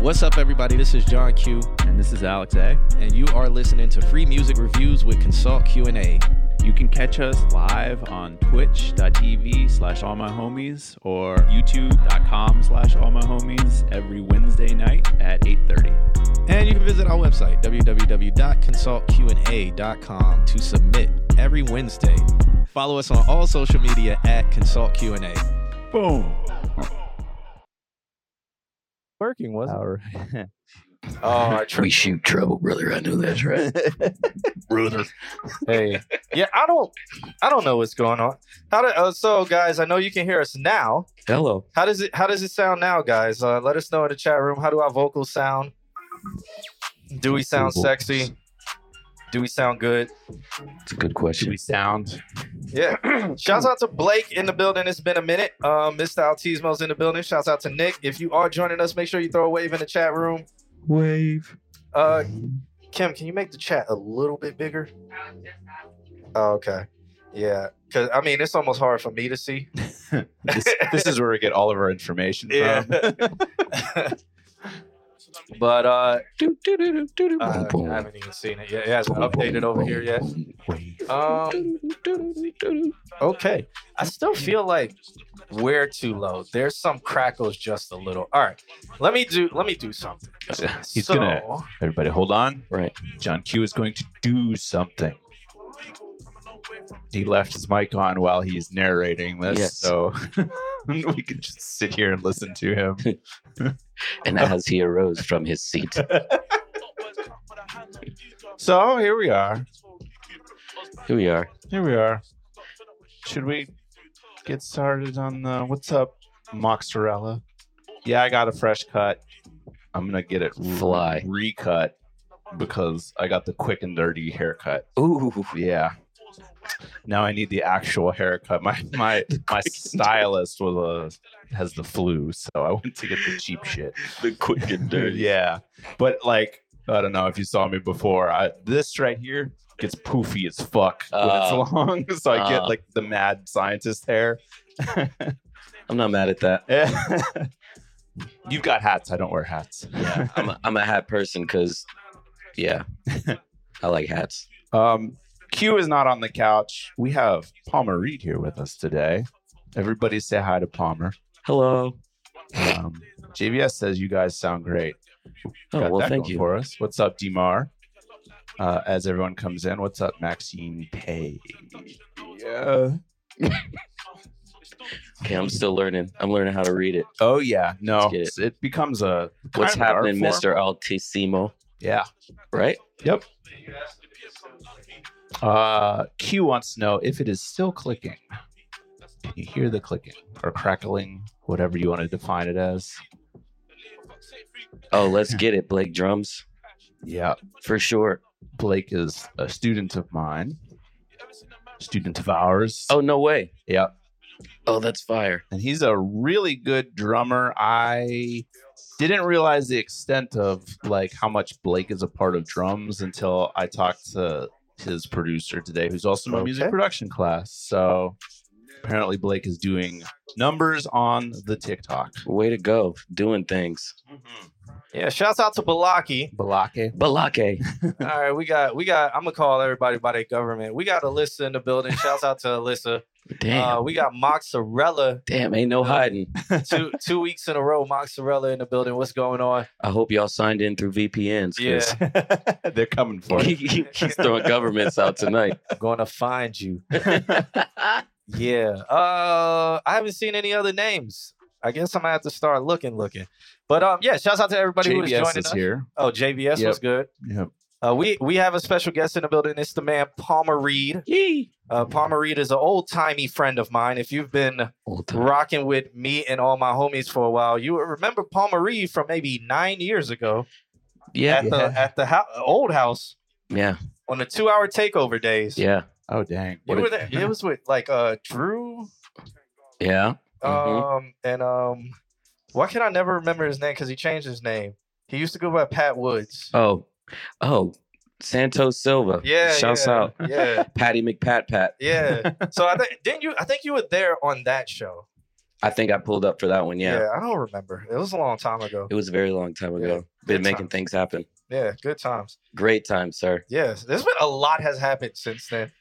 What's up, everybody? This is John Q, And this is Alex A. and you are listening to Free Music Reviews with Consult Q and A. You can catch us live on twitch.tv slash all my homies or youtube.com slash all my homies every Wednesday night at 8.30. And you can visit our website, www.consultq&a.com, to submit every Wednesday. Follow us on all social media at Consult Q&A. Boom. Working, wasn't All right. it? Oh, I We shoot trouble, Oh, brother. I know that's right. brother. Hey, yeah, I don't, I don't know what's going on. How do, uh, so, guys? I know you can hear us now. Hello. How does it? How does it sound now, guys? Uh, let us know in the chat room. How do our vocals sound? Do we sound sexy? Do we sound good? It's a good Should question. we sound? Yeah. Shouts out to Blake in the building. It's been a minute. Um, Mr. Altismo's in the building. Shouts out to Nick. If you are joining us, make sure you throw a wave in the chat room. Wave. Uh, Kim, can you make the chat a little bit bigger? Oh, okay. Yeah. Cause I mean, it's almost hard for me to see. this, this is where we get all of our information Yeah. from. but uh, uh, Boom, boom. I haven't even seen it yet. It hasn't updated over here yet. Um, okay. I still feel like we're too low. There's some crackles just a little. All right. Let me do let me do something. He's So- gonna- Everybody hold on. Right. John Q is going to do something. He left his mic on while he's narrating this, Yes. so we can just sit here and listen to him. And as he arose from his seat, So here we are. here we are. Here we are. Should we get started on the what's up, mozzarella? Yeah, I got a fresh cut. I'm gonna get it re- Fly. recut because I got the quick and dirty haircut. Ooh. Yeah. Now I need the actual haircut. My my my stylist was a has the flu, so I went to get the cheap shit. The quick and yeah. But like I don't know if you saw me before. I, this right here gets poofy as fuck when Uh, it's long, so I get uh. like the mad scientist hair. I'm not mad at that. You've got hats. I don't wear hats. Yeah. I'm a, I'm a hat person because, yeah, I like hats. Um, Q is not on the couch. We have Palmer Reed here with us today. Everybody say hi to Palmer. Hello. Um, JVS says you guys sound great. Oh, Got well, that thank going you. for us. What's up, Demar? Uh, as everyone comes in, what's up, Maxine Pay? Yeah. Okay, I'm still learning. I'm learning how to read it. Oh yeah, no, Let's get it. it. becomes a kind What's of an art happening, form. Mr. Altissimo? Yeah. Right? Yep. Uh, Q wants to know if it is still clicking. Can you hear the clicking or crackling, whatever you want to define it as? Oh, let's get it, Blake Drums. Yeah. For sure. Blake is a student of mine, student of ours. Oh, no way. yeah. Oh, that's fire. and he's a really good drummer. I didn't realize the extent of like how much Blake is a part of drums until I talked to his producer today, who's also in my music Okay. production class. So apparently Blake is doing numbers on the TikTok. Way to go. Doing things. Yeah, shouts out to Balaki. Balake. Balake. All right, we got we got I'm gonna call everybody by their government. We got Alyssa in the building. Shouts out to Alyssa. Damn. Uh, we got Mozzarella Damn, ain't no hiding. two two weeks in a row. Mozzarella in the building. What's going on? I hope y'all signed in through VPNs. 'cause They're coming for you. He's throwing governments out tonight. I'm gonna find you. Yeah. Uh I haven't seen any other names. I guess I'm gonna have to start looking, looking. But um, yeah, shouts out to everybody who is JBS joining is us. here. Oh, JVS was Yep. good. Yep. Uh, we we have a special guest in the building. It's the man Palmer Reed. Yee. Uh, Palmer Reed is an old timey friend of mine. If you've been Old time. rocking with me and all my homies for a while, you remember Palmer Reed from maybe nine years ago Yeah. at the at the hou- old house Yeah. on the two hour takeover days. Yeah. Oh dang. You What were a- there. It was with like uh Drew Yeah. Mhm. Um, and um, why can I never remember his name? Because he changed his name. He used to go by Pat Woods. Oh. Oh. Santos Silva. yeah, Shouts yeah, out. Yeah, Patty McPat Pat. yeah. so I think didn't you? I think you were there on that show. I think I pulled up for that one. Yeah. I don't remember. It was a long time ago. It was a very long time Yeah, ago. Been good making times. things happen. Yeah, good times. Great time, sir. Yes, there's been a lot has happened since then.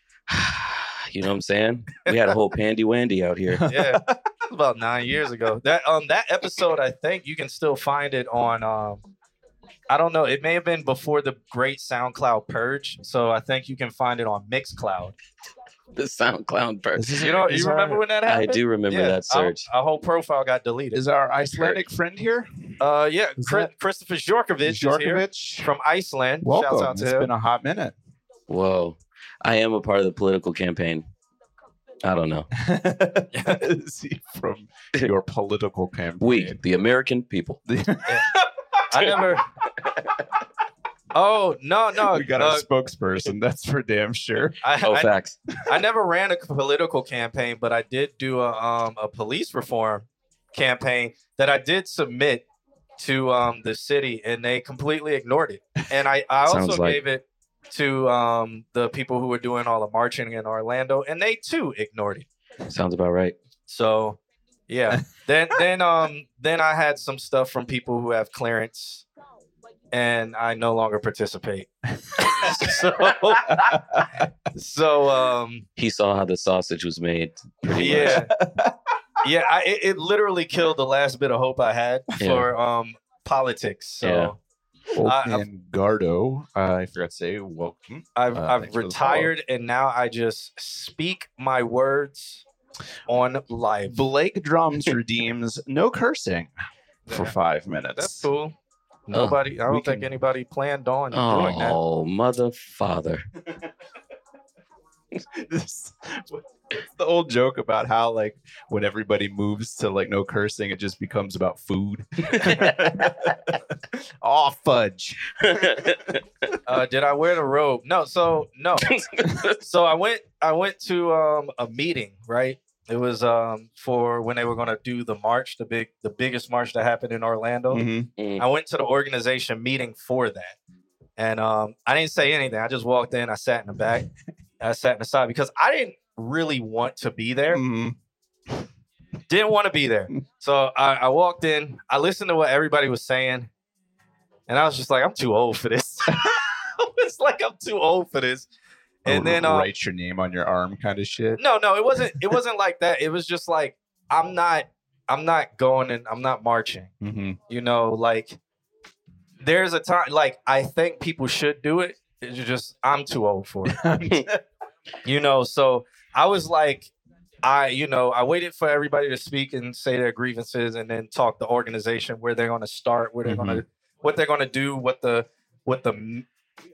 you know what I'm saying? We had a whole pandy wandy out here. yeah, that was about nine years ago. That um that episode, I think you can still find it on um. I don't know. It may have been before the great SoundCloud purge, so I think you can find it on Mixcloud. The sound clown first. You know, you remember when that I happened? do remember Yeah, that surge. Our, our whole profile got deleted. Is our Icelandic friend here? Uh, yeah, Is Chris, Christopher Jorkovich, is here Djorkovic? from Iceland. Welcome. Shouts out It's to him. been a hot minute. Whoa. I am a part of the political campaign. I don't know. Is he from your political campaign? We, the American people. I never. oh no no! we got uh, our spokesperson. That's for damn sure. I- Oh, I facts. I never ran a political campaign, but I did do a um a police reform campaign that I did submit to um the city, and they completely ignored it. And I I Sounds also like- gave it to um the people who were doing all the marching in Orlando, and they too ignored it. Sounds about right. So yeah, then then um then I had some stuff from people who have clearance. And I no longer participate. so, so um, He saw how the sausage was made. pretty much. yeah. yeah, I, it, it literally killed the last bit of hope I had Yeah. for um politics. So Yeah. I've- and Gardo, uh, I forgot to say welcome. I've Uh, I've thanks for the retired and now I just speak my words on live. Blake Drums redeems no cursing for Yeah. five minutes. That's cool. Nobody, I Oh, we don't think can- anybody planned on doing that. Oh, mother father. this it's the old joke about how like when everybody moves to like no cursing it just becomes about food oh fudge Uh, did I wear the robe? No. So no. so I went. I went to um, a meeting. Right. It was um, for when they were going to do the march, the big, the biggest march that happened in Orlando. Mm. I went to the organization meeting for that. And um, I didn't say anything. I just walked in, I sat in the back, I sat in the side because I didn't really want to be there. Mhm. Didn't want to be there. So I, I walked in, I listened to what everybody was saying, and I was just like, I'm too old for this. it's like I'm too old for this. And then um, Oh, write your name on your arm kind of shit no, no, it wasn't it wasn't like that. It was just like I'm not I'm not going and I'm not marching. Mhm. you know like there's a time like i think people should do it it's just i'm too old for it you know so i was like i you know i waited for everybody to speak and say their grievances and then talk the organization where they're going to start where they're going to what they're going to do what the what the m-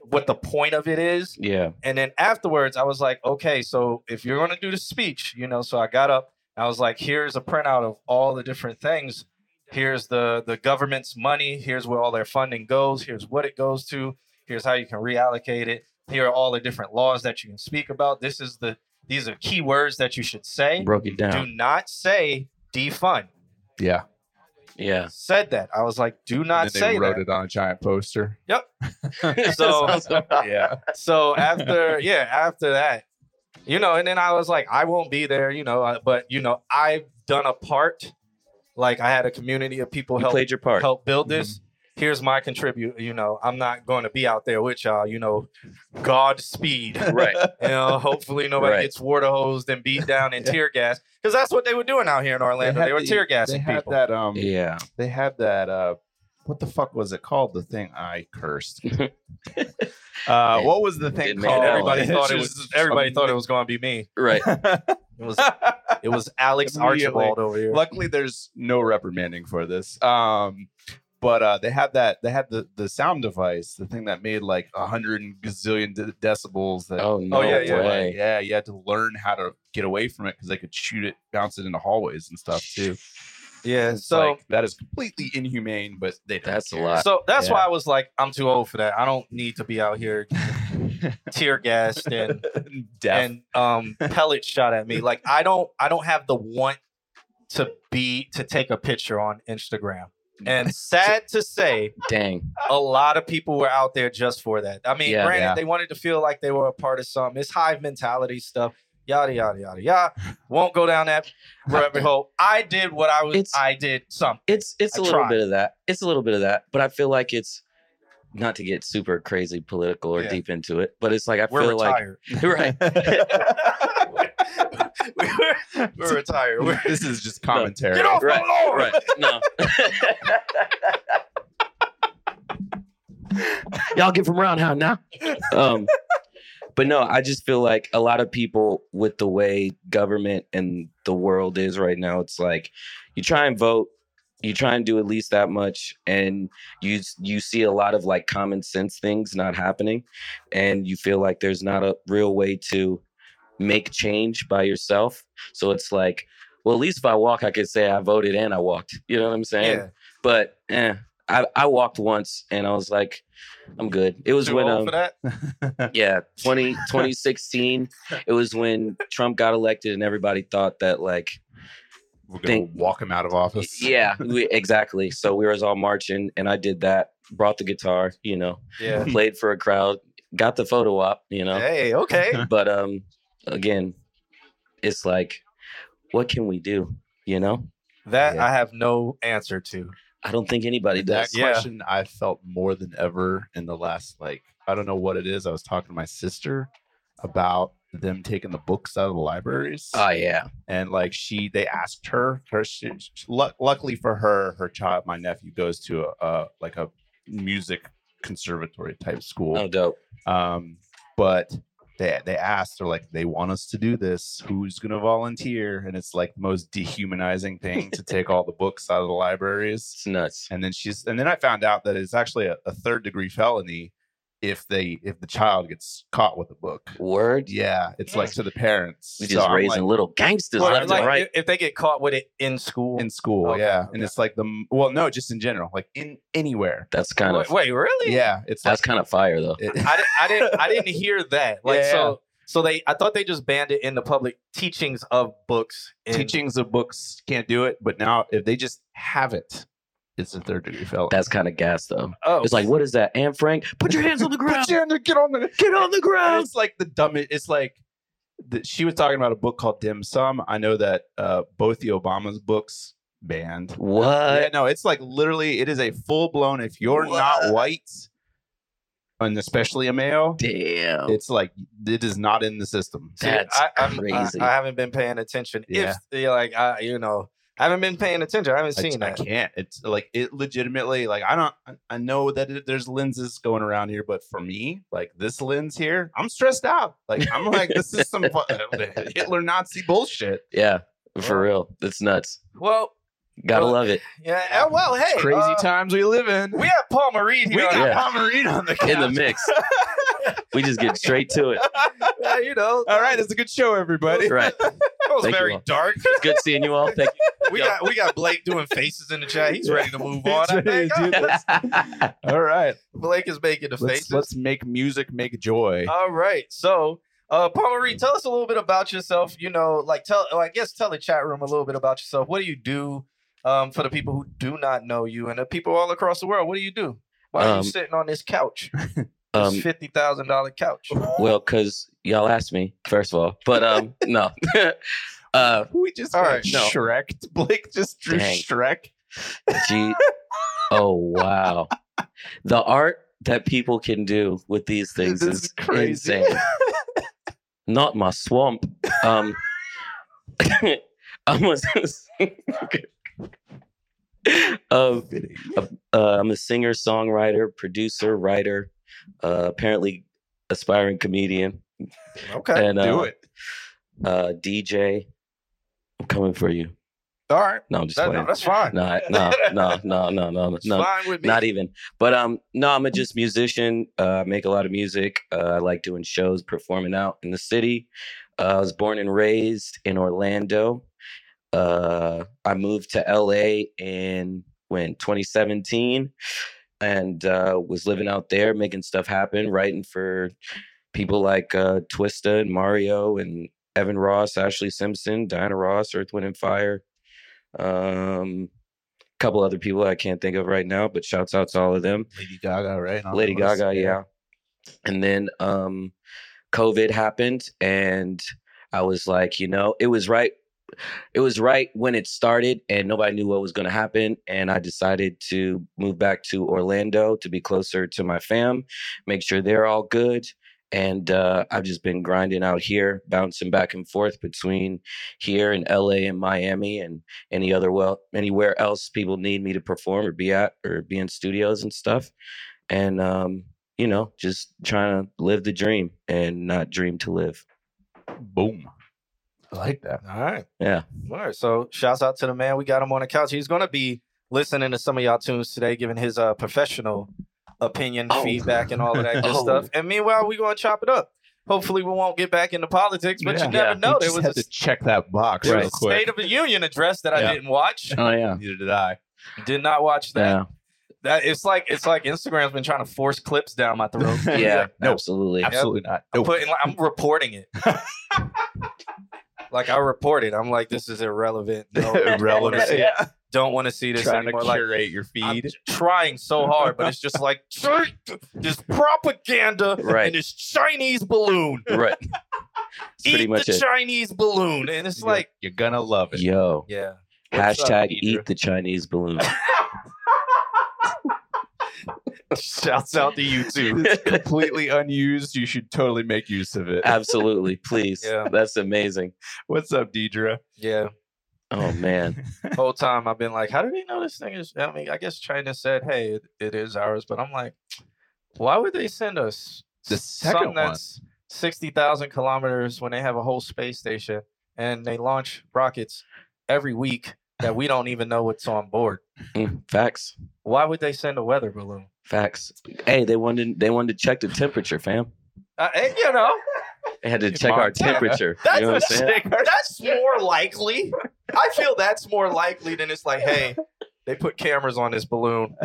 what the point of it is yeah. and then afterwards, I was like, okay, so if you're gonna do the speech, you know, so I got up. I was like, here's a printout of all the different things. Here's the the government's money. Here's where all their funding goes. Here's what it goes to. Here's how you can reallocate it. Here are all the different laws that you can speak about. This is the these are key words that you should say. Broke it Do down. not say defund. yeah Yeah. Said that. I was like, do and not then they say wrote that. it on a giant poster So- Sounds about- yeah so after yeah after that you know and then i was like i won't be there you know uh, but you know i've done a part like i had a community of people you help played your part. Mm-hmm. help build this here's my contribute you know i'm not going to be out there with y'all you know godspeed Right. you know hopefully nobody Right. gets water hosed and beat down and tear gas because that's what they were doing out here in orlando they, had were the- tear they gassing had people that um Yeah. they had that uh what the fuck was it called the thing i cursed uh what was the thing It made called And everybody Oh, thought it was everybody thought it was going to be me Right. it was it was alex Immediately. archibald over here luckily there's no reprimanding for this um but uh they had that they had the the sound device the thing that made like a hundred and gazillion de- decibels that Oh no yeah, you had to, like- way. yeah you had to learn how to get away from it because they could shoot it bounce it into hallways and stuff too yeah It's so like, that is completely inhumane but they don't That's a care. lot. So that's Yeah. why I was like, I'm too old for that. I don't need to be out here tear gassed and Death. and um pellet shot at me. Like I don't I don't have the want to be to take a picture on Instagram. And sad to say, Dang. a lot of people were out there just for that. I mean, Yeah. granted, Yeah. they wanted to feel like they were a part of something. It's hive mentality stuff. yada yada yada yada. Won't go down that rabbit hole. I did what I was. It's- I did something. It's it's I a little tried. bit of that. It's a little bit of that, but I feel like it's not to get super crazy political or Yeah. deep into it, but it's like I We're feel retired. like right. we're, we're retired. We're, this is just commentary. get off right, my lawn. Right. No. Y'all get from around how now. Um but no, I just feel like a lot of people with the way government and the world is right now, it's like you try and vote, you try and do at least that much, and you you see a lot of like common sense things not happening, and you feel like there's not a real way to make change by yourself. So it's like, well, at least if I walk, I could say I voted and I walked. You know what I'm saying? Yeah. But eh, I I walked once and I was like, I'm good. It was Too when old um, for that. yeah 20, 2016 it was when trump got elected and everybody thought that like We're gonna Think- walk him out of y- office. yeah we, exactly so we was all marching and i did that brought the guitar you know Yeah. played for a crowd got the photo op you know Hey. Okay. but um again it's like what can we do you know That Yeah. I have no answer to. i don't think anybody that does yeah. question I felt more than ever in the last like I don't know what it is. I was talking to my sister about them taking the books out of the libraries, oh yeah and like she, they asked her. Her, she, she- luck, luckily for her, her child, my nephew, goes to a, a like a music conservatory type school. oh dope Um, but they they asked, they're like, they want us to do this. Who's gonna volunteer? And it's like the most dehumanizing thing to take all the books out of the libraries. it's nuts And then she's and then I found out that it's actually a, a third degree felony if they if the child gets caught with a book. word Yeah, it's like to the parents. we So just I'm raising like, little gangsters Well, left like, and right if- If they get caught with it in school. in school, Okay, yeah, okay. and it's like the m- well, no, just in general, like in anywhere. that's kind wait, of wait, really? Yeah, it's like that's kind of fire though it- I, di- I didn't I didn't hear that. Like Yeah. so so they I thought they just banned it in the public teachings of books. and- teachings of books can't do it, but now if they just have it, it's a third degree felony. That's kind of gas though. Oh, It's like, what is that? Anne Frank, put your hands on the ground. Put your hand to get on the Get on the And ground. it's like the dumbest. It's like the, she was talking about a book called Dim Sum. I know that uh, both the Obama's books banned. yeah, What? no, it's like literally, it is a full blown. If you're not white, and especially a male, Damn. it's like it is not in the system. dude, That's I, I'm- I- crazy. I, haven't been paying attention. Yeah. If yeah, like I you know I haven't been paying attention. I haven't I, seen I that. can't. It's like it legitimately. Like I don't. I- I know that it, there's lenses going around here, but for me, like this lens here, I'm stressed out. Like I'm like this is some fu- Hitler Nazi bullshit. yeah, for real. That's nuts. Well, Gotta Well, love it. yeah. uh, Well, hey, Crazy uh, times we live in. We have Paul Reed here. We got on- Yeah. Pomerine on the couch. In the mix. we just get straight to it. Uh, you know, All right, it's a good show, everybody. Right. that was Thank you very all. dark. It's good seeing you all. Thank We got we got Blake doing faces in the chat. He's ready to move on. I He's ready think. oh, to do you. this. All right, Blake is making the let's, faces. let's make music, make joy. All right. So, uh, Palmarie, tell us a little bit about yourself. You know, like tell, oh, I guess, tell the chat room a little bit about yourself. What do you do um, for the people who do not know you and the people all across the world? What do you do? Why are Um, you sitting on this couch? um, this fifty thousand dollar couch. well, cause y'all asked me, first of all. But um, no. uh we just all got right, no. Shrek. Blake just drew Dang. Shrek. G Oh wow. The art that people can do with these things This is is crazy. insane. Not my swamp. Um I'm gonna um, uh, I'm a singer, songwriter, producer, writer, uh, apparently aspiring comedian, Okay. and Do uh, it. uh, DJ. I'm coming for you. All right. No, I'm just That- no, playing. that's fine. No, no, no, no, no, no, It's no, fine with me. not even but um no i'm a just musician uh I make a lot of music uh, i like doing shows performing out in the city uh, i was born and raised in orlando uh i moved to la in when 2017 and uh was living out there making stuff happen writing for people like uh twista and mario and evan ross ashley simpson diana ross earth wind and fire um couple other people I can't think of right now, but shouts out to all of them. Lady Gaga, right? On Lady the list. Gaga, yeah. And then um COVID happened and I was like, you know, it was right. It was right when it started, and nobody knew what was going to happen. And I decided to move back to Orlando to be closer to my fam, make sure they're all good. And uh, I've just been grinding out here, bouncing back and forth between here and LA and Miami and any other well anywhere else people need me to perform or be at or be in studios and stuff. And um, you know, just trying to live the dream and not dream to live. Boom. I like that. All right. Yeah. All right. So shouts out to the man. We got him on the couch. He's gonna be listening to some of y'all tunes today, giving his uh, professional opinion, Oh. feedback, and all of that good Oh. stuff. And meanwhile, we're gonna chop it up. Hopefully, we won't get back into politics, but Yeah. you never Yeah. know. you There just was had a, to check that box there was real a quick. State of the Union address that I Yeah. didn't watch. Oh yeah. Neither did I. Did not watch that. Yeah. That it's like it's like Instagram's been trying to force clips down my throat. Yeah. No. Absolutely. Absolutely not. I'm Nope. putting, I'm reporting it. like I report it. I'm like, this is irrelevant. No, Irrelevant. Don't Yeah. want to see this Trying to anymore. curate Like your I'm feed. trying so hard, but it's just like this propaganda Right. and this Chinese balloon. Right. That's pretty eat much the it. Chinese balloon, and it's You're- like, you're gonna love it. Yo. yeah. What's up, Hashtag Deidre? eat the Chinese balloon. Shouts out to YouTube. It's completely unused. You should totally make use of it. Absolutely. Please. Yeah. That's amazing. What's up, Deidre? Yeah. Oh man. Whole time I've been like, how do they know this thing is? I mean, I guess China said, hey, it, it is ours, but I'm like, why would they send us The second something one. that's sixty thousand kilometers when they have a whole space station and they launch rockets every week that we don't even know what's on board? Mm, Facts. Why would they send a weather balloon? Facts. Hey, they wanted they wanted to check the temperature, fam. Uh, and, you know, They had to check our Montana. temperature. That's you know a what I'm saying? sick- That's more likely. I feel that's more likely than it's like, hey, they put cameras on this balloon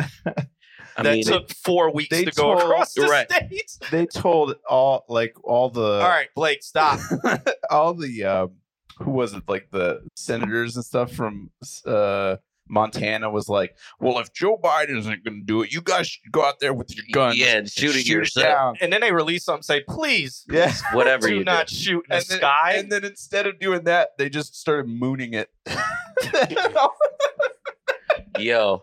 I that mean, took four weeks they to go told- across the right. Uh, states. They told all like all the All right, Blake, stop. all the um, who was it like the senators and stuff from uh Montana was like, well, if Joe Biden isn't going to do it, you guys should go out there with your guns. yeah, and and shooting shoot it yourself, down." And then they release something, say, please Yeah. whatever do you not do. shoot in the And then, sky. and then instead of doing that, they just started mooning it. Yo.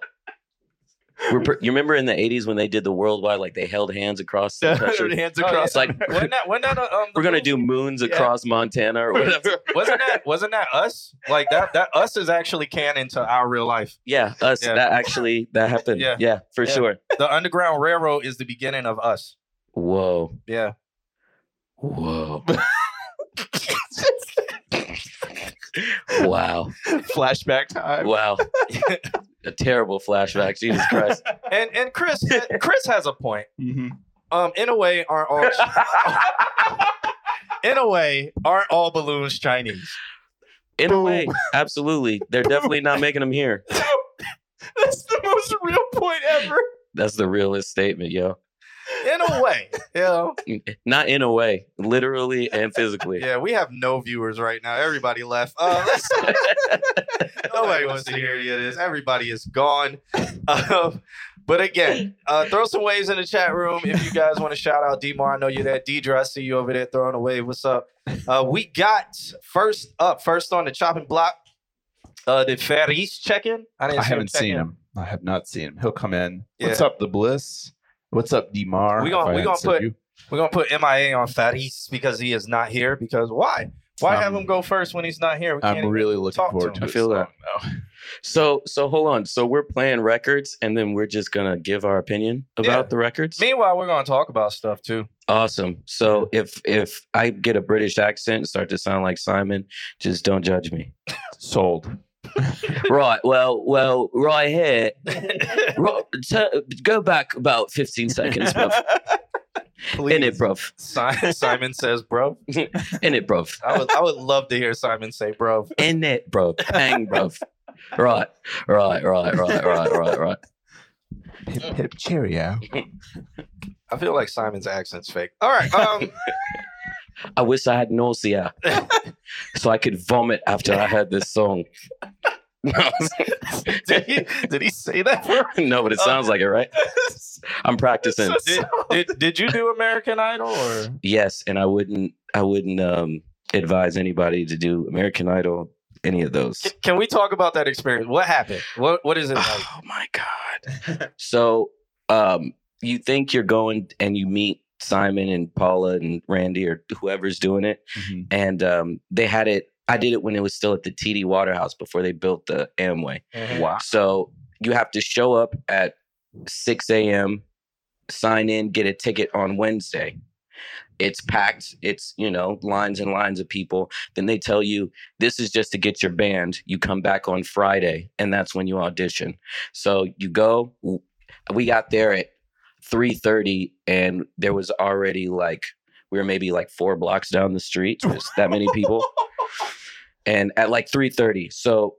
We're per- you remember in the 80s when they did the worldwide, like they held hands across the Their country? hands Oh, yeah. across. It's like, Wasn't that, wasn't that, uh, um, we're going to do moons Yeah. across Montana or whatever. Wasn't that wasn't that us? Like that that us is actually canon to our real life. Yeah, us. Yeah. That actually, that happened. Yeah. Yeah, for Yeah. sure. The Underground Railroad is the beginning of us. Whoa. Yeah. Whoa. wow. Flashback time. Wow. A terrible flashback. Jesus Christ. And and Chris uh, Chris has a point. Mhm. Um, in a way, aren't all in a way aren't all balloons Chinese? In a Boom. way, absolutely. They're definitely not making them here. That's the most real point ever. That's the realest statement, yo. In a way, you know? Not in a way, literally and physically. Yeah, we have no viewers right now. Everybody left. Uh, let's- nobody wants to hear any of this. Everybody is gone. Um, but again, uh, throw some waves in the chat room if you guys want to shout out Demar. I know you're there. Deidre, I see you over there throwing a wave. What's up? Uh, we got first up, first on the chopping block. Uh, did Faris check in? didn't I see haven't check seen in. him. I have not seen him. He'll come in. What's Yeah. up, the bliss? What's up, Demar? We gonna- If I we hadn't gonna said put- you. We're gonna put MIA on Faris because he is not here. Because why? Why have Um, him go first when he's not here? We can't I'm even- really looking talk to forward him. to, I his feel that. song, So, so hold on. So we're playing records, and then we're just gonna give our opinion about Yeah. the records. Meanwhile, we're gonna talk about stuff too. Awesome. So if if I get a British accent and start to sound like Simon, just don't judge me. though. Sold. right. Well, well, right here. Ro- tu- go back about 15 seconds, bruv. In it, bruv. Si- Simon says, "Bro, In it, bruv. I would, I would love to hear Simon say, bro." In it, bruv. Bang, bruv. Right. Right, right, right, right, right, right. Hip hip cheerio. I feel like Simon's accent's fake. All right, um, I wish I had nausea so I could vomit after I heard this song. did he did he say that? For no, but it sounds like it, right? I'm practicing. did, did did you do American Idol or Yes, and I wouldn't I wouldn't um advise anybody to do American Idol, any of those. Can, can we talk about that experience? What happened? What What is it like? Oh my god! so, um, you think you're going and you meet Simon and Paula and Randy or whoever's doing it, Mhm. and um, they had it. I did it when it was still at the TD Waterhouse before they built the Amway. Wow. So you have to show up at 6 a.m., sign in, get a ticket on Wednesday. It's packed. It's, you know, lines and lines of people. Then they tell you, this is just to get your band. You come back on Friday, and that's when you audition. So you go. W- We got there at 3.30, and there was already like, we were maybe like four blocks down the street. There's that many people. and at like 3.30. So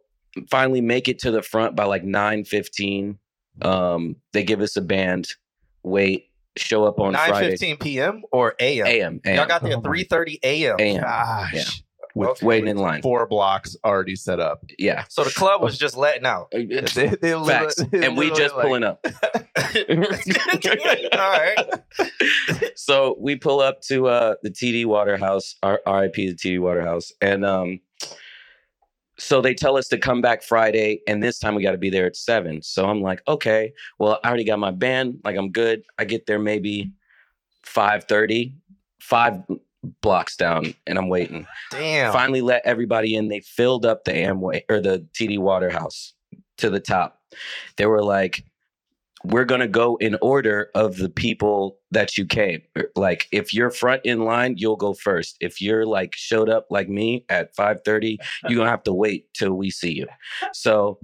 finally make it to the front by like 9.15 um they give us a band wait show up on Nine friday fifteen p.m. or a.m. am Y'all am got there Oh at my- three thirty a.m. AM. Gosh. Yeah. With Okay. waiting in line four blocks already set up. yeah Uh, So the club was just letting out. They- they literally- facts and we literally just like- pulling up All right. so we pull up to uh the TD Waterhouse, R- RIP the TD Waterhouse, and um so they tell us to come back Friday, and this time we got to be there at seven. So I'm like, okay, well, I already got my band, like I'm good. I get there maybe five thirty, five blocks down, and I'm waiting. Damn. Finally, let everybody in. They filled up the Amway or the TD Waterhouse to the top. They were like, "We're gonna go in order of the people that you came. Or, Like, if you're front in line, you'll go first. If you're like showed up like me at 5:30, you're gonna have to wait till we see you." So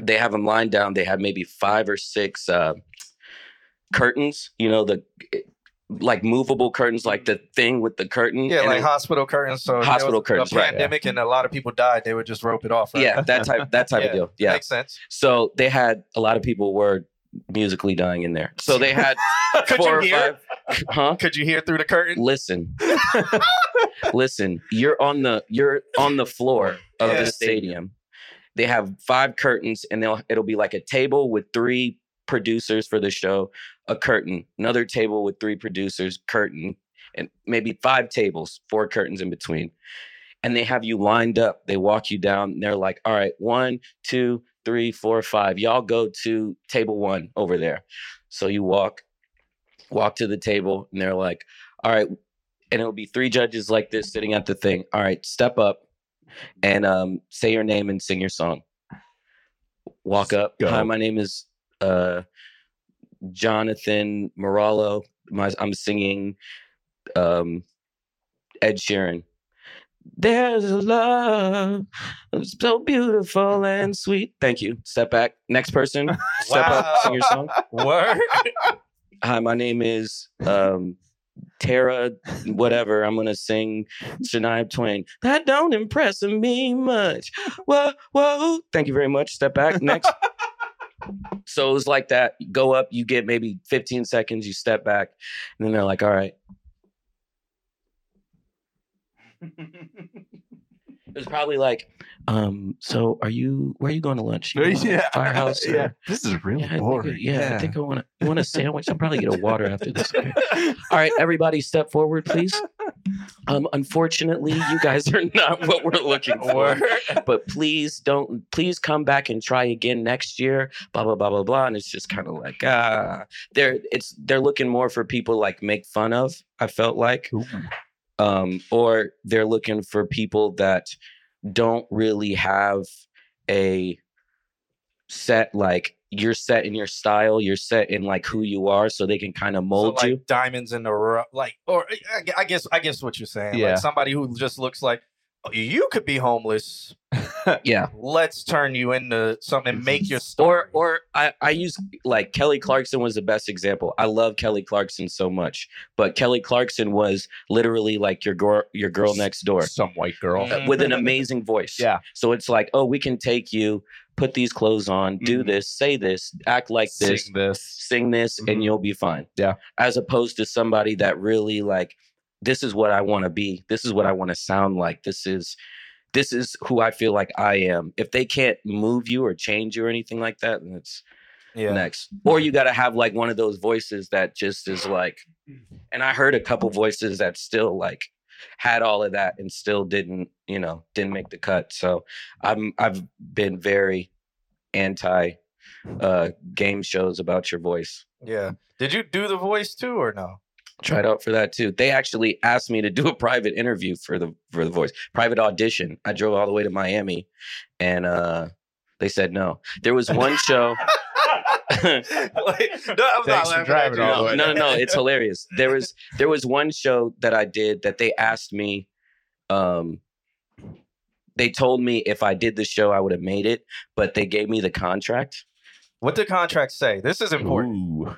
they have them lined down. They had maybe five or six uh, curtains. You know the. eh, Like movable curtains, like the thing with the curtain. Yeah, and like it- hospital curtains. So there Hospital was curtains, A right, yeah. pandemic and a lot of people died. They would just rope it off. Right? Yeah, that type that type Yeah, of deal. Yeah. Makes sense. So they had a lot of people were musically dying in there. So they had Could four you or hear? five. Huh? Could you hear through the curtain? Listen, listen. You're on the you're on the floor of Yeah. the stadium. They have five curtains, and they'll it'll be like a table with three producers for the show, a curtain, another table with three producers, curtain, and maybe five tables, four curtains in between. And they have you lined up. They walk you down. And they're like, all right, one, two, three, four, five. Y'all go to table one over there. So you walk, walk to the table, and they're like, all right. And it'll be three judges like this sitting at the thing. All right, step up and um, say your name and sing your song. Walk up. Go. Hi, my name is uh, Jonathan Morallo. My, I'm singing um, Ed Sheeran. There's a love so beautiful and sweet. Thank you. Step back. Next person. Step up. Sing your song. Word. Hi, my name is um, Tara. Whatever. I'm gonna sing Shania Twain. That don't impress me much. Whoa, whoa. Thank you very much. Step back. Next. so it was like that. You go up. You get maybe 15 seconds. You step back, and then they're like, "All right." It was probably like, um, "So are you? Where are you going to lunch? You want Yeah. Firehouse. or- Yeah. This is really Yeah, I think- boring. yeah, I think I want to want a sandwich. I'll probably get a water after this. Okay. All right, everybody, step forward, please. Um, unfortunately, you guys are not what we're looking for. Word. But please don't. Please come back and try again next year. Blah blah blah blah blah. And it's just kind of like ah, they're it's they're looking more for people like make fun of. I felt like um, or they're looking for people that don't really have a set like you're set in your style, you're set in like who you are, so they can kind of mold so, like, you. diamonds in the rough, like, or eh, I gu- I guess, I guess what you're saying, Yeah. like somebody who just looks like "Oh, you could be homeless. Yeah. Let's turn you into something, and make your Or story. or I, I use like Kelly Clarkson was the best example. I love Kelly Clarkson so much. But Kelly Clarkson was literally like your girl your girl next door. Uh, Some white girl. Mhm. with an amazing voice. Yeah. So it's like, oh, we can take you, put these clothes on, do Mhm. this, say this, act like this, Sing this. sing this Mhm. and you'll be fine. Yeah. As opposed to somebody that really like, this is what I want to be. This is what I want to sound like. This is this is who I feel like I am. If they can't move you or change you or anything like that, then it's yeah. next. Or you gotta have like one of those voices that just is like and I heard a couple voices that still like had all of that and still didn't, you know, didn't make the cut. So I'm I've been very anti uh game shows about your voice. Yeah. Did you do the voice too or no? Tried out for that too. They actually asked me to do a private interview for the for the voice, private audition. I drove all the way to Miami and uh they said no. There was one show like, no, I'm Thanks not for laughing driving at you. all the no, way. no, no, it's hilarious. There was there was one show that I did that they asked me, um, they told me if I did the show I would have made it, but they gave me the contract, What did contracts say? This is important Ooh.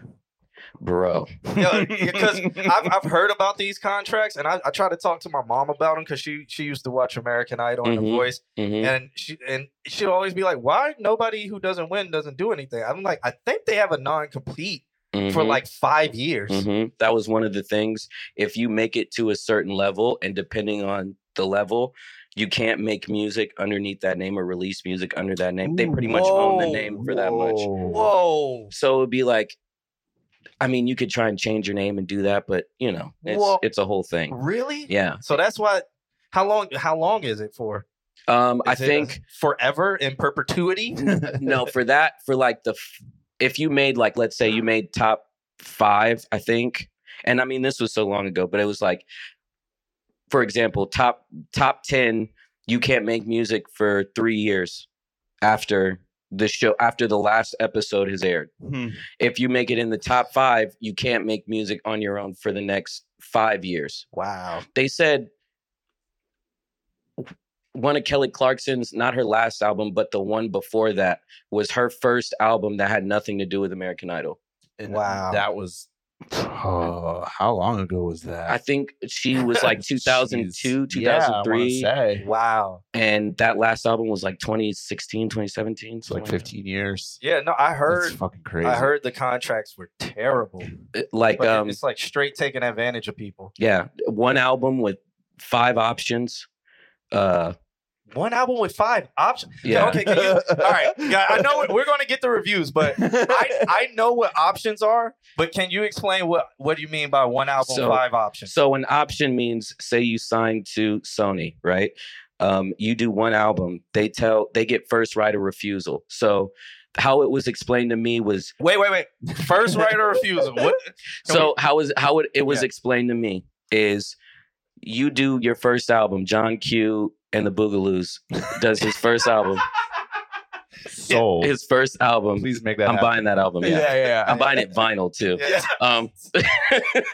bro. because I've, I've heard about these contracts, and I, I try to talk to my mom about them because she she used to watch American Idol and The Mhm. Voice, Mhm. and she and she'd always be like, "Why nobody who doesn't win doesn't do anything?" I'm like, I think they have a non complete for Mhm. like five years. Mhm. That was one of the things. If you make it to a certain level, and depending on the level, you can't make music underneath that name or release music under that name. They pretty much own the Whoa, name for that much. Whoa. So it'd be like, I mean, you could try and change your name and do that, but you know, it's Whoa. it's a whole thing. Really? Yeah. So that's why how long how long is it for? Um, I Is it think forever in perpetuity? no for that for like the f- if you made like let's say you made top five, I think, and I mean this was so long ago, but it was like, for example, top top ten, you can't make music for three years after the show after the last episode has aired. If you make it in the top five, you can't make music on your own for the next five years. wow. they said one of Kelly Clarkson's, not her last album, but the one before that was her first album that had nothing to do with American Idol. Wow. That was oh, how long ago was that? I think she was like 2002, Jeez. Yeah, I wanna 2003. say. Wow. and that last album was like 2016, 2017. It's like something that. 15 years. Yeah, no, I That's heard fucking crazy. I heard the contracts were terrible. It- Like, But it- um, it's like straight taking advantage of people. yeah, one album with five options. Uh, One album with five options. Yeah. Okay, can you, all right. Yeah, I know we're going to get the reviews, but I, I know what options are, but can you explain what what do you mean by one album, So- five options? So an option means say you sign to Sony, right? Um, you do one album, they tell they get first right of refusal. So how it was explained to me was Wait, wait, wait. First right of refusal. What? Can so how is how it, it was Yeah. explained to me is you do your first album, John Q and the Boogaloos does his first album. sold. His first album. Please make that I'm happen. buying that album. Yeah. yeah. I'm buying it vinyl too. Yeah. Um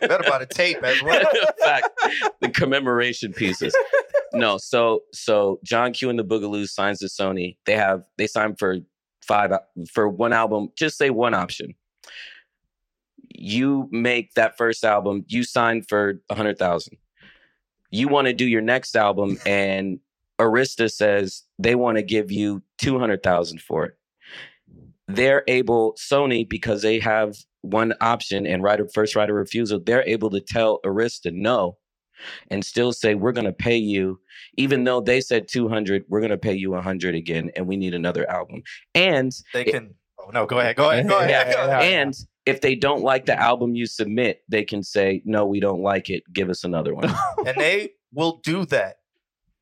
Better buy the tape as well. fact, the commemoration pieces. No, so so John Q and the Boogaloos signs to Sony. They have they signed for five for one album. Just say one option. You make that first album. You sign for a hundred thousand. You want to do your next album, and Arista says they want to give you two hundred thousand for it. They're able Sony because they have one option and right of first right of refusal, they're able to tell Arista no and still say, we're going to pay you, even though they said 200, we're going to pay you 100 again and we need another album. And, They can. Oh no! Go ahead. Go ahead. Go ahead. Yeah, go ahead. and if they don't like the album you submit, they can say, no, we don't like it. Give us another one. and they will do that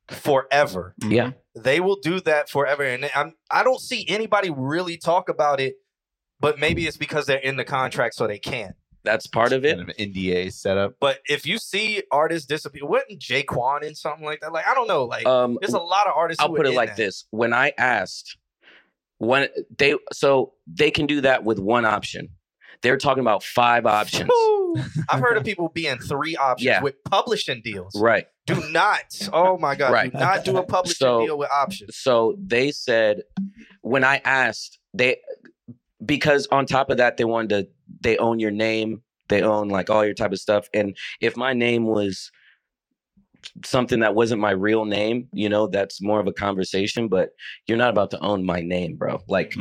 forever. yeah. They will do that forever. And I'm I don't see anybody really talk about it, but maybe it's because they're in the contract, so they can't. That's part of it. Kind of NDA setup. But if you see artists disappear, wasn't Jaquan in something like that? Like I don't know. Like Um, there's a lot of artists. I'll who put are it in like that. this: when I asked, when they so they can do that with one option. They're talking about five options, Woo! I've heard of people being three options Yeah. with publishing deals. right? Do not. Oh my God. Right. Do not do a publishing So- deal with options. So they said when I asked, they because on top of that they wanted to they own your name, they own like all your type of stuff. And if my name was something that wasn't my real name, you know, that's more of a conversation, but you're not about to own my name, bro. Like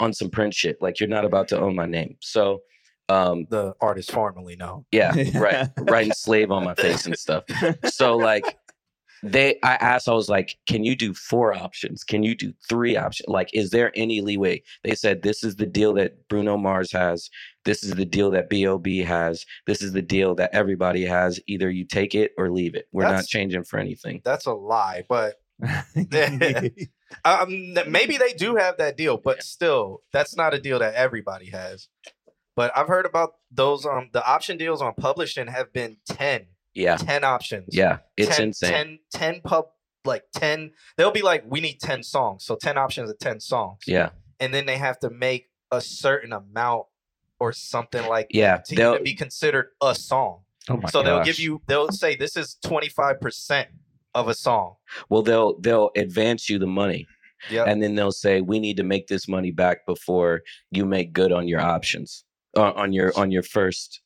on some print shit. Like you're not about to own my name. So um The artist formerly known. yeah, right. Writing slave on my face and stuff. So like they I asked, I was like, can you do four options? Can you do three options? Like, is there any leeway? They said this is the deal that Bruno Mars has, this is the deal that B.O.B. has, this is the deal that everybody has. Either you take it or leave it. We're That's- not changing for anything. That's a lie, but um, maybe they do have that deal, but still, that's not a deal that everybody has. But I've heard about those um the option deals on publishing have been 10, Yeah. 10 options. Yeah. It's 10 insane. 10, 10 pub like 10 they'll be like we need 10 songs. So 10 options of 10 songs. Yeah. And then they have to make a certain amount or something like Yeah. to They'll even be considered a song. Oh my so they'll give you they'll say this is 25% of a song. well they'll they'll advance you the money. Yeah. and then they'll say we need to make this money back before you make good on your options uh, on your on your first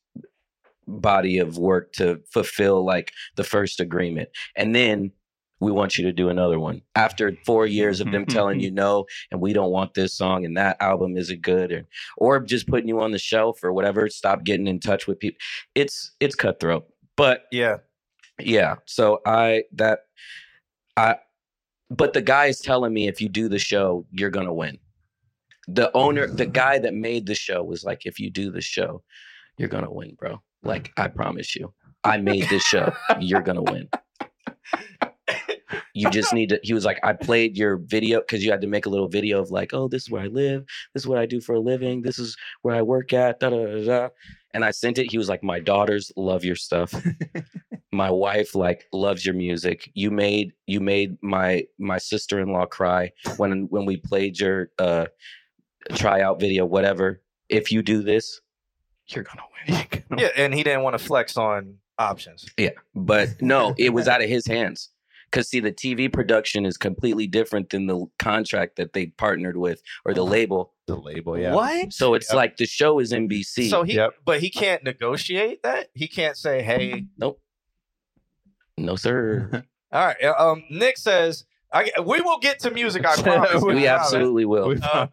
body of work to fulfill like the first agreement and then we want you to do another one after four years of them telling you no and we don't want this song and that album isn't good or or just putting you on the shelf or whatever stop getting in touch with people it's it's cutthroat but Yeah. yeah. So I that I but the guy is telling me if you do the show, you're gonna win. The owner, the guy that made the show was like, if you do the show, you're gonna win, bro. Like, I promise you. I made this show. You're gonna win. You just need to he was like, I played your video because you had to make a little video of like, oh, this is where I live, this is what I do for a living, this is where I work at, da da da da. And I sent it. He was like, My daughters love your stuff my wife like loves your music you made you made my my sister-in-law cry when when we played your uh tryout video whatever if you do this you're gonna win Yeah, and he didn't want to flex on options. yeah but no it was out of his hands because see the tv production is completely different than the contract that they partnered with or the label Uh-huh. the label. Yeah. What? so it's Yep. like the show is nbc So he, Yep. but he can't negotiate that. He can't say, "Hey, nope no sir all right." uh, Um, Nick says, "I we will get to music. I promise." We I we promise." absolutely will Uh,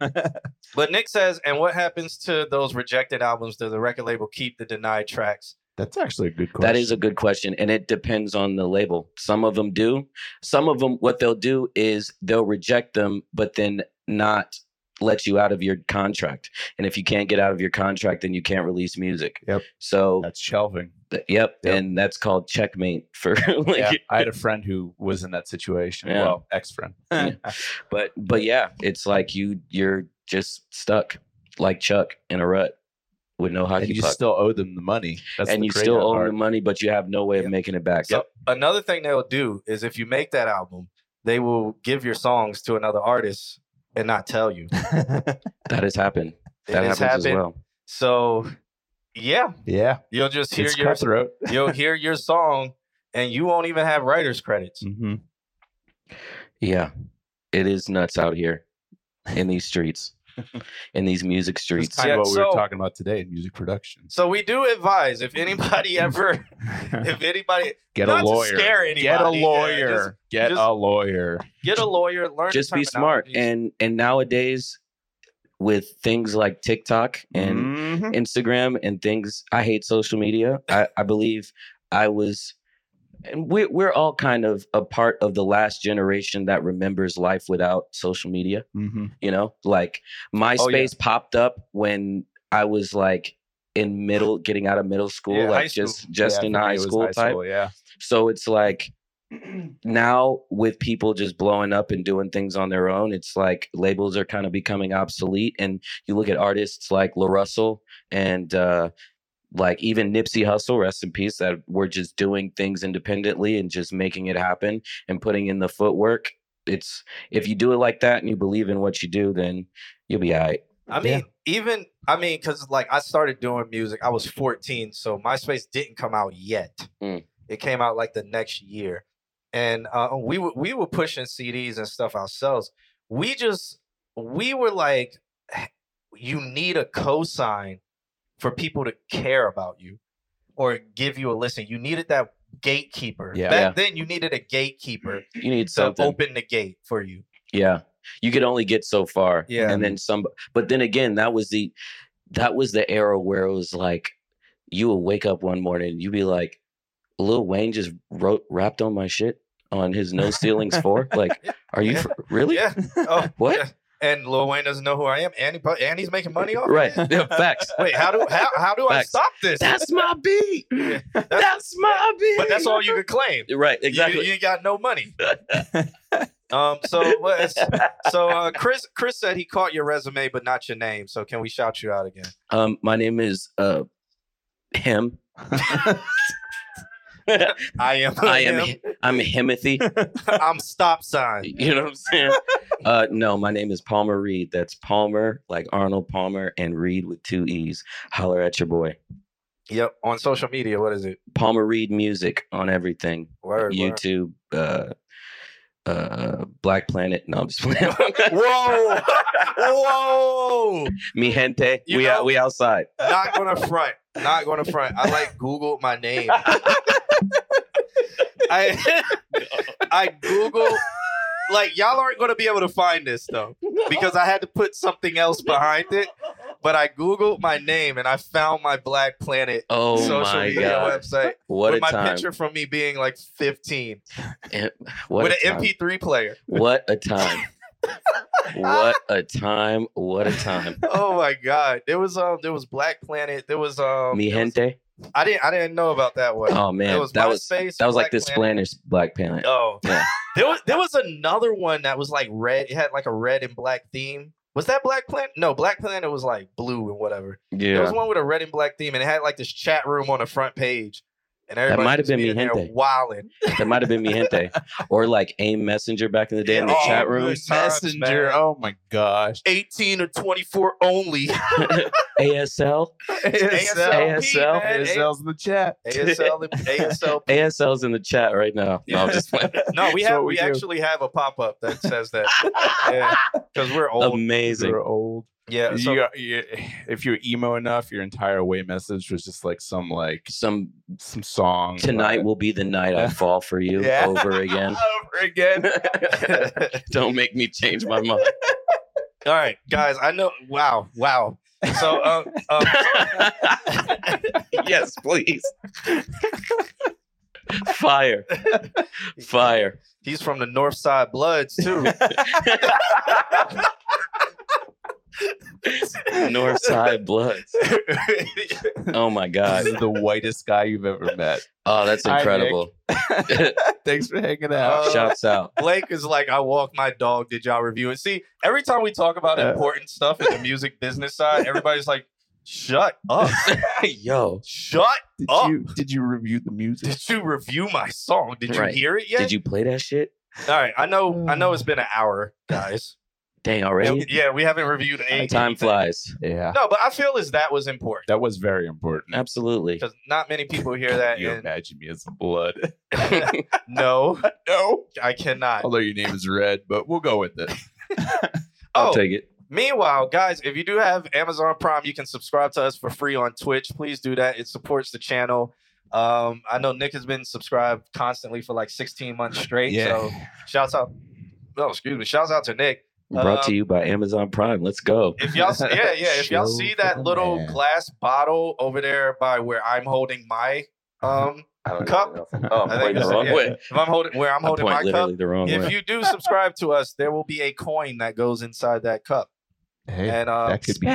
but Nick says, "And what happens to those rejected albums? Does the record label keep the denied tracks?" That's actually a good question. That is a good question, and it depends on the label. Some of them do. Some of them, what they'll do is they'll reject them, but then not let you out of your contract. And if you can't get out of your contract, then you can't release music. Yep. So, That's shelving. th- yep, Yep. and that's called checkmate for like. yeah. I had a friend who was in that situation. Yeah. Well, ex friend. Yeah. But but yeah, it's like you you're just stuck like Chuck in a rut with no And hockey you puck, still owe them the money. That's and the you crazy still owe part. the money, but you have no way Yep. of making it back. So another thing they'll do is if you make that album, they will give your songs to another artist and not tell you. That has happened. It That has happens as happened. well. So, yeah, yeah. you'll just hear It's your cutthroat. you'll hear your song, and you won't even have writers credits. Mm-hmm. Yeah, it is nuts out here in these streets, in these music It's streets. kind of what we were So- talking about today in music production. So we do advise if anybody ever, if anybody, Get not a lawyer. to scare anybody, Get a yeah, lawyer. Get just- a lawyer. just get a lawyer. Learn. Just be smart. terminologies. And and nowadays, with things like TikTok and Mm-hmm. Mhm. Instagram and things, I hate social media. I, I believe I was, and we're we're all kind of a part of the last generation that remembers life without social media. Mhm. you know like myspace Oh, yeah. popped up when i was like in middle getting out of middle school Yeah, high like school. just just Yeah, in for me, high it was school type yeah. so it's like now with people just blowing up and doing things on their own it's like labels are kind of becoming obsolete and you look at artists like la russell and uh like even Nipsey Hussle, rest in peace, that were just doing things independently and just making it happen and putting in the footwork. It's if you do it like that and you believe in what you do, then you'll be all right. I mean, even I mean, because like I started doing music, I was 14, so MySpace didn't come out yet. Mm. It came out like the next year, and uh, we were we were pushing CDs and stuff ourselves. We just we were like, you need a cosign for people to care about you or give you a listen. You needed that gatekeeper. Yeah. Back then, you needed a gatekeeper You need to something. open the gate for you. Yeah. You could only get so far. Yeah. And then some but then again, that was the that was the era where it was like you would wake up one morning, you'd be like, Lil Wayne just wrote rapped on my shit. on his No Ceilings for? Like, are you Yeah. for, really? Yeah. Oh, What? yeah. And Lil Wayne doesn't know who I am, and, he, pu- and he's making money off. it? Right. Yeah, facts. Wait, how do how, how do I Facts. stop this? That's my beat. Yeah, That's, my beat. but that's all you can claim. Right. You- Exactly. You, ain't got no money. um. So what- so uh, Chris Chris said he caught your resume, but not your name. So can we shout you out again? Um, my name is uh, him. I am. I am. I'm Himothy. I'm stop sign. You know what I'm saying? uh, no, my name is Palmer Reed. That's Palmer, like Arnold Palmer, and Reed with two E's. Holler at your boy. Yep. On social media, what is it? Palmer Reed music on everything. Word. word. YouTube, uh, uh, Black Planet. No, I'm just playing. Whoa. Whoa. Mi gente, You we know- out, we outside. Not gonna front. Not gonna front. I like Googled my name. I I Googled like y'all aren't gonna be able to find this though because I had to put something else behind it. But I Googled my name and I found my Black Planet Oh social my media god! website What with a my time! picture from me being like 15 Em- What with a an time! MP3 player. What a time! what a time! What a time! Oh my god. There was um there was Black Planet. There was um Mi there was- gente. I didn't I didn't know about that one. Oh There man, was that was MySpace, that was like Black this Planet. Spanish Black Planet. Oh, Yeah. there was there was another one that was like red. It had like a red and black theme. Was that Black Planet? No, Black Planet was like blue and whatever. There was Yeah. one with a red and black theme, and it had like this chat room on the front page, and everybody might have just been be Mi in there Gente. wilding. that might have been Mi Gente. Or like AIM Messenger back in the day in the Oh, chat room. good times, Messenger. man. Oh my gosh. Eighteen to twenty four only. ASL. ASL. man. ASL's in the chat. ASL, and- ASL. ASL's in the chat right now. No, I'm just playing. No, we That's have what we, we do. actually have a pop up that says that. yeah, because we're old. Amazing. You're old. yeah, so you got, you, if you're emo enough, your entire away message was just like some like Some some song. tonight will be the night I fall for you Yeah. over again. over again. Don't make me change my mind. All right, guys. I know. Wow, wow. So, um, um, yes, please. Fire. Fire. he's from the North Side Bloods too. Northside Bloods. Oh my This God. is the whitest guy you've ever met. Oh, that's Hi, Nick. incredible. Thanks for hanging out. Uh, Shouts out. Blake is like, I walk my dog. Did y'all review it? See, every time we talk Uh, about important stuff in the music business side, everybody's like, "Shut up! Yo. Shut did oh. you did you review the music? Did you review my song? Did you Right. hear it yet? Did you play that shit? All right, I know. Mm. I know it's been an hour, guys. Dang, And- already? yeah, we haven't reviewed any Time flies. Yeah, No, but I feel as that was important that was very important. Absolutely. because not many people hear that. Can you and- imagine me as blood? no, no, I cannot. although your name is red, but we'll go with it. I'll Oh, take it. Meanwhile, guys, if you do have Amazon Prime, you can subscribe to us for free on Twitch. Please do that. It supports the channel. Um, I know Nick has been subscribed constantly for like 16 months straight. So shouts out. No, excuse me. Shouts out to Nick. Brought to Um, you by Amazon Prime. Let's go. If y'all yeah, yeah, if y'all Show see for that the little man. glass bottle over there by where I'm holding my Mm-hmm. um I don't Cup? know. Oh, I I'm think pointing the it's- wrong yeah. way. if I'm holding where I'm I holding point my cup, literally the wrong if way. you do subscribe to us, there will be a coin that goes inside that cup. Hey, And um, that could be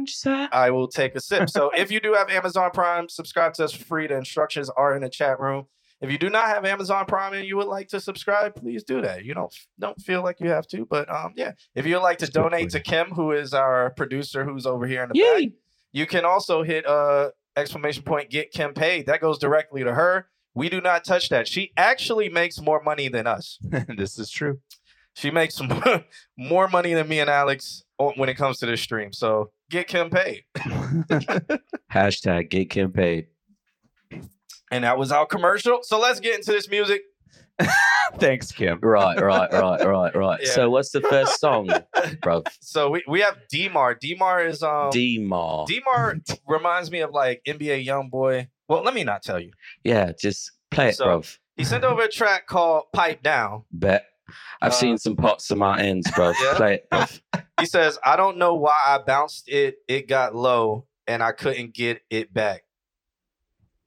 you. sir. I will take a sip. So if you do have Amazon Prime, subscribe to us for free. The instructions are in the chat room. If you do not have Amazon Prime and you would like to subscribe, please do that. You don't don't feel like you have to, but um, yeah. If you'd like to good donate to for Kim, who is our producer, who's over here in the back, Yay. you can also hit uh exclamation point get Kim paid. That goes directly to her. We do not touch that. She actually makes more money than us. this is true. She makes more money than me and Alex on- when it comes to this stream. So get Kim paid. Hashtag get Kim paid. And that was our commercial. So let's get into this music. Thanks, Kim. Right, right, right, right, right. Yeah. So what's the first song, bro? So we, we have Demar. Demar is um D-Mar. Demar reminds me of like NBA Young Boy. Well, let me not tell you. yeah, just play it, So- bro. He sent over a track called Pipe Down. Bet. I've Uh, seen some pots of my ends, bro. Yeah. Play it, bro. He says, I don't know why I bounced it, it got low, and I couldn't get it back.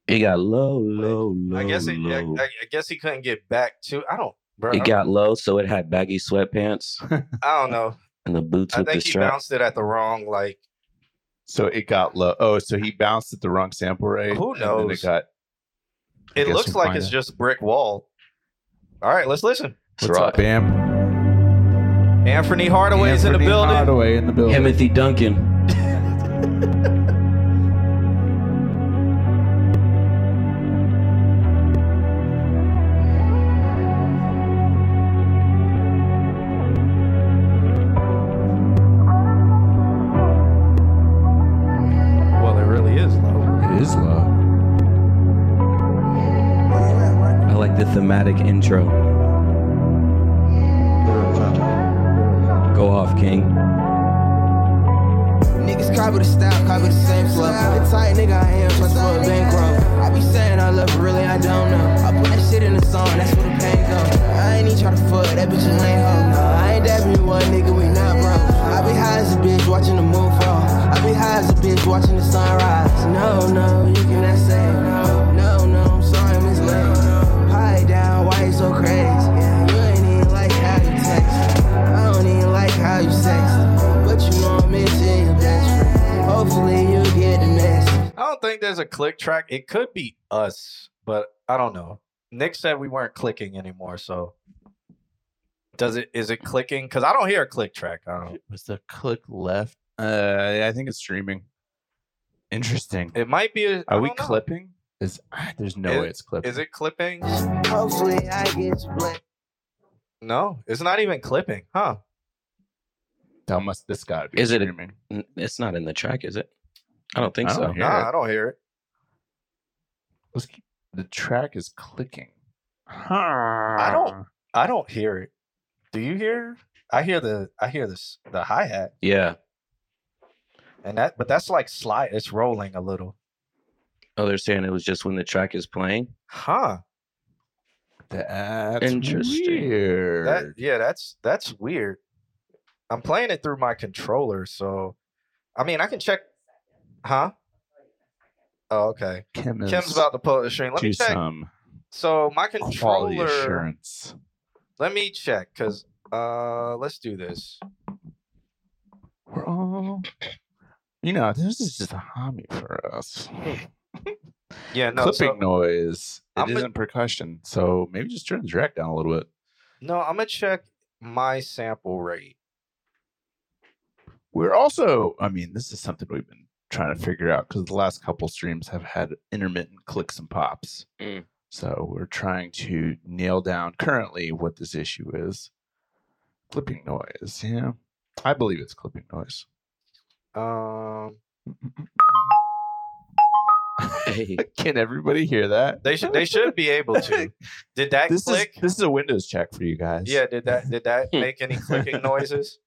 It got low, low, low. I guess it, I, low. I, I guess he couldn't get back to. I don't. Bro, it got low, so it had baggy sweatpants I don't know. and the boots I with the think he strap. bounced it at the wrong like. So it got low. Oh, so he bounced at the wrong sample rate. Who and then knows? it got. I It guess looks we'll like find it's out. just brick wall. All right, let's listen. What's up, Bam? Anthony Hardaway's in the Anthony building. Hardaway in the building. Timothy Duncan. Well, it really is low. It is low. I like the thematic intro. Go off, King. Niggas copy the style, copy the same flow. The tight nigga I am, plus for a bankroll. I be saying I love, her, really I don't know. I put that shit in the song, that's where the pain go. I ain't even try to fuck, that bitch a lame hoe. No, I ain't dabbing you one nigga, we not bro. I be high as a bitch watching the moon fall. I be high as a bitch watching the sunrise. No, no, you cannot say no. No, no, I'm sorry, Miss Lane. High down, why you so crazy? You ain't even like how you text. I don't even like how you sex. But you know I'm missing your best friend. Hopefully you get the message. I don't think there's a click track. It could be us, but I don't know. Nick said we weren't clicking anymore, so does it? Is it clicking? Because I don't hear a click track. I don't. Was the click left? Uh, I think it's streaming. Interesting. It might be. A, I Are we don't know. clipping? Is ah, there's no Is- way it's clipping. Is it clipping? Hopefully I get your blessed. No, it's not even clipping, huh? That must. This gotta be. Is it a- streaming. N- It's not in the track, is it? I don't think I don't so. hear Nah, it. I don't hear it. Let's keep- the track is clicking. I don't. I don't hear it. Do you hear? I hear the. I hear this. The hi hat Yeah. and that, but that's like slide. It's rolling a little, Oh, they're saying it was just when the track is playing. huh? That's Interesting. Weird. That yeah, that's that's weird. I'm playing it through my controller, so I mean I can check huh? Oh, okay. Kim is Kim's about to pull up the stream. Let do me check. some So my quality controller assurance. let me check because uh let's do this. We're all. You know, this is just a hobby for us. Yeah, no, Clipping so- noise. It I'm a- not percussion, so maybe just turn the track down a little bit. no, I'm gonna check my sample rate. We're also, I mean, this is something we've been trying to figure out because the last couple streams have had intermittent clicks and pops. Mm. So we're trying to nail down currently what this issue is. Clipping noise. Yeah. I believe it's clipping noise. Um Hey, Can everybody hear that? they should they should be able to. Did that This click? is this is a Windows check for you guys. Yeah, did that did that make any clicking noises?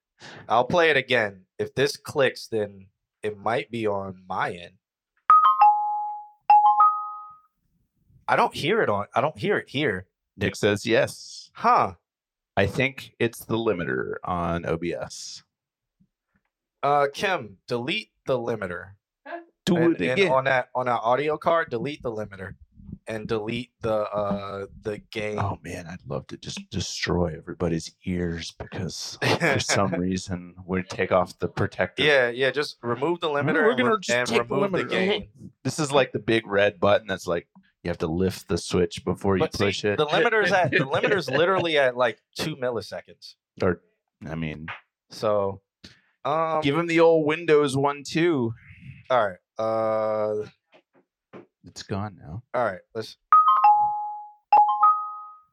I'll play it again. If this clicks, then it might be on my end. I don't hear it on I don't hear it here. Nick says yes. Huh. I think it's the limiter on OBS. Uh Kim, delete the limiter. Do and, it and again. on that on our audio card, delete the limiter. And delete the uh the game. Oh man, I'd love to just destroy everybody's ears because for some reason we take off the protector. yeah, yeah, just remove the Remember, limiter we're and, re- gonna just and take the remove the limiter out. game. This is like the big red button that's like you have to lift the switch before you But see, push it. the limiter's at the limiter's literally at like two milliseconds. or I mean, So, um, give him the old Windows one too. all right, uh, all It's gone now. right, let's.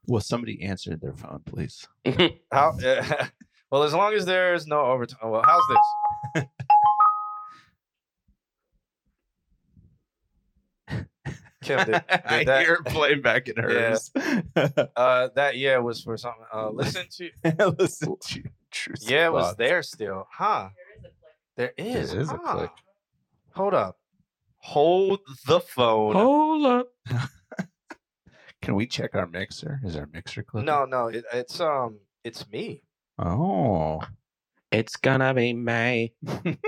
Well, somebody answered their phone, please. How? well, as long as there's no overtime. Well, how's this? Kim, did, did that, it playing back in uh, that yeah was for something. Uh, listen to Listen to your true yeah, it was thoughts. there still, huh? There is. is a huh. click. Hold up. Hold the phone. hold up. Can we check our mixer? Is our mixer clipping? no, no, it, it's um, it's me. Oh. It's gonna be May.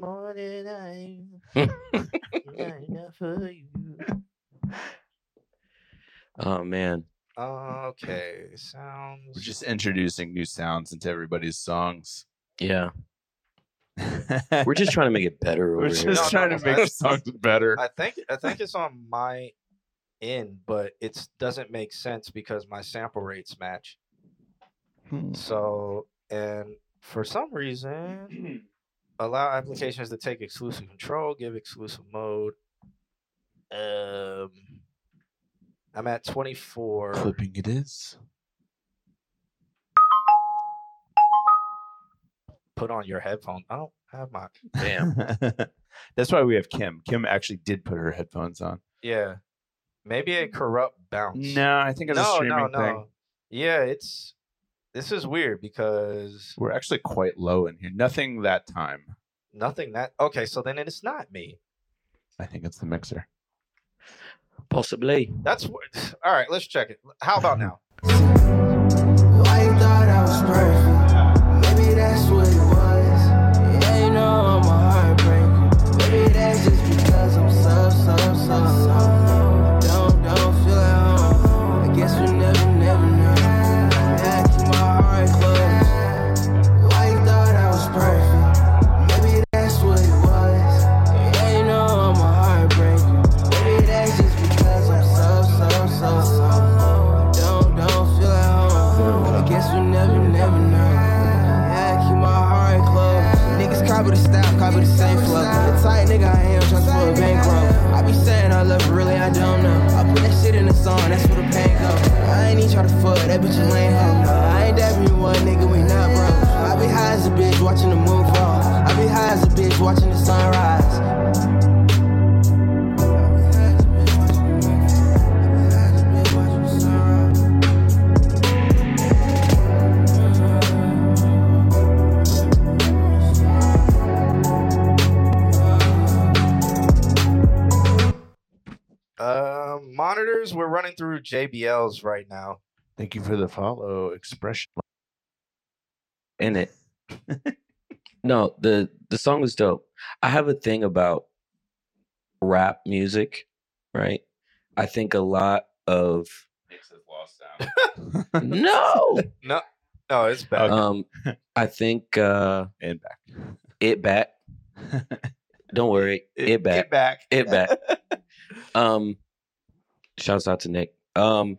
More than I All enough for you. Oh man. Okay, sounds. We're just introducing new sounds into everybody's songs. Yeah. We're just trying to make it better over We're here. No, just trying no, to make the that's- songs better. I think I think it's on my end, but it doesn't make sense because my sample rates match. Hmm. So, and for some reason, allow applications to take exclusive control, give exclusive mode. Um, I'm at 24. Clipping it is. Put on your headphone. I don't have my. Damn. That's why we have Kim. Kim actually did put her headphones on. Yeah. Maybe a corrupt bounce. Mm. No, I think it's a no, streaming no, thing. no. Yeah, it's. This is weird because We're actually quite low in here. Nothing that time. nothing that. Okay, so then it's not me. I think it's the mixer. Possibly. That's. wh- All right, let's check it. How about now? Why you thought I was perfect? Maybe that's what it was. Yeah, you know I'm a heartbreaker. Maybe that's just because I'm so, so, so, so numb. Don't, don't feel at home. I guess we never, never know. Yeah, I keep my heart closed. Why you thought I was perfect? Maybe that's what it was. Yeah, you know I'm a heartbreaker. Maybe that's just because I'm so, so, so, so numb. Don't, don't feel at home. I guess we never, never know. Yeah, I keep my heart closed. Niggas copy the style, copy the same flow. The tight nigga I am, trying to pull a bankroll. I be saying I love her, really, I don't know. I put that shit in the song, that's where the pain go. I ain't even try to fuck, that bitch a lame hoe. I ain't dabbing you one, nigga, we not bro. I be high as a bitch, watching the moon fall. I be high as a bitch, watching the sunrise. Um, monitors. We're running through JBLs right now. Thank you for the follow expression. In it. no, the the song was dope. I have a thing about rap music, right? I think a lot of no. No, no, it's bad. Okay. Um, I think uh, and back. it back. Don't worry, it, back. It back. It back. Um, shouts out to Nick. Um,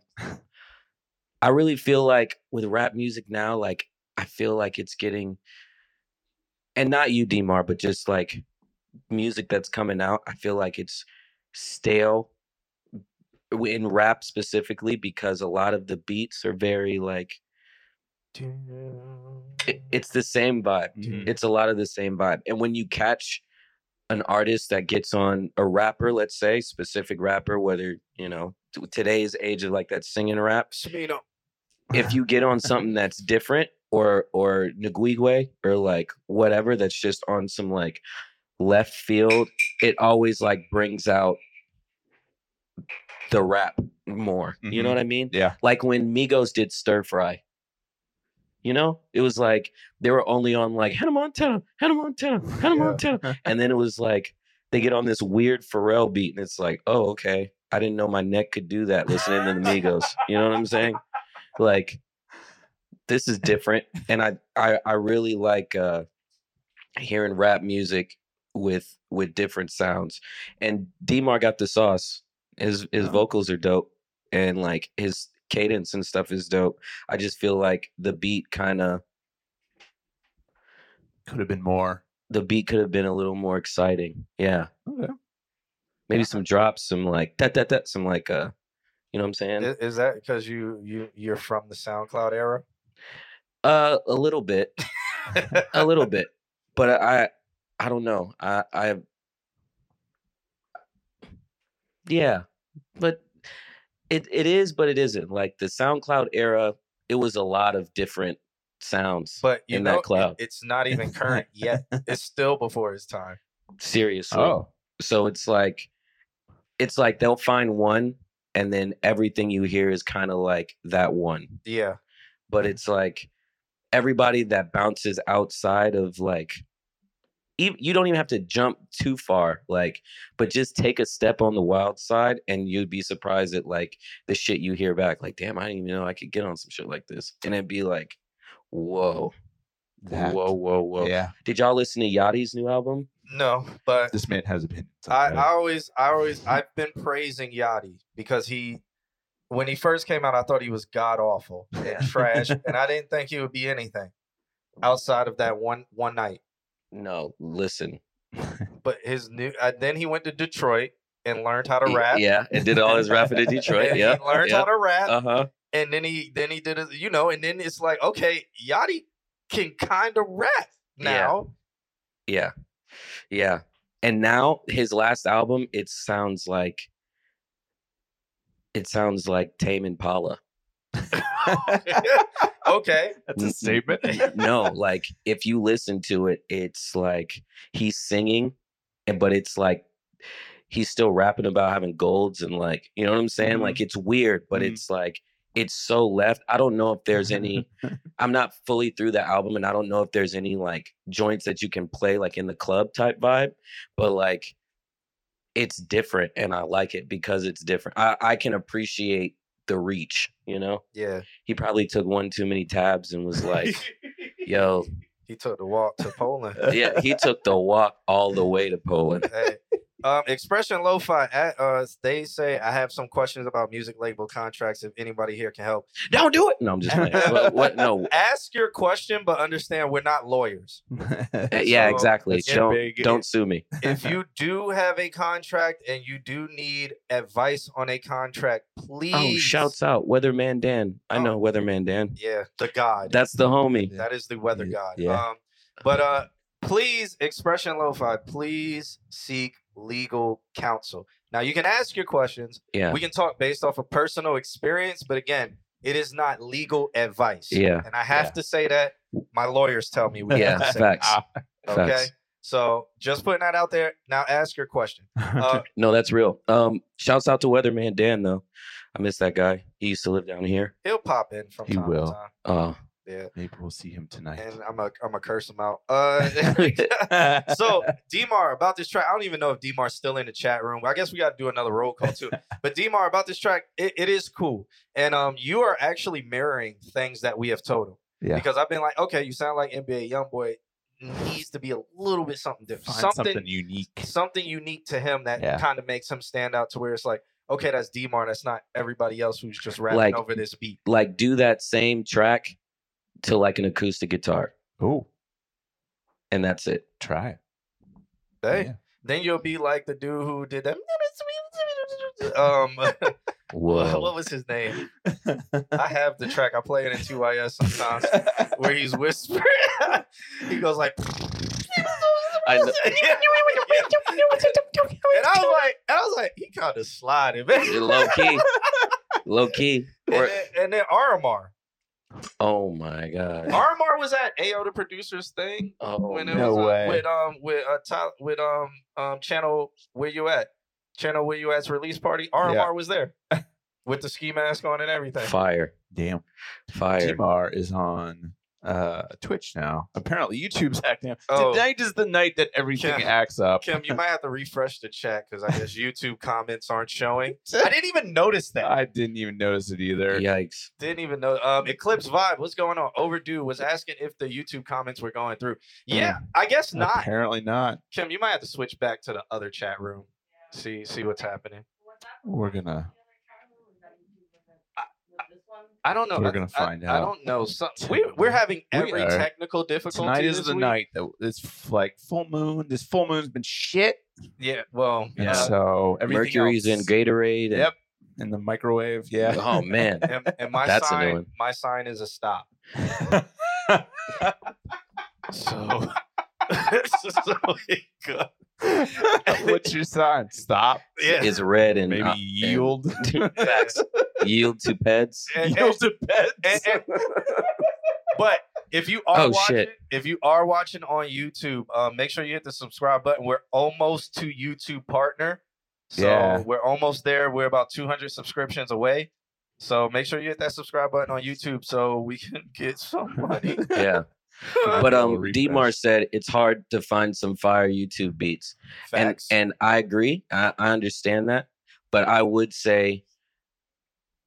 I really feel like with rap music now, like I feel like it's getting, and not you, Demar, but just like music that's coming out. I feel like it's stale w- in rap specifically because a lot of the beats are very like it- it's the same vibe Mhm. it's a lot of the same vibe. And when you catch an artist that gets on a rapper, let's say specific rapper, whether you know t- today's age of like that singing rap, Smino. if you get on something that's different or or Nguigwe or like whatever that's just on some like left field, it always like brings out the rap more. You know what I mean? Yeah. like when Migos did Stir Fry. You know, it was like they were only on like Hannah Montana, Hannah Montana, Hannah Yeah. Montana, and then it was like they get on this weird Pharrell beat, and it's like, oh, okay, I didn't know my neck could do that listening to the Migos. You know what I'm saying? Like, this is different, and I I, I really like uh, hearing rap music with with different sounds. And Demar got the sauce. His his Oh. vocals are dope and like his cadence and stuff is dope. I just feel like the beat kind of Could have been more. the beat could have been a little more exciting. Yeah, Okay. maybe some drops, some like that that that, some like uh, you know what I'm saying? Is, is that because you you you're from the SoundCloud era? uh, a little bit, a little bit, but I I don't know. I I yeah, but it it is, but it isn't. Like the SoundCloud era, it was a lot of different sounds. But you In that know, it- cloud. it's not even current yet. It's still before its time. seriously. Oh. So it's like it's like they'll find one and then everything you hear is kind of like that one. Yeah. But it's like everybody that bounces outside of like ev- you don't even have to jump too far, like, but just take a step on the wild side, and you'd be surprised at like the shit you hear back. Like, damn, I didn't even know I could get on some shit like this, and it'd be like, whoa, That- whoa, whoa, whoa. Yeah. Did y'all listen to Yachty's new album? No, but This man has opinions. I, okay? I always, I always, I've been praising Yachty because he, when he first came out, I thought he was god awful and trash, and I didn't think he would be anything outside of that one one night. No, listen. But his new, uh, then he went to Detroit and learned how to Y- rap. Yeah, and did all his rapping in Detroit. and Yeah, he learned how to rap, Uh huh. and then he then he did it, you know, and then it's like, okay, Yachty can kind of rap Yeah. now. Yeah. Yeah. And now his last album, it sounds like it sounds like Tame Impala. okay, That's N- a n- statement. n- no, like if you listen to it, it's like he's singing, and but it's like he's still rapping about having golds and like you know what I'm saying. Mhm. Like it's weird, but Mhm. it's like it's so left. I don't know if there's any. I'm not fully through the album, and I don't know if there's any like joints that you can play like in the club type vibe, but like it's different, and I like it because it's different. I I can appreciate the reach, you know. yeah, He probably took one too many tabs and was like, yo, he took the walk to Poland. yeah, he took the walk all the way to Poland. hey. Um, Expression Lo-Fi, at, uh, they say I have some questions about music label contracts. If anybody here can help, Don't do it. No, I'm just playing. What, what- No, ask your question, but understand we're not lawyers. uh, yeah, So, exactly. it's a Don't big- don't sue me. If you do have a contract and you do need advice on a contract, please. Oh, shouts out Weatherman Dan. I Oh. know Weatherman Dan. Yeah, the God. That's the homie. That is the weather Ye- god. yeah. Um, but uh, please, Expression Lo-Fi, please seek legal counsel. Now you can ask your questions. Yeah. We can talk based off of personal experience, but again, it is not legal advice. Yeah, And I have yeah. to say that my lawyers tell me we Yeah, have to say facts. that, facts. Okay. So just putting that out there. Now ask your question. Uh, No, that's real. Um, shouts out to Weatherman Dan though. I miss that guy. He used to live down here. he'll pop in from He time will. to time. Uh, Yeah. Maybe we'll see him tonight. And I'm a I'm a curse him out. Uh, so Dmar about this track, I don't even know if Dmar's still in the chat room. I guess we got to do another roll call too. But Dmar about this track, it, it is cool, and um, you are actually mirroring things that we have told him. Yeah. Because I've been like, okay, you sound like NBA YoungBoy. Needs to be a little bit something different, Find something something, something, unique. unique to him that Yeah. kind of makes him stand out to where it's like, okay, that's Dmar, that's not everybody else who's just rapping Like- over this beat. like do that same track to like an acoustic guitar, Oh, and that's it. try it. Hey, Yeah. then you'll be like the dude who did that. Um, what Whoa. was his name? I have the track. I play it in 2IS sometimes where he's whispering. he goes like I kn- And I was like, I was like, he kind of slided, man. low key, low key. And Or, then, and then RMR. oh my god. RMR was at AO the producers thing Oh, when it man. no was uh, way. with um with uh Tyler, with um um channel where you at channel where you at's release party. RMR was there with the ski mask on and everything. fire, Damn. fire. Dmar is on uh Twitch now. Apparently YouTube's acting up. Oh. Tonight is the night that everything Kim- acts up. Kim, you might have to refresh the chat because I guess YouTube comments aren't showing. I didn't even notice that. I didn't even notice it either. Yikes. Didn't even know. Um, Eclipse Vibe, what's going on? Overdue was asking if the YouTube comments were going through. Yeah, I guess not. Apparently not. Kim, you might have to switch back to the other chat room. See, see what's happening. We're gonna I don't know. We're I- gonna I- find I out. don't know. Some, we, we're having every are. technical difficulty. tonight is this the week. night that it's f- like full moon. This full moon's been shit. Yeah. Well. And Yeah. uh, So everything Mercury's in else- Gatorade. and- Yep. In the microwave. Yeah. Oh man. and, and my That's a new sign, one. my sign is a stop. So. so it go- What's your sign? Stop. yeah. Is red and Maybe uh, yield. Facts. and yield to pets. And- yield to pets. and- and- but if you are Oh, watching, shit. if you are watching on YouTube, um, make sure you hit the subscribe button. We're almost to YouTube partner, so Yeah. we're almost there. We're about 200 subscriptions away. So make sure you hit that subscribe button on YouTube so we can get some money. Yeah. But um, Little Dmar refresh. said it's hard to find some fire YouTube beats, Facts. and and I agree. I, I understand that, but I would say,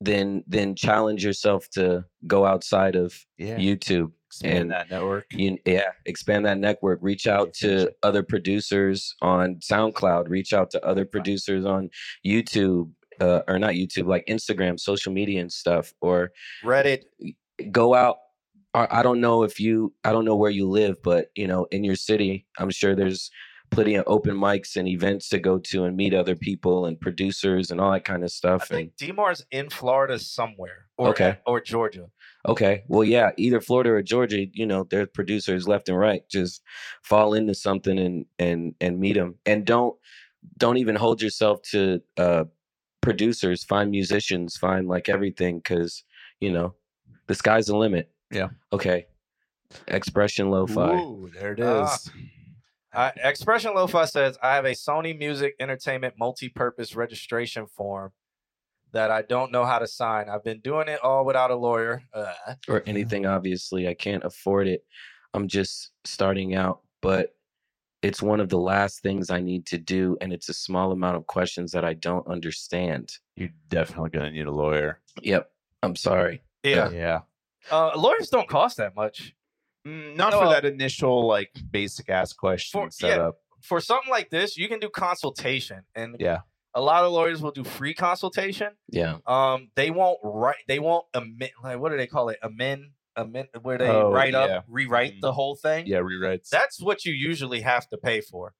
then then challenge yourself to go outside of Yeah. YouTube. Expand and- that network. You, yeah, expand that network. Reach out to other producers on SoundCloud. Reach out to other producers on YouTube, uh, or not YouTube, like Instagram, social media, and stuff. Or Reddit. go out. I I don't know if you, I don't know where you live, but you know, in your city, I'm sure there's plenty of open mics and events to go to and meet other people and producers and all that kind of I stuff. And think Dmar's in Florida somewhere. Or, Okay. Or Georgia. Okay. Well, yeah, either Florida or Georgia, you know, there's producers left and right. Just fall into something and and and meet them. And don't don't even hold yourself to uh producers, find musicians, find like everything cuz you know, the sky's the limit. Yeah. Okay. Expression lo-fi. Ooh, there it is. Ah. Uh, Expression Lofa says, I have a Sony Music Entertainment multi-purpose registration form that I don't know how to sign. I've been doing it all without a lawyer. Uh, or anything obviously i can't afford it i'm just starting out but it's one of the last things i need to do and it's a small amount of questions that i don't understand You're definitely gonna need a lawyer. yep i'm sorry yeah. Yeah. Uh, lawyers don't cost that much. uh, Mm, Not for Well- that initial like basic ass question For- yeah. setup. For something like this, you can do consultation. And Yeah. a lot of lawyers will do free consultation. yeah Um, they won't write. They won't amend. Like, what do they call it? Amend, amend, where they Oh, write yeah. up, rewrite Mhm. the whole thing. Yeah, rewrites. That's what you usually have to pay for.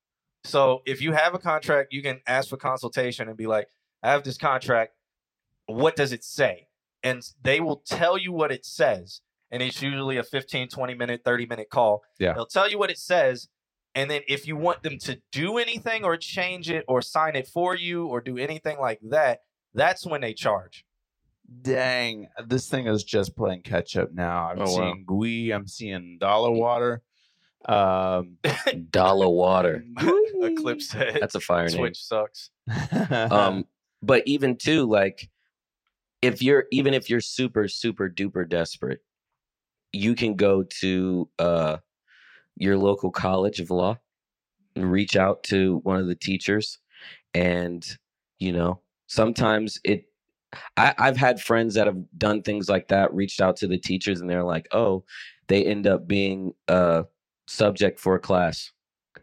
So if you have a contract, you can ask for consultation and be like, "I have this contract. What does it say?" And s- they will tell you what it says. And it's usually a 15, 20 minute, 30 minute call. Yeah. They'll tell you what it says. And then if you want them to do anything or change it or sign it for you or do anything like that, that's when they charge. Dang, this thing is just playing catch up now. I'm Oh, wow. seeing Gui, I'm seeing Dollar Water. Um, dollar water a clip said that's a fire name Twitch sucks. um but even too like if you're even if you're super super duper desperate you can go to uh your local college of law and reach out to one of the teachers and you know sometimes it I, I've had friends that have done things like that, reached out to the teachers, and they're like, "Oh, they end up being a subject for a class,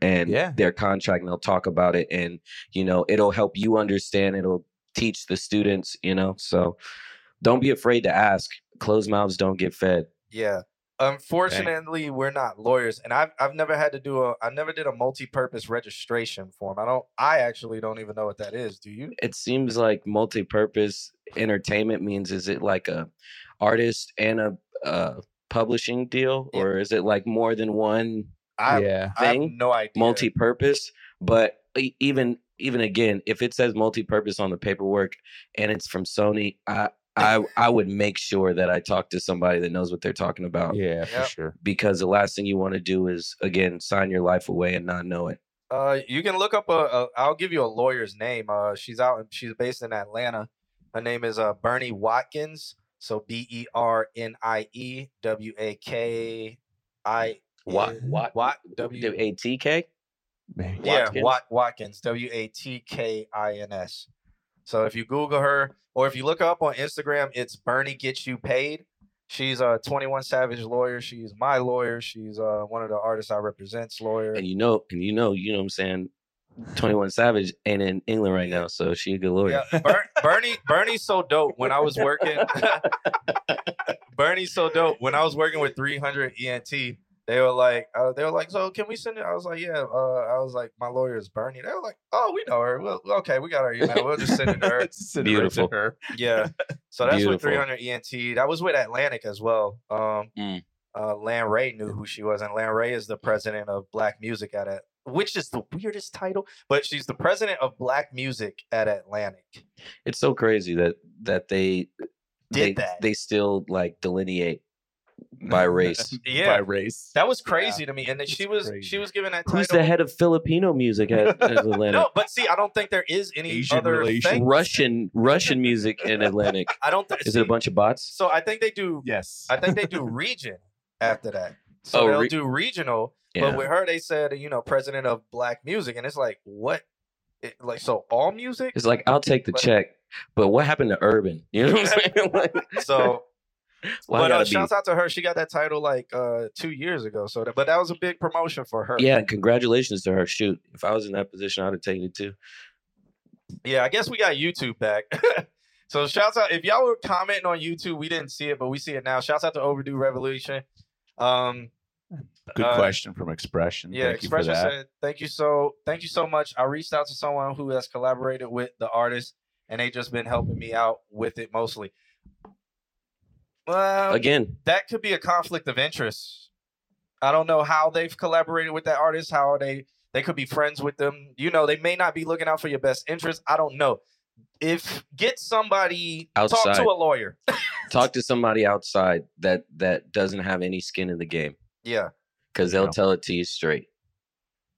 and Yeah. their contract, and they'll talk about it, and you know, it'll help you understand. It'll teach the students, you know. So, don't be afraid to ask. Closed mouths don't get fed. Yeah. Unfortunately, we're not lawyers, and I've I've never had to do a I never did a multi-purpose registration form. I don't. I actually don't even know what that is. Do you? It seems like multi-purpose entertainment means is it like a artist and a uh, publishing deal, Yeah. or is it like more than one? I have- yeah. I have thing, no idea. multi-purpose but e- even even again if it says multi-purpose on the paperwork and it's from sony i i i would make sure that i talk to somebody that knows what they're talking about Yeah, for Yep. sure. because the last thing you want to do is again sign your life away and not know it Uh, you can look up a, a. I'll give you a lawyer's name. Uh, she's out. in- She's based in Atlanta. Her name is uh Bernie Watkins. So B E R N I E W A K I what what Wat W w-a-t-k Maybe. Yeah, Watkins? Wat Watkins, W A T K I N S. So if you Google her, or if you look her up on Instagram, it's Bernie Gets You Paid. She's a 21 Savage lawyer. She's my lawyer. She's uh, one of the artists I represent's lawyer. and you know and you know you know what i'm saying 21 savage ain't in england right now so she a good lawyer Yeah, Ber- Bernie Bernie's so dope. When I was working, Bernie's so dope. When I was working with 300 ENT, they were like, uh, they were like, so can we send it? I was like, yeah. Uh, I was like, my lawyer is Bernie. They were like, oh, we know her. We'll, okay, we got her email. We'll just send it to her. Beautiful. Yeah. So that's with Beautiful. 300 ENT. E That was with Atlantic as well. Um, Mm. uh, Lan Ray knew who she was, and Lan Ray is the president of Black Music at it, which is the weirdest title, but she's the president of Black Music at Atlantic. it's so crazy that that they Did they, that? they still like delineate by race By yeah, race. that was crazy to me. And then she was she crazy. was given that title. Who's the head of Filipino music at, at Atlantic? No, but see, I don't think there is any Asian other relations. thing. Russian Russian music in Atlantic. I don't. Th- Is it a see, bunch of bots? So I think they do. Yes. I think they do region after that. So Oh, they'll re- do regional, Yeah. but with her they said you know president of black music, and it's like what, it, like so all music. It's like I'll take the But- check, but what happened to Urban? You know what I'm saying? Like, So, why but uh, gotta be- shouts out to her. She got that title like uh two years ago. So, that, but that was a big promotion for her. yeah, and congratulations to her. Shoot, if I was in that position, I'd have taken it too. Yeah, I guess we got YouTube back. so shouts out if y'all were commenting on YouTube, we didn't see it, but we see it now. Shouts out to Overdue Revolution. Um Good Uh, question from Expression. yeah, Thank you for Expression that. said, Thank you so thank you so much. I reached out to someone who has collaborated with the artist and they just been helping me out with it mostly. Well Again, that could be a conflict of interest. I don't know how they've collaborated with that artist, how they they could be friends with them. You know, they may not be looking out for your best interest. I don't know. If get somebody talk Outside. to a lawyer. talk to somebody outside that that doesn't have any skin in the game yeah. because they'll Yeah. tell it to you straight,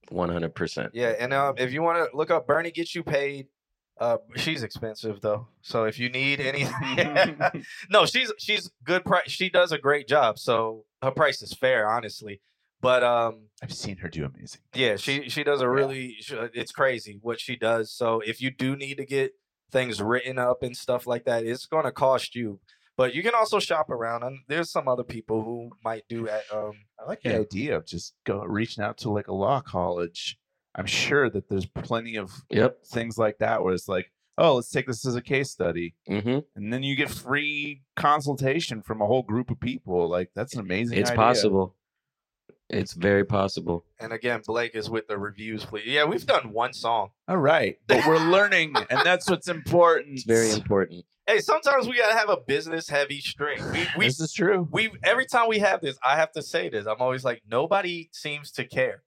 one hundred percent. Yeah, and um, if you want to look up Bernie Get You Paid, uh, she's expensive though. So if you need anything, no, she's she's good price. She does a great job, so her price is fair, honestly. But um, I've seen her do amazing. Yeah, she she does a really sh- uh, it's crazy what she does. So if you do need to get things written up and stuff like that, it's going to cost you. But you can also shop around, and there's some other people who might do at um. I like the idea of just go reaching out to like a law college. I'm sure that there's plenty of Yep. things like that where it's like, oh, let's take this as a case study, hmm and then you get free consultation from a whole group of people. Like that's an amazing. It's idea. possible. It's very possible. And again, Blake is with the reviews. Please, yeah, we've done one song. All right, but we're learning, and that's what's important. It's very important. Hey, sometimes we gotta have a business heavy string. We we this is true. we every time we have this, I have to say this. I'm always like, nobody seems to care.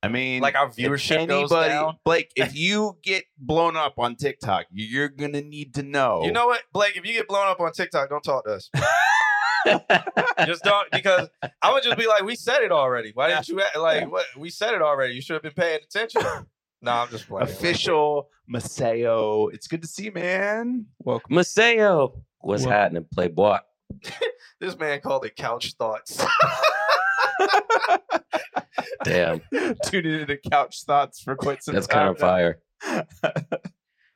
I mean, Like our if viewership goes down. Blake, if you get blown up on TikTok, you're gonna need to know. You know what, Blake? If you get blown up on TikTok, don't talk to us. just don't because I would just be like, we said it already. Why didn't you act like what we said it already? You should have been paying attention. no, I'm just playing. official Maseo. It's good to see you, man. Welcome. Maseo, what's Well- happening, Playboy? This man called it couch thoughts. Damn, Tune in to Couch Thoughts for quite some that's kind time. of fire.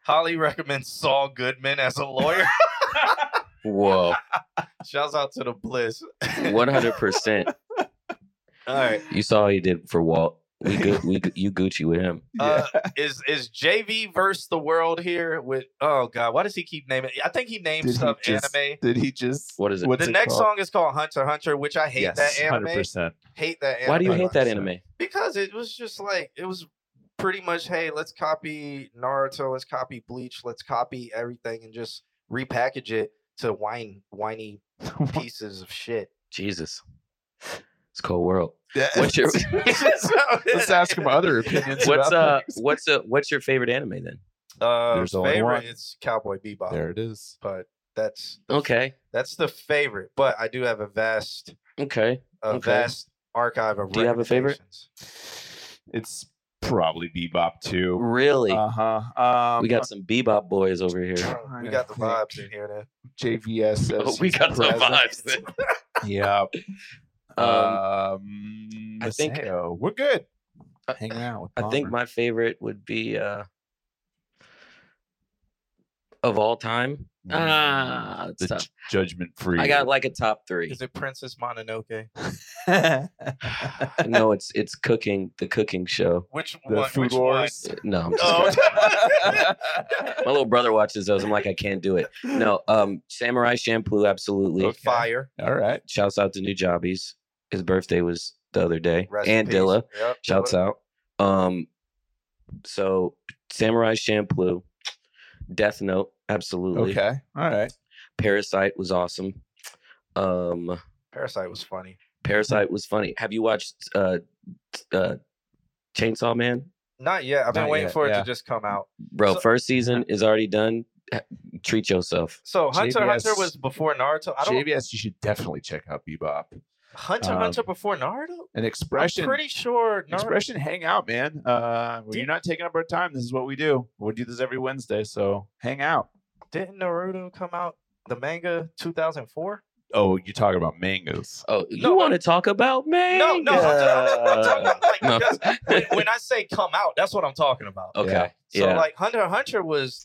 Holly recommends Saul Goodman as a lawyer. Whoa, Shouts out to the bliss. one hundred percent. All right. You saw what he did for Walt. We good. We gu- you Gucci with him. Uh, is is JV versus the world here with oh god, why does he keep naming I think he named Did he stuff just- anime. Did he just? What is it? what's The next called? song is called Hunter x Hunter, which I hate that anime. 100%. Hate that anime. Why do you hate that 100%. anime? because it was just like it was pretty much hey let's copy naruto let's copy bleach let's copy everything and just repackage it to whine whiny pieces of shit Jesus, it's cold world. Yeah. What's your Let's ask him other opinions. what's uh about things. what's uh what's your favorite anime then? uh There's only favorite one. it's cowboy bebop There it is. but that's Okay, that's the favorite but i do have a vast okay. a Okay. vast archive of Do you have a favorite? recommendations. It's probably Bebop too. Really, Uh huh. Um, we got some bebop boys over here. trying we to got the think. vibes in here then JVS. Oh, we got the vibes. then. Yeah. Um, Um, I think- Maseo. we're good. I- Hanging out. With I think Palmer. my favorite would be uh of all time. Mm. Ah, it's the tough. j- judgment free. I got like a top three. is it princess mononoke no, it's it's cooking the cooking show. Uh, which the one food which wars. No, I'm just one? Oh. my little brother watches those. I'm like, I can't do it. No, um, Samurai Shampoo, absolutely. Okay. fire All right. Shouts out to New Jobbies. His birthday was the other day. Rest in and peace. Dilla. Yep, Shouts Dilla. out. Um, so Samurai Shampoo, Death Note, absolutely. Okay. All right. Parasite was awesome. Um, Parasite was funny. Parasite was funny. Have you watched uh, t- uh, Chainsaw Man? Not yet. I've been Not waiting yet, for it yeah. to just come out. Bro, So- first season is already done. Ha- Treat yourself. So Hunter x Hunter JBS was before Naruto. I don't JBS, you should definitely check out Bebop Hunter x um, Hunter before Naruto. and I'm Expression. pretty sure Naruto. Expression, hang out, man. Uh, when you're not taking up our time. This is what we do. We do this every Wednesday, so hang out. Didn't Naruto come out the manga 2004? Oh, you're talking about mangoes. Oh, you No, want to talk about me? No, no, I'm talking- I'm talking about, like, No. just- when, when I say come out, that's what I'm talking about. Okay. Yeah. So yeah. like Hunter x Hunter was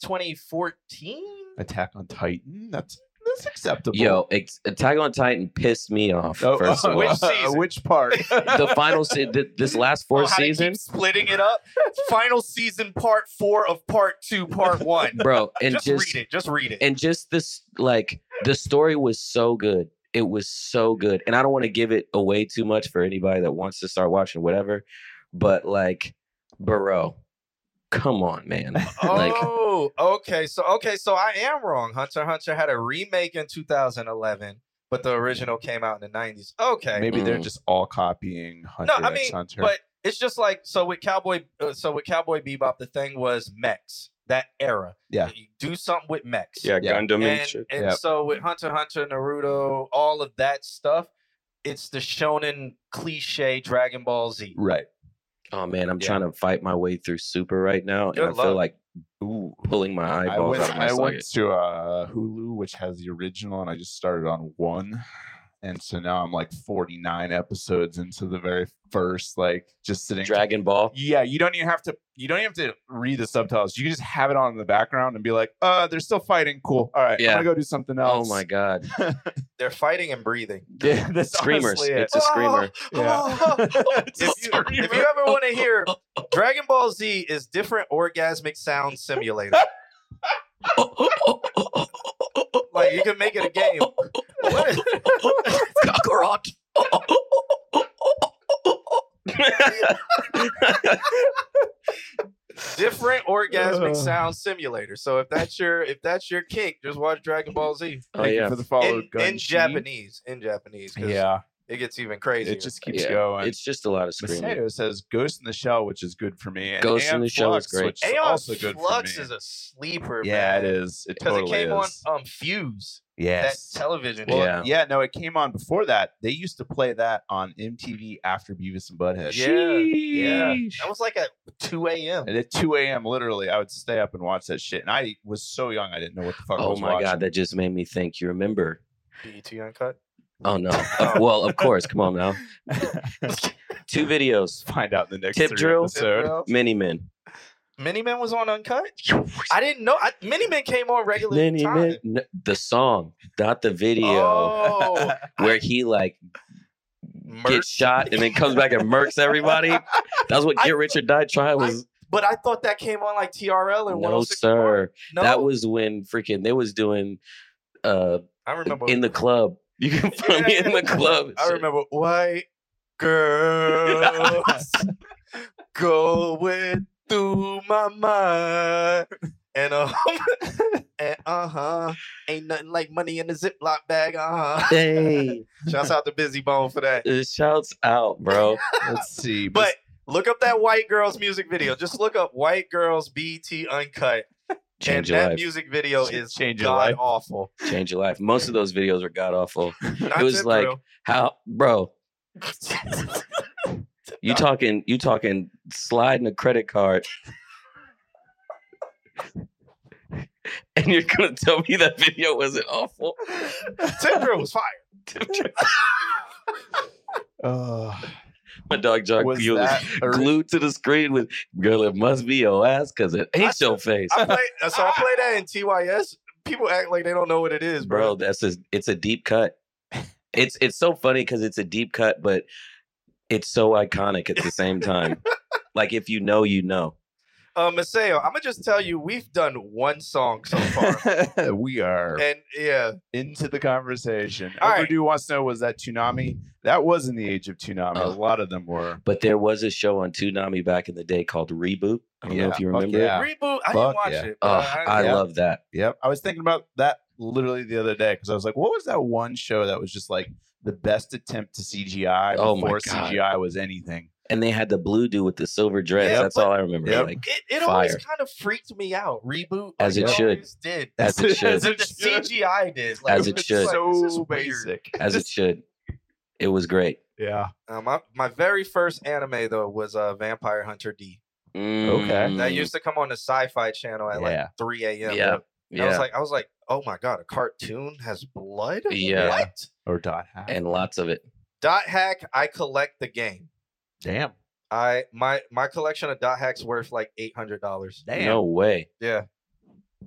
2014. Attack on Titan. That's that's acceptable. Yo, ex- Attack on Titan pissed me off. Oh, first of all, which, season? which part? the final se- th- this last four Oh, how they keep seasons, splitting it up. Final season, part four of part two, part one. bro, and just, just, read it. Just read it. and just this like the story was so good. It was so good, and I don't want to give it away too much for anybody that wants to start watching whatever, but like, bro, come on, man. like- oh, okay. So okay, so I am wrong. Hunter x Hunter had a remake in 2011, but the original came out in the 90s. Okay. Maybe they're Mm. just all copying Hunter I x mean, Hunter. But it's just like so with Cowboy. Uh, so with Cowboy Bebop, the thing was mechs. That era. Yeah. You do something with mechs. Yeah. Gundam and, and Yep. so with Hunter x Hunter, Naruto, all of that stuff, it's the shonen cliche Dragon Ball Z. right. Oh man, I'm Yeah. trying to fight my way through Super right now, and Good I feel luck. like ooh, pulling my I eyeballs went, out of my I socket. went to uh, Hulu, which has the original, and I just started on one. And so now I'm like 49 episodes into the very first, like just sitting. Dragon Ball. Yeah, you don't even have to. You don't even have to read the subtitles. You can just have it on in the background and be like, "Uh, they're still fighting. Cool. All right, Yeah. I'm gonna go do something Oh else." my god. They're fighting and breathing. Yeah, that's Screamers. honestly it. It's a screamer. Yeah. if, you, if you ever want to hear, Dragon Ball Z is different orgasmic sound simulator. Like you can make it a game. What is- Kakarot. different Ugh. orgasmic sound simulator. So if that's your if that's your kink, just watch Dragon Ball Z oh Thank yeah. you for the follow. in, in Gunji. Japanese. In Japanese, 'cause Yeah, it gets even crazier. it just keeps Yeah, going. It's just a lot of screaming. Masato says Ghost in the Shell, which is good for me. And Ghost in Aeon the Shell is Flux, great. Which is Aeon also good Flux for me. is a sleeper. yeah, man. it is. It Because totally it came is. on um Fuse, yes. that television. Well, show. Yeah. yeah, no, it came on before that. They used to play that on MTV after Beavis and Butthead. Yeah, yeah. That was like at 2 a.m. And at 2 a.m., literally, I would stay up and watch that shit. And I was so young, I didn't know what the fuck I Oh was my watching. god, that just made me think. You remember? BET Uncut. Oh no. Of- well, of course. Come on now. Two videos. Find out in the next Tip three drill? Tip episode. drill. Mini men. Miniman was on Uncut. I didn't know. I, Miniman came on regular Mini time. men. N- The song, not the video, Oh, where he like merch. gets shot and then comes back and murks everybody. That's what I- Get Rich or Die Trying was. but I thought that came on like TRL and no, 106. sir. No, That was when freaking they was doing uh I remember in the club. You can find me in the club. and I shit. remember white girls going through my mind. And um and uh-huh. Ain't nothing like money in a Ziploc bag. Uh-huh. Hey, Shouts out to Busy Bone for that. it shouts out, bro. Let's see. But look up that white girls music video. Just look up white girls BT uncut. Change and your that life. music video is Change your god life. awful. Change your life. Most of those videos are god awful. Not It was Tip like- Drill. How, bro? You talking? You talking? Sliding a credit card. And you're gonna tell me that video wasn't awful? Tip Drill was fire. Ugh. My dog John was Keel was that ori- glued to the screen with "Girl, it must be your ass, cause it ain't your face." I play, so I play that in TYS. People act like they don't know what it is, bro. bro that's a it's a deep cut it's it's so funny because it's a deep cut but it's so iconic at the same time like if you know you know Uh, Maseo, I'm gonna just tell you, we've done one song so far, we are and yeah, into the conversation. All right. Overdue wants to know was that Toonami? That was in the age of Toonami. Oh. A lot of them were. but there was a show on Toonami back in the day called Reboot. I don't know Yeah, if you fuck remember. yeah. It. reboot. I Fuck didn't watch yeah. it. but Oh, I, I yeah. love that. Yep. I was thinking about that literally the other day because I was like, what was that one show that was just like the best attempt to CGI Oh my before God. CGI was anything? And they had the blue dude with the silver dreads. Yeah, That's but- all I remember. Yep. Like it, it always Fire. kind of freaked me out. Reboot, As like, it should. always did. As it should. As if the CGI did, like, As it it's should. like, this is So weird. basic. as it should. It was great. Yeah. Uh, my my very first anime though was uh, Vampire Hunter D. Okay. Mm-hmm. That Mm, used to come on the Sci-Fi channel at like Yeah. 3 Yeah. a.m. bro. And I was yeah. like, I was like, oh my god, a cartoon has blood? Yeah. What? or dot hack. and lots of it. Dot hack, I collect the game. Damn. I my my collection of dot hacks worth like eight hundred dollars. Damn. No way. Yeah.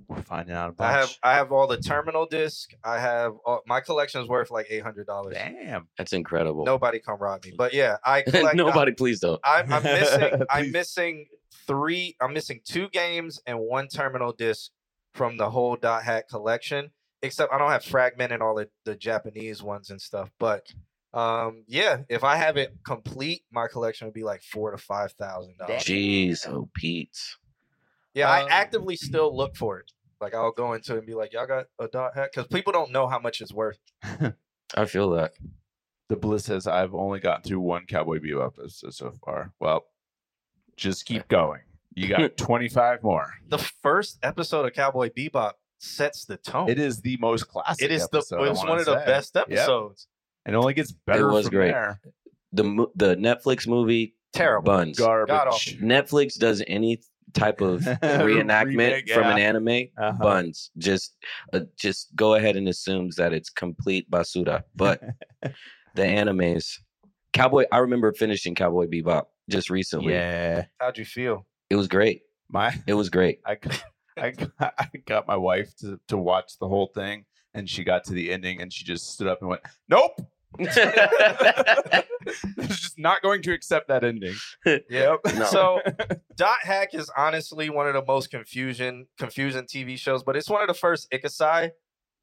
We're finding out about I have I have all the terminal disc. I have all, my collection is worth like eight hundred dollars. Damn. That's incredible. Nobody come rob me. But yeah, I collect Nobody, please don't. I'm, I'm missing. I'm Please. missing three. I'm missing two games and one terminal disc from the whole Dot Hack collection. Except I don't have Fragment and all the, the Japanese ones and stuff. But um, yeah, if I have it complete, my collection would be like four to five thousand dollars. Jeez, oh Pete. Yeah, I Um, actively still look for it. Like I'll go into it and be like, "Y'all got a Dot Hack?" Because people don't know how much it's worth. I feel that. The bliss says I've only gotten through one cowboy bebop episode so far. Well, just keep going. You got 25 more. The first episode of Cowboy Bebop sets the tone. It is the most classic. It is the. episode, I It was wanna one of the say. best Yep. episodes. And it only gets better. was from great. There. The mo- the Netflix movie Terrible. Buns. Garbage. Netflix does any type of reenactment Remake, from yeah. an anime Uh-huh. buns just uh, just go ahead and assumes that it's complete basura but the animes cowboy i remember finishing cowboy bebop just recently Yeah. How'd you feel? it was great My it was great I, g- I, g- I got my wife to, to watch the whole thing, and she got to the ending, and she just stood up and went, "Nope, She's just not going to accept that ending." Yep. No. So Dot Hack is honestly one of the most confusion confusing TV shows, but it's one of the first Ikusai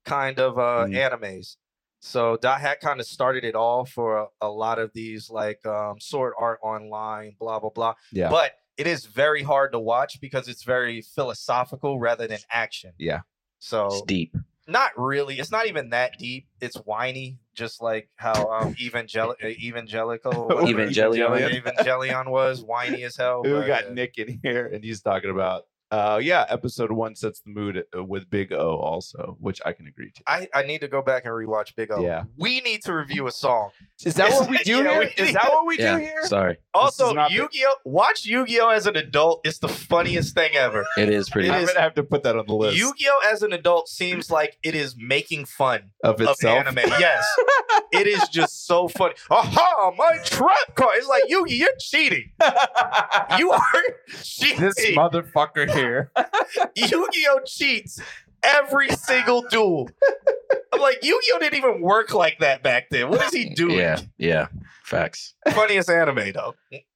kind of uh Mm. animes. So Dot Hack kind of started it all for a, a lot of these like um sword art online, blah blah blah. Yeah. But it is very hard to watch because it's very philosophical rather than action. Yeah. So it's deep not really. It's not even that deep. It's whiny, just like how um, evangel- uh, evangelical Over whatever Evangelion. Evangelion was whiny as hell. we but, got uh, Nick in here, and he's talking about, uh, yeah, episode one sets the mood uh, with Big O also, which I can agree to. I, I need to go back and rewatch Big O. Yeah. We need to review a song. Is that Is what we that- do yeah, here? we- Is that what we yeah do here? sorry Also, is not the- Yu Gi Oh! Watch Yu Gi Oh! as an adult. It's the funniest thing ever. it is pretty It I'm is- gonna have to put that on the list Yu Gi Oh! as an adult seems like it is making fun of of itself. anime. Yes. it is just so funny. Aha, my trap card. It's like, Yu Gi, you're cheating. You are cheating. this motherfucker here. Yu-Gi-Oh cheats every single duel. I'm like, Yu-Gi-Oh didn't even work like that back then. What is he doing? yeah yeah facts Funniest anime though.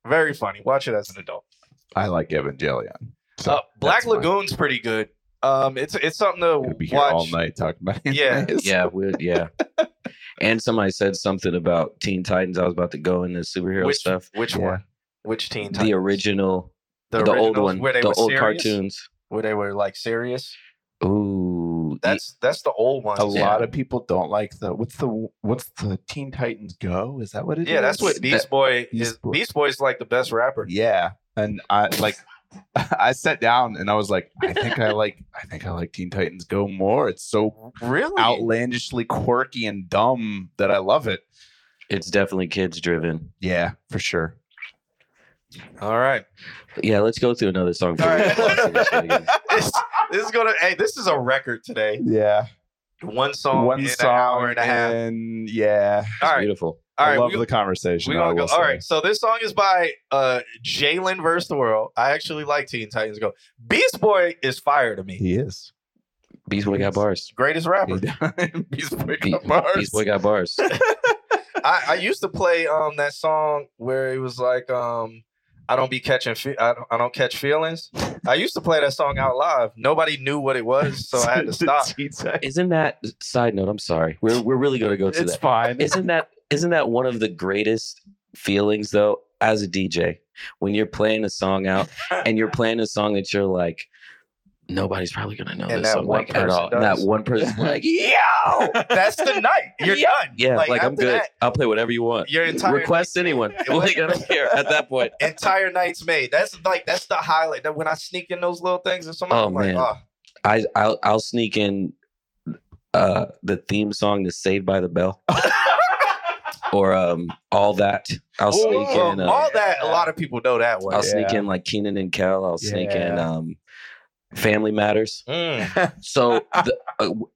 Very funny. Watch it as an adult. I like Evangelion. So uh, Black that's fine. Lagoon's pretty good. Um, it's it's something to I'm gonna be here all watch. night talking about Yeah, animes. yeah we yeah and somebody said something about teen titans i was about to go into superhero Which- stuff Which Yeah. one? Which Teen Titans? the original the, old originals one where they the were old serious? cartoons where they were like serious. ooh the- That's that's the old one. a lot of people don't like the what's the what's the Teen Titans Go? Is that what it is? Yeah, that's what Beast That- Boy Beast is. Boy. Beast Boy's like the best rapper. Yeah, and I like I sat down and I was like, I think I like I think I like Teen Titans Go more. It's so Really? outlandishly quirky and dumb that I love it. It's definitely kids driven. Yeah, for sure. All right. Yeah, let's go through another song. before All we right. get lost in this shit again. this, this is gonna. Hey, this is a record today. Yeah, One song, one Oh, in song an hour and a half. and yeah, All right, Beautiful. all I right. love We, the conversation. we I gonna go. will All say. right. So this song is by uh Jalen versus the World. I actually like Teen Titans Go. Beast Boy is fire to me. he is. Beast Boy got bars. Greatest He- rapper. Beast Boy Be- got bars. Beast Boy got bars. I, I used to play um that song where it was like um I don't be catching fe- I don't I don't catch feelings. I used to play that song out live. Nobody knew what it was, so I had to stop. Teen Titans. Isn't that side note? I'm sorry. We're we're really gonna go to It's that. fine. Isn't that isn't that one of the greatest feelings though as a DJ when you're playing a song out and you're playing a song that you're like nobody's probably gonna know And this that song one like at person all. And that does. one person's like yeah That's the night. You're Yeah. done. yeah like, I'm after good. that, I'll play whatever you want. your entire Request anyone. Like I don't care at that point. entire nights made. That's like that's the highlight. That when I sneak in those little things and someone, Oh, I'm like, man. oh, I I'll, I'll sneak in uh the theme song to Saved by the Bell or um all that. I'll sneak Ooh, in uh, all that. A lot of people know that one. I'll sneak in like Keenan and Kel. I'll sneak in um Family Matters. Hmm. So, the, uh, w-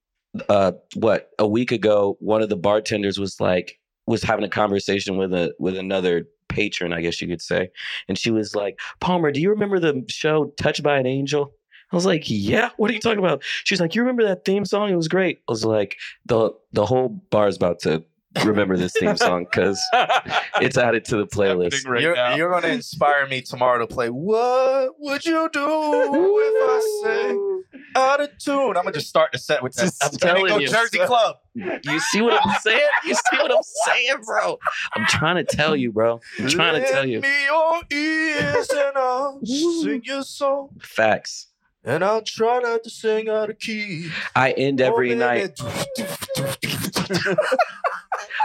uh, what a week ago, one of the bartenders was like was having a conversation with a with another patron, I guess you could say, and she was like, "Palmer, do you remember the show Touched by an Angel?" I was like, "Yeah, what are you talking about?" She's like, "You remember that theme song? It was great." I was like, "the The whole bar is about to remember this theme song because it's added to the playlist." right you're, now. you're gonna inspire me tomorrow to play. What would you do if I say out of tune? I'm gonna just start the set with that. I'm Let me telling go you. Jersey Club. You see what I'm saying? You see what I'm saying, bro? I'm trying to tell you, bro. I'm trying to Lend tell you Me your ears and I'll sing your song, facts. and I'll try not to sing out of key. I end every Oh, night. man,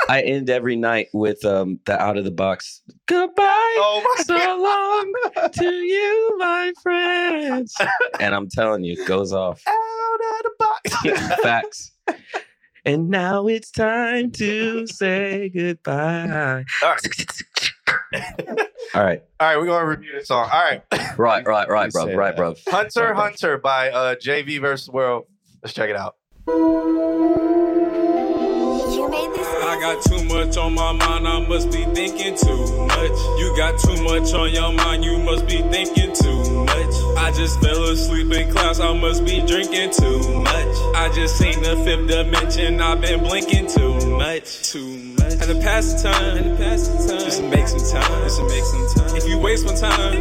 I end every night with um the out of the box. Goodbye. Oh my So long to you, my friends. And I'm telling you, it goes off. out of the box. Facts. And now it's time to say goodbye. All All right. right. All right. All right, we're gonna review this song. All right, Right, right, right, You bro. say Right, that. bro. Hunter Hunter by uh, JV versus World. Let's check it out. I got too much on my mind, I must be thinking too much. You got too much on your mind, you must be thinking too much. I just fell asleep in class, I must be drinking too much. I just seen the fifth dimension, I've been blinking too much. Too much. Had to pass the time, had to pass the time. Just to make some time, just to make some time. If you waste my time,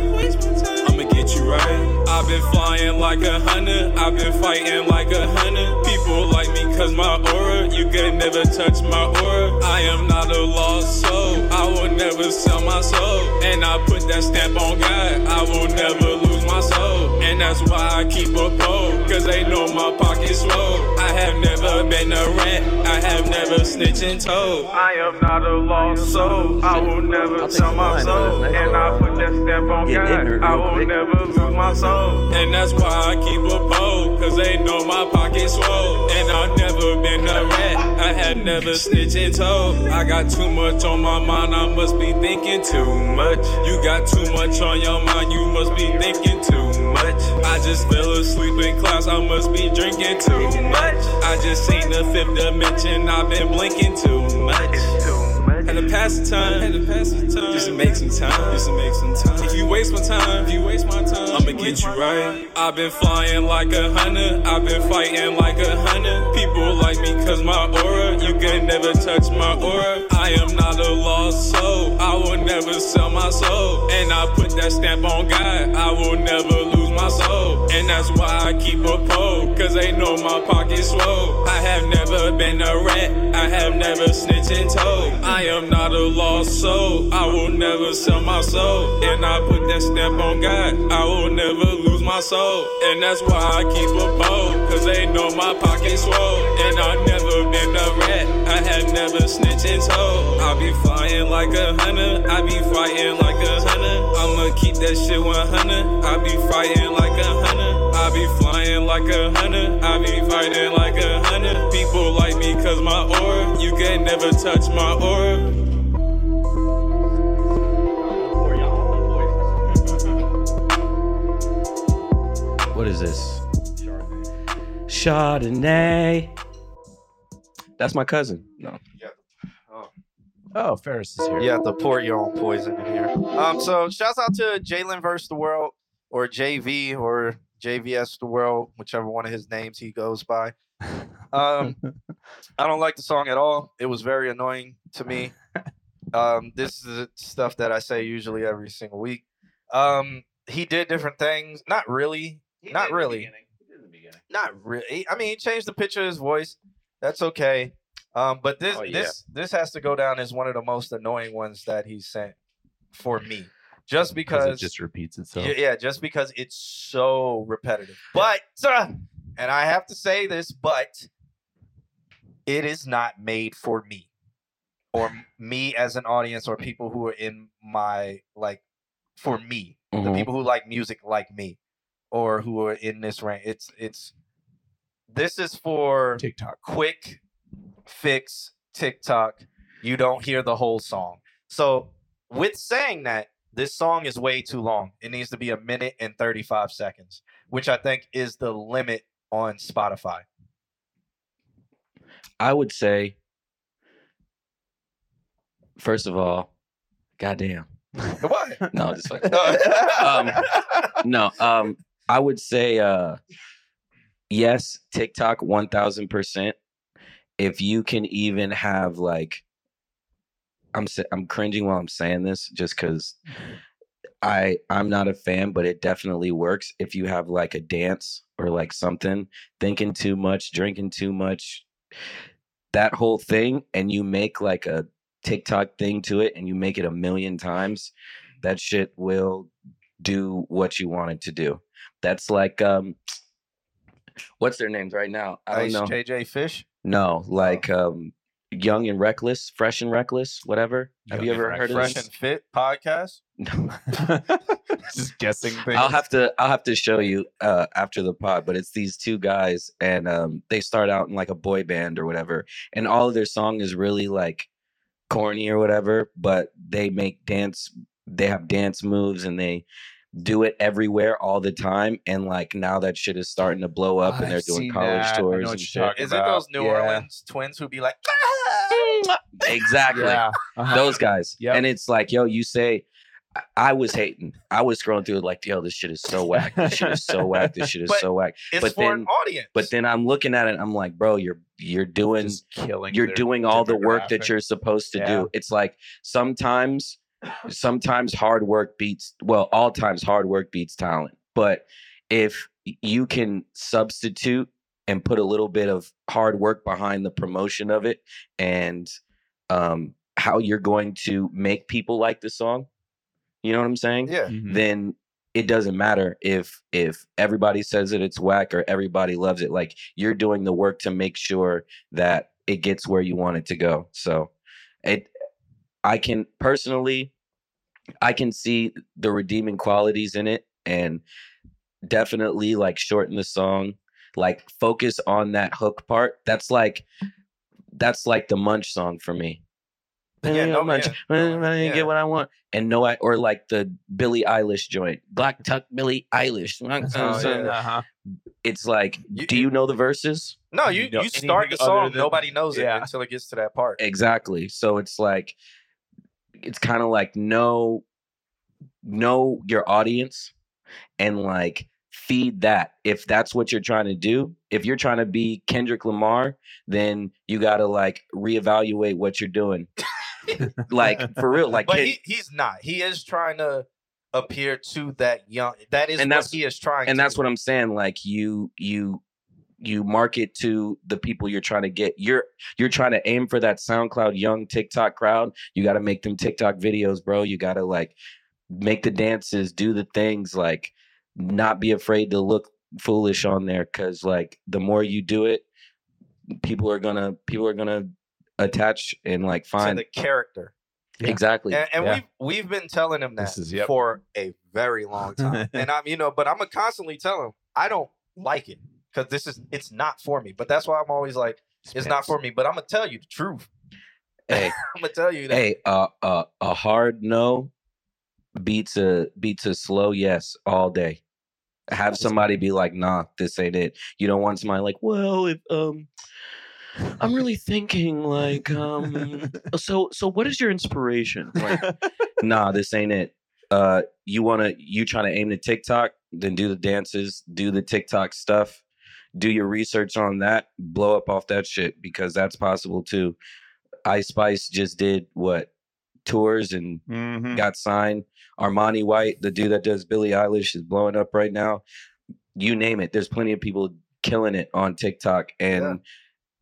I'ma get you right. I've been flying like a hunter, I've been fighting like a hunter. People like me cause my aura, you can never touch my aura. I am not a lost soul, I will never sell my soul. And I put that stamp on God, I will never lose my soul. And that's why I keep a pole, cause they know my pocket's swole. I have never been a rat, I have never snitched and told. I am not a lost soul, I will never sell my soul. And I put that stamp on Getting God, ignorant I real will quick. never lose my soul. And that's why I keep a pole, cause they know my pocket's swole. And I've never been a rat, I have never snitched and told. I got too much on my mind, I must be thinking too much. You got too much on your mind, you must be thinking too much. I just fell asleep in class, I must be drinking too much. I just seen the fifth dimension, I've been blinking too much. Had to pass the time, had to pass the time. Just to make some time, just to make some time. If you waste my time, if you waste my time, I'ma get you right. I've been flying like a hunter, I've been fighting like a hunter. People like me cause my aura, you can never touch my aura. I am not a lost soul, I will never sell my soul. And I put that stamp on God, I will never lose my soul. And that's why I keep a pole, cause they know my pocket's swole. I have never been a rat, I have never snitched and told. I am not a lost soul, I will never sell my soul. And I put that stamp on God, I will never lose my soul. And that's why I keep a pole, cause they know my pocket's swole. And I've never been a rat, I have never snitched and told. I be flying like a hunter, I be fighting like a hunter. I'ma keep that shit 100, I be fighting like a hunter. I be flying like a hunter. I be fighting like a hunter. People like me cause my aura. You can never touch my aura. What is this? Chardonnay. That's my cousin. Oh, Ferris is here. You have to pour your own poison in here. Um, so shouts out to Jalen versus the world, or JV, or JVS the world, whichever one of his names he goes by. Um, I don't like the song at all. It was very annoying to me. Um, this is the stuff that I say usually every single week. Um, he did different things. Not really. Not really. Not really. I mean, he changed the pitch of his voice. That's okay. Um, but this Oh, yeah. this this has to go down as one of the most annoying ones that he sent for me, just Because it because just repeats itself. yeah, yeah, just because it's so repetitive. But uh, and I have to say this, but it is not made for me or m- me as an audience or people who are in my like for me the people who like music like me or who are in this rank it's it's this is for TikTok. quick fix tiktok you don't hear the whole song so with saying that This song is way too long. It needs to be a minute and 35 seconds, which I think is the limit on Spotify. I would say, first of all, goddamn. What? No, just fucking. Um, no, um, I would say uh yes, TikTok one thousand percent. If you can even have like, I'm sa- I'm cringing while I'm saying this just because I I'm not a fan, but it definitely works if you have like a dance or like something thinking too much, drinking too much, that whole thing, and you make like a TikTok thing to it, and you make it a million times. That shit will do what you want it to do. That's like um what's their names right now? I don't Ice know. JJ Fish. No, like um Young and Reckless, Fresh and Reckless, whatever. Have you Young and ever heard of Fresh this? and Fit podcast. No. Just guessing things. I'll have to I'll have to show you uh after the pod, but it's these two guys and um they start out in like a boy band or whatever, and all of their song is really like corny or whatever, but they make dance they have dance moves and they do it everywhere all the time and like now that shit is starting to blow up and they're I've doing seen college that. I know what tours you're and shit. talking Is it about. those New Yeah. Orleans twins who be like, "Ah!" Exactly. Yeah. Uh-huh. those guys. Yep. And it's like, yo, you say, I- I was hating. I was scrolling through it like, yo, this shit is so whack. This shit is so whack. This shit is But so whack. it's But for an then- audience? But then I'm looking at it, I'm like, bro, you're you're doing Just killing. you're their doing all the work that demographic. you're supposed to Yeah. do. It's like sometimes sometimes hard work beats well, all times hard work beats talent. But if y- you can substitute and put a little bit of hard work behind the promotion of it and um how you're going to make people like the song, you know what I'm saying? yeah, then it doesn't matter if if everybody says it it's whack or everybody loves it like you're doing the work to make sure that it gets where you want it to go so it i can personally i can see the redeeming qualities in it and definitely like shorten the song like focus on that hook part that's like that's like the munch song for me Yeah, no, munch yeah, no, I didn't yeah. get what I want. And no, I or like the Billie Eilish joint, Black Tuck Billie Eilish. Oh, yeah. Uh-huh. It's like, You- do you know the verses? no, You you know you start anything the other song, than- nobody knows Yeah. it until it gets to that part. Exactly. So it's like, it's kind of like know, know your audience, and like feed that. If that's what you're trying to do, if you're trying to be Kendrick Lamar, then you gotta like reevaluate what you're doing. like for real, like But Ken- he, he's not. He is trying to appear to that young. That is And what that's- he is trying. and to that's do. what i'm saying like you you you market to the people you're trying to get you're you're trying to aim for that soundcloud young tiktok crowd you got to make them tiktok videos bro you got to like make the dances do the things like not be afraid to look foolish on there because like the more you do it people are gonna people are gonna attach and like to find the character. Yeah. exactly And, and Yeah. we've we've been telling him that This is- yep. for a very long time. and I'm you know, but I'm gonna constantly tell him I don't like it because this is it's not for me. But that's why I'm always like it's not for me. But I'm gonna tell you the truth. hey I'm gonna tell you that. Hey, uh, uh, a hard no beats a beats a slow yes all day. Have somebody be like, "Nah, this ain't it." You don't want somebody like, "Well, if um, I'm really thinking like um, so so what is your inspiration?" Like, nah, this ain't it. Uh, you wanna you trying to aim to TikTok? Then do the dances, do the TikTok stuff, do your research on that, blow up off that shit because that's possible too. Ice Spice just did what tours and Mm-hmm. Mhm. got signed. Armani White, the dude that does Billie Eilish, is blowing up right now. You name it. There's plenty of people killing it on TikTok, and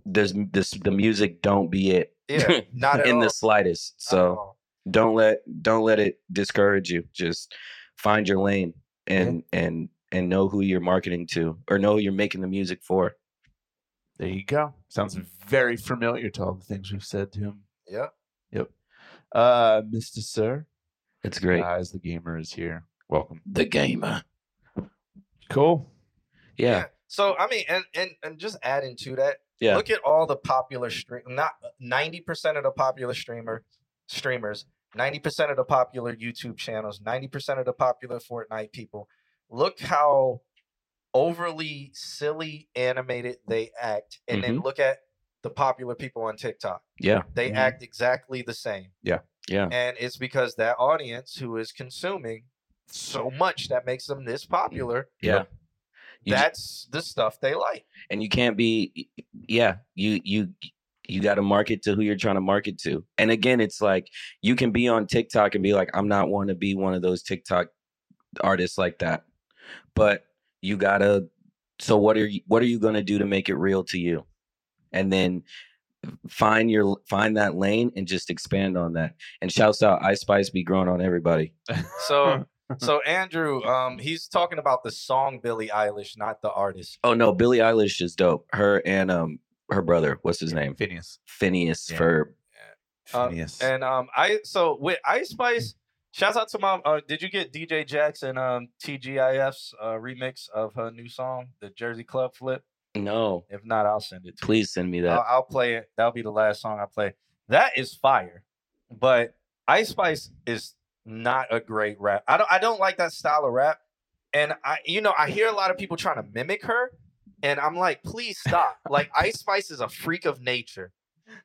there's m- this the music don't be it Yeah, not at in all. the slightest. Not at So all. don't let don't let it discourage you just find your lane and and and know who you're marketing to or know who you're making the music for There you go. Sounds very familiar to all the things we've said to him. Yeah. Yep. Uh, Mr. Sir, it's great guys, the gamer is here. Welcome. the gamer Cool. yeah So I mean, and and and just adding to that, Yeah. uh, Look at all the popular stream. Not ninety percent of the popular streamer streamers 90% of the popular YouTube channels, 90% of the popular Fortnite people. Look how overly silly animated they act. And then look at the popular people on TikTok. Mm-hmm. Yeah. Mm-hmm. They Mhm. act exactly the same. Yeah. And it's because that audience who is consuming so much that makes them Mm. this popular, Yeah. You ju- that's the stuff they like. and you can't be yeah you you you got to market to who you're trying to market to and again it's like you can be on tiktok and be like i'm not want to be one of those tiktok artists like that but you gotta so what are you what are you gonna do to make it real to you and then find your l- find that lane and just expand on that and shouts out ice spice be growing on everybody So so Andrew, um, he's talking about the song Billie Eilish, not the artist. oh no billie eilish is dope her and um her brother what's his name Phineas. phineas Yeah. for Um, Phineas. And um, I so with Ice Spice, shouts out to my. Uh, did you get DJ Jackson um TGIF's uh, remix of her new song, the Jersey Club Flip? no If not, I'll send it to you. Please send me that. eh, I'll, I'll play it. That'll be the last song I play. That is fire. But Ice Spice is not a great rap. I don't I don't like that style of rap. And I you know, I hear a lot of people trying to mimic her and I'm like, "Please stop." like Ice Spice is a freak of nature.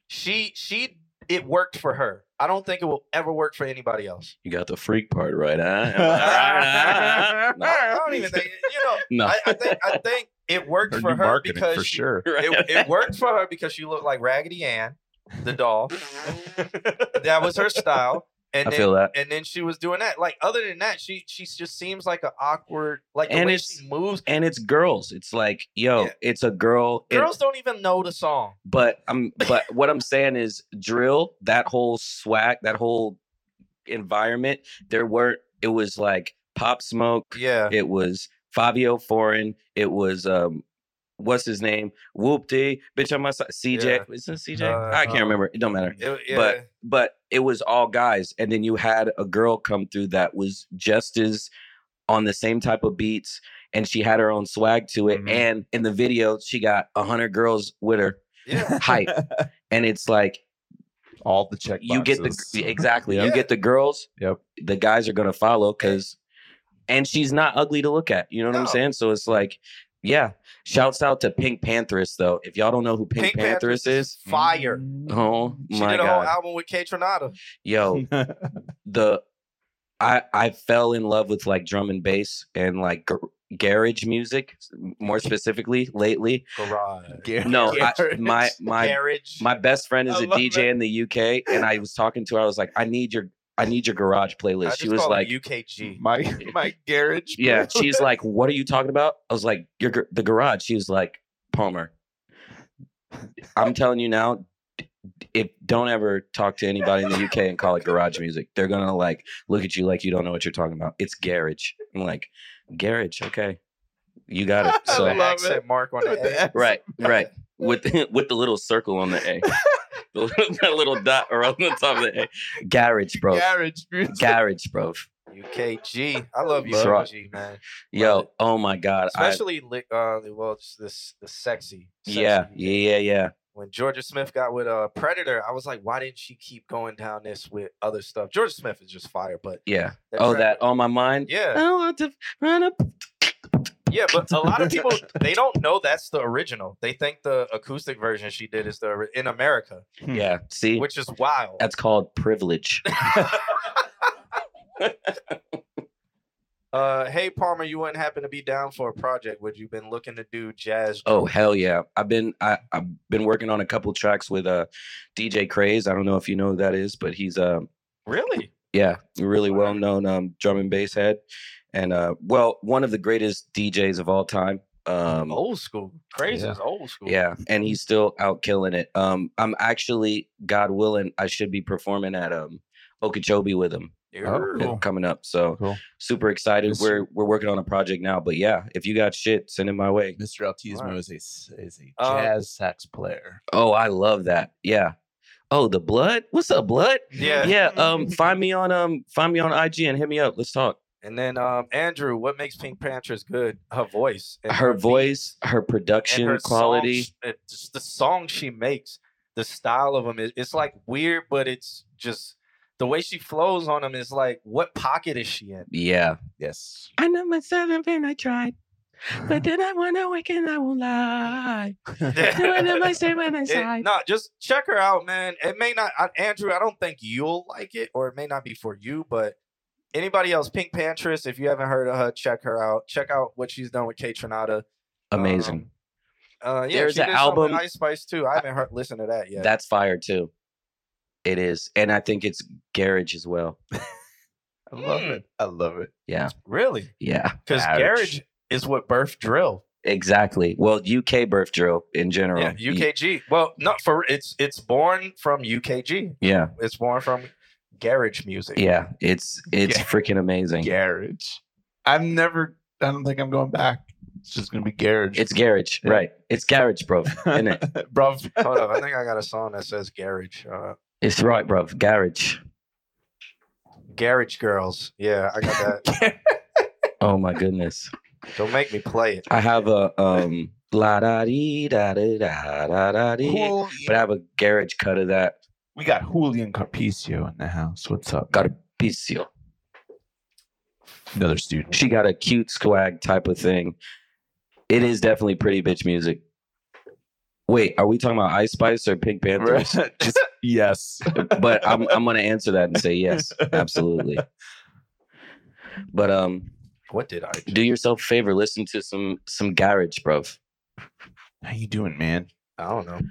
She she it worked for her. I don't think it will ever work for anybody else. you got the freak part right, huh? Am I right, huh? No, I don't even think you no. know. I, I think I think it worked Her for new her marketing because for she- sure. it, it worked for her because she looked like Raggedy Ann, the doll. that was her style. And I then, feel that. and then she was doing that. Like other than that, she she just seems like an awkward like the And way it's- she moves. And it's girls. It's like, yo, Yeah. it's a girl. it- Girls don't even know the song. but I'm but what I'm saying is drill, that whole swag, that whole environment, there were it was like pop smoke, Yeah. it was Fabio Foreign, it was um what's his name? Whoopty, bitch on my side. CJ. Yeah. Isn't it CJ? Uh, I can't um, remember. It don't matter. It- yeah. but but it was all guys and then you had a girl come through that was just as on the same type of beats and she had her own swag to it Mm-hmm. Mhm. and in the video she got 100 girls with her yeah. hype and it's like All the check you get the boxes. g- exactly you Yeah. get the girls Yep. the guys are going to follow cuz and she's not ugly to look at you know what i'm No. saying so it's like yeah shouts out to pink panthers though if y'all don't know who pink, Pink panthers, Panthers is Fire. oh She my did a whole god album with K Tronada. yo the I I fell in love with like drum and bass and like gar- garage music s- more specifically lately. Garage. No, I, Garage. my my Garage. my best friend is I a love DJ in the UK and I was talking to her I was like I need your I need your garage I playlist. She just was call like it UKG. my my garage. yeah, she's like what are you talking about? I was like your gar- the garage. She was like Palmer. I'm telling you now d- d- if don't ever talk to anybody in the UK and call it garage music, they're gonna like look at you like you don't know what you're talking about. It's garage. I'm like, garage, okay. You got it. I So So love accent it. mark on With the A. the accent. right, right. With with the little circle on the A. The little, that little dot around the top of the A. Garage, bro. Garage music. Garage, bro. UKG. I love That's right. UKG, man. Yo, oh my God. I, Especially li- uh well it's this the sexy, sexy yeah, UK. yeah, yeah, yeah. when Georgia Smith got with uh, Predator, I was like, why didn't she keep going down this with other stuff? Georgia Smith is just fire, but Yeah. Oh, track that was- on my mind. I yeah, don't want to run up. yeah. But a lot of people they don't know that's the original. They think the acoustic version she did is the ori- in America, Yeah. See, which is wild. that's called privilege. Uh, hey Palmer, you wouldn't happen to be down for a project? Would you been looking to do jazz? Oh hell yeah! I've been I, I've been working on a couple tracks with uh DJ Craze. I don't know if you know who that is, but he's um really? yeah really well known um drum and bass head, and uh well one of the greatest DJs of all time. Um Old school, crazy Yeah. is old school. yeah, and he's still out killing it. Um I'm actually God willing I should be performing at um Okeechobee with him Oh, uh, cool. coming up. So Cool. super excited. Yes. We're we're working on a project now, but yeah, if you got shit, send it my way. Mr. Altismo Wow. is a s- is a Um, jazz sax player. Oh, I love that. Yeah. Oh, the blood. What's up, blood? yeah. Yeah. Um, find me on um, find me on IG and hit me up. Let's talk. And then um, Andrew, what makes Pink Panthers good? Her voice, and Her beat. voice, her production and her quality. songs, uh, just the song she makes, the style of them, it's like weird, but it's just the way she flows on him is like, what pocket is she in? Yeah. Yes. I know myself and I tried. Uh-huh. But then I went awake and I won't lie. What am I saying when I It, sigh? no, just check her out, man. It may not, I, Andrew. I don't think you'll like it, or it may not be for you. But anybody else, Pink Pantress, if you haven't heard of her, check her out. Check out what she's done with K Tronada. Uh-huh. Amazing. Uh, yeah, There's she an did something with album- Ice Spice too. I haven't heard listened to that yet. That's fire too. It is. And I think it's garage as well. Mm. I love it. I love it. Yeah. really Yeah. because Ouch. garage is what birth drill. Exactly. Well, UK birth drill in general. Yeah, UKG. Well, not for it's it's born from UKG. Yeah. It's born from garage music. Yeah. It's it's Yeah. freaking amazing. Garage. I'm never. I don't think I'm going back. It's just gonna be garage. It's garage. Yeah. Right. It's garage, bro. Isn't it? bro. Hold up, I think I got a song that says garage. Uh, It's right, bro. Garage. garage girls. Yeah, I got that. Oh my goodness. Don't make me play it. I have a um la da dee da da da da da dee. Jul- But I have a garage cut of that we got Julian Carpicio in the house. What's up? garpicio. another student. She got a cute swag type of thing. It is definitely pretty bitch music. Wait, are we talking about Ice Spice or Pink Panthers? Just- yes. but I'm I'm gonna answer that and say yes, absolutely. But um, What did I do? do yourself a favor, listen to some some garage, bro. How you doing, man? I don't know.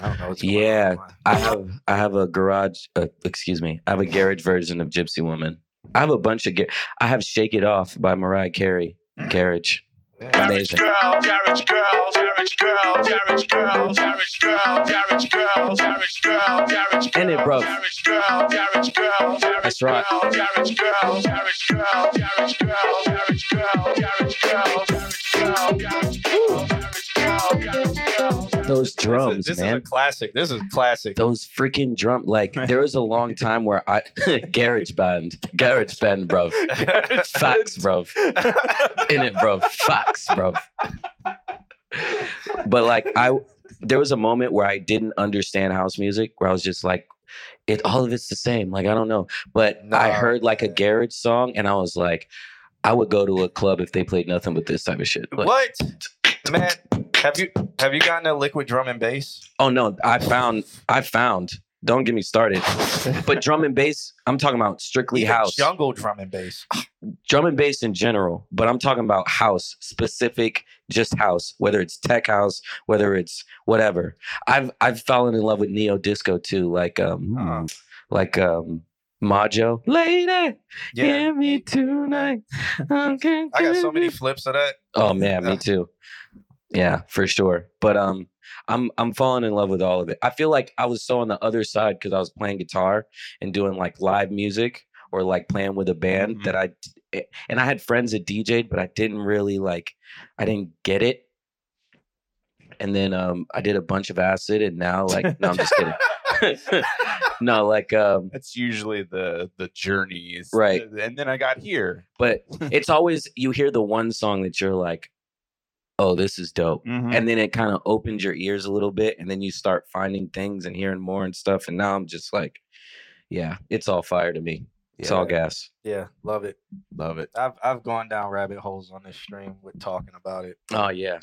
I don't know. What's Yeah. On. in my- I have I have a garage. Uh, excuse me. I have a garage version of Gypsy Woman. I have a bunch of. Ga- I have Shake It Off by Mariah Carey. Garage. Mm. Yeah. Amazing. In it, bro. That's right. Those drums, this is, this man. is a classic. This is classic. those freaking drum like there was a long time where I garage band garage band bro facts bro in it bro facts bro but like I there was a moment where I didn't understand house music where I was just like it all of it's the same like I don't know but I Nah, heard like a man. garage song and I was like I would go to a club if they played nothing but this type of shit Like, what? Man, have you have you gotten a liquid drum and bass? Oh no, I found I found. Don't get me started. But drum and bass, I'm talking about strictly Even house. Jungle drum and bass. Drum and bass in general, but I'm talking about house, specific just house, whether it's tech house, whether it's whatever. I've I've fallen in love with neo disco too, like um Uh, like um Majo. Lady, yeah. hear me tonight. I'm I got so many flips of that. Oh man, Yeah. me too. Yeah, for sure. But um I'm I'm falling in love with all of it. I feel like I was so on the other side cuz I was playing guitar and doing like live music or like playing with a Mm-hmm. band that I d- eh, and I had friends that DJ'd but I didn't really like I didn't get it. And then um I did a bunch of acid and now like no I'm just kidding. no, like um That's usually the the journeys, Right. And then I got here. but it's always you hear the one song that you're like oh this is dope. and then it kind of opens your ears a little bit and then you start finding things and hearing more and stuff and now i'm just like yeah it's all fire to me it's all gas Yeah, love it. Love it. I've I've gone down rabbit holes on this stream with talking about it. oh yeah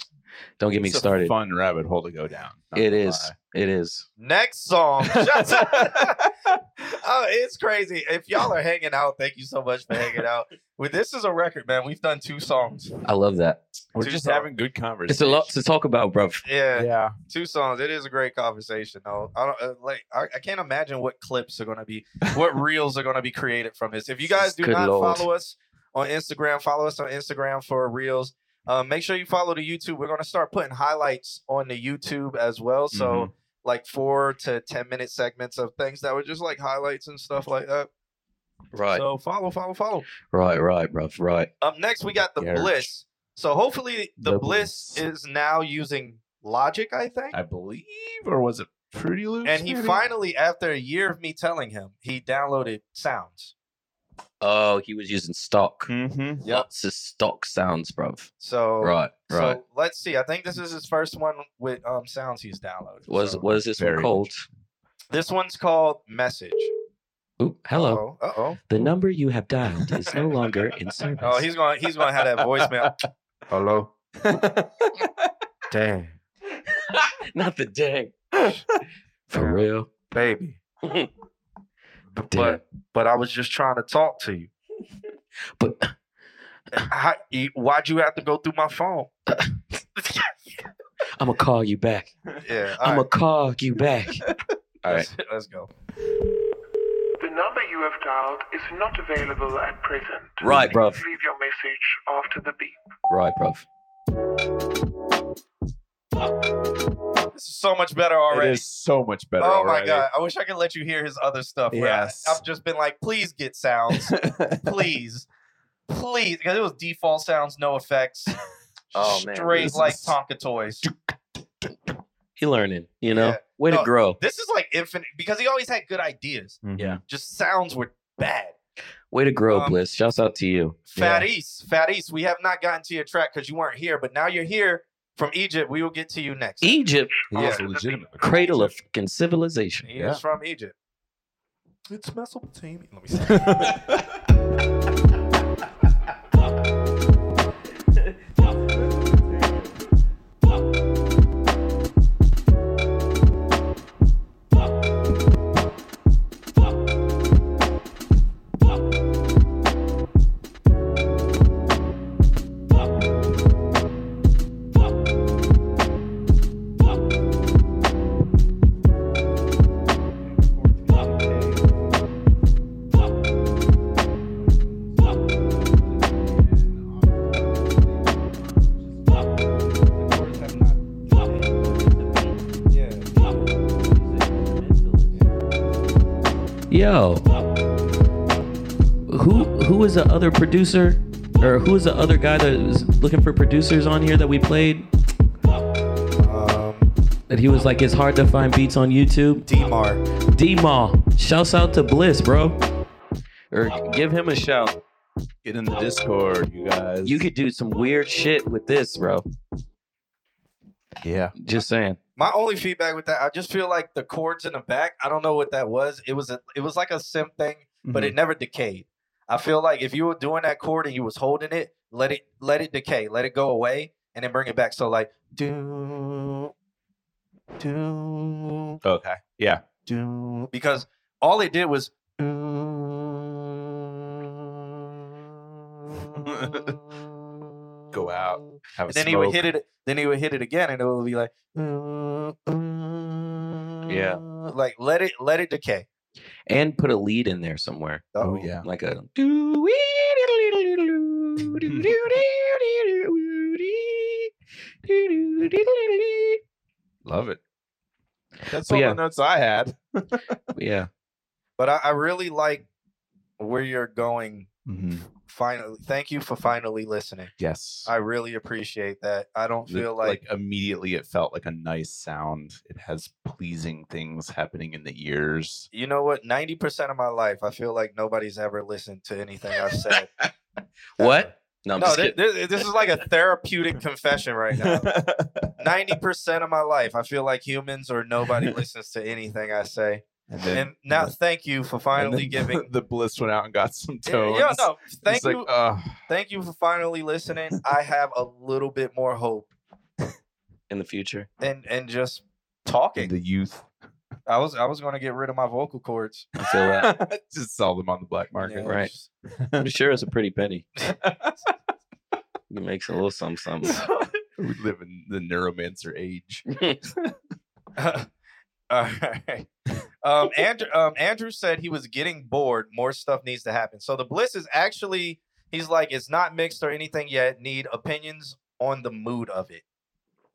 don't get me It's a started fun rabbit hole to go down. not it gonna is it is Next song. Shut lie. up. oh, it's crazy. If y'all are hanging out, thank you so much for hanging out. Well, this is a record, man. We've done two songs. i love that We're Two just songs. having good conversation. it's a lot to talk about bro Yeah, Yeah. two songs. It is a great conversation, though. I don't uh, like. I, I can't imagine what clips are going to be, what reels are going to be created from this. If you guys do Good not Lord. follow us on Instagram, follow us on Instagram for reels. Uh, make sure you follow the YouTube. We're going to start putting highlights on the YouTube as well. So. Mm-hmm. Mhm. Like four to ten minute segments of things that were just like highlights and stuff like that. right So follow, follow, follow. right right bro right Up next, we got the Garage. Bliss. So hopefully, the, The Bliss Bliss. is now using Logic, I think. I believe, or was it Pretty Loops? and he maybe? finally, after a year of me telling him, he downloaded sounds. oh he was using stock Mhm. Yep. lots of stock sounds bro So right so right let's see. I think this is his first one with um sounds he's downloaded. was So was this one Very called this one's called Message. Oop, hello. Uh oh. The number you have dialed is no longer in service. Oh, he's going. He's going to have that voicemail. Hello. Damn, Not the dang. For real. baby. but, Damn. but but I was just trying to talk to you. But How, you- why'd you have to go through my phone? I'm going to call you back. Yeah. I'm All going to call you back. right. Let's, let's go. The number you have dialed is not available at present. Right, bruv. Please leave your message after the beep. Right, bruv. This is so much better already. It is so much better. Oh my already. god! I wish I could let you hear his other stuff. where I- Yes. I've just been like, please get sounds, please, please, because it was default sounds, no effects. Oh, man, straight this like is- Tonka toys. He learning, you know? Yeah. Way No, to grow. This is like infinite because he always had good ideas. Yeah. Just sounds were bad. Way to grow, um, Bliss. Shouts out to you. Fat East, Fat East, we have not gotten to your track because you weren't here, but now you're here from Egypt. We will get to you next. Egypt, He Yeah. is legitimate. cradle of fucking civilization. He Yeah. is from Egypt. It's Mesopotamia. Let me see. Yo, who who is the other producer, or who is the other guy that was looking for producers on here that we played? Um, That he was like, it's hard to find beats on YouTube. D-Mart. D Maw, shouts out to Bliss, bro. Or give him a shout. Get in the Discord, you guys. You could do some weird shit with this, bro. yeah. Just saying. My only feedback with that, I just feel like the chords in the back. I don't know what that was. It was a, it was like a sim thing, but it never decayed. I feel like if you were doing that chord and you was holding it, let it let it decay, let it go away, and then bring it back. So like do do Okay. Yeah. do because all it did was Go out. Have a and then he would hit it then he would hit it again and it would be like yeah like let it let it decay And put a lead in there somewhere, Oh yeah. like a. Love it. That's But all yeah. the notes I had. Yeah. but I, I really like where you're going finally thank you for finally listening Mm-hmm. Yes. i really appreciate that i don't The- feel like, immediately it felt like a nice sound. It has pleasing things happening in the ears. you know what 90% of my life i feel like nobody's ever listened to anything i've said What? No, I'm no just thi- kidding. thi- this is like a therapeutic confession right now ninety percent of my life, I feel like humans or nobody listens to anything I say. And then And now, thank you for and finally then giving. the bliss went out and got some Yeah, tones. yeah, no, thank It's like, you, ugh. thank you for finally listening. I have a little bit more hope in the future. and and just And talking. the youth I was I was going to get rid of my vocal cords. I feel that. just sell them on the black market. Yeah, right. just- I'm sure it's a pretty penny. It makes a little something, something. We live in the neuromancer age. All right. Um, Andrew, um, Andrew said he was getting bored. More stuff needs to happen. So the bliss is actually, he's like, it's not mixed or anything yet. Need opinions on the mood of it.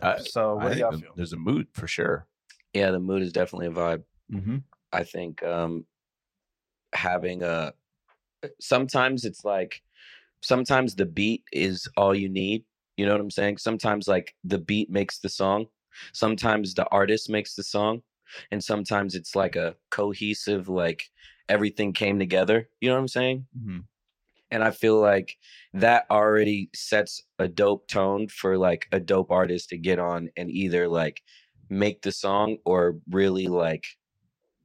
I- So I Oh, what do think y'all the- feel? there's a mood for sure. yeah, the mood is definitely a vibe. Mm-hmm. I think um having a sometimes it's like sometimes the beat is all you need. You know what I'm saying? Sometimes like the beat makes the song. Sometimes the artist makes the song. And sometimes it's like a cohesive, like everything came together. You know what I'm saying? Mm-hmm. and I feel like that already sets a dope tone for like a dope artist to get on and either like make the song or really like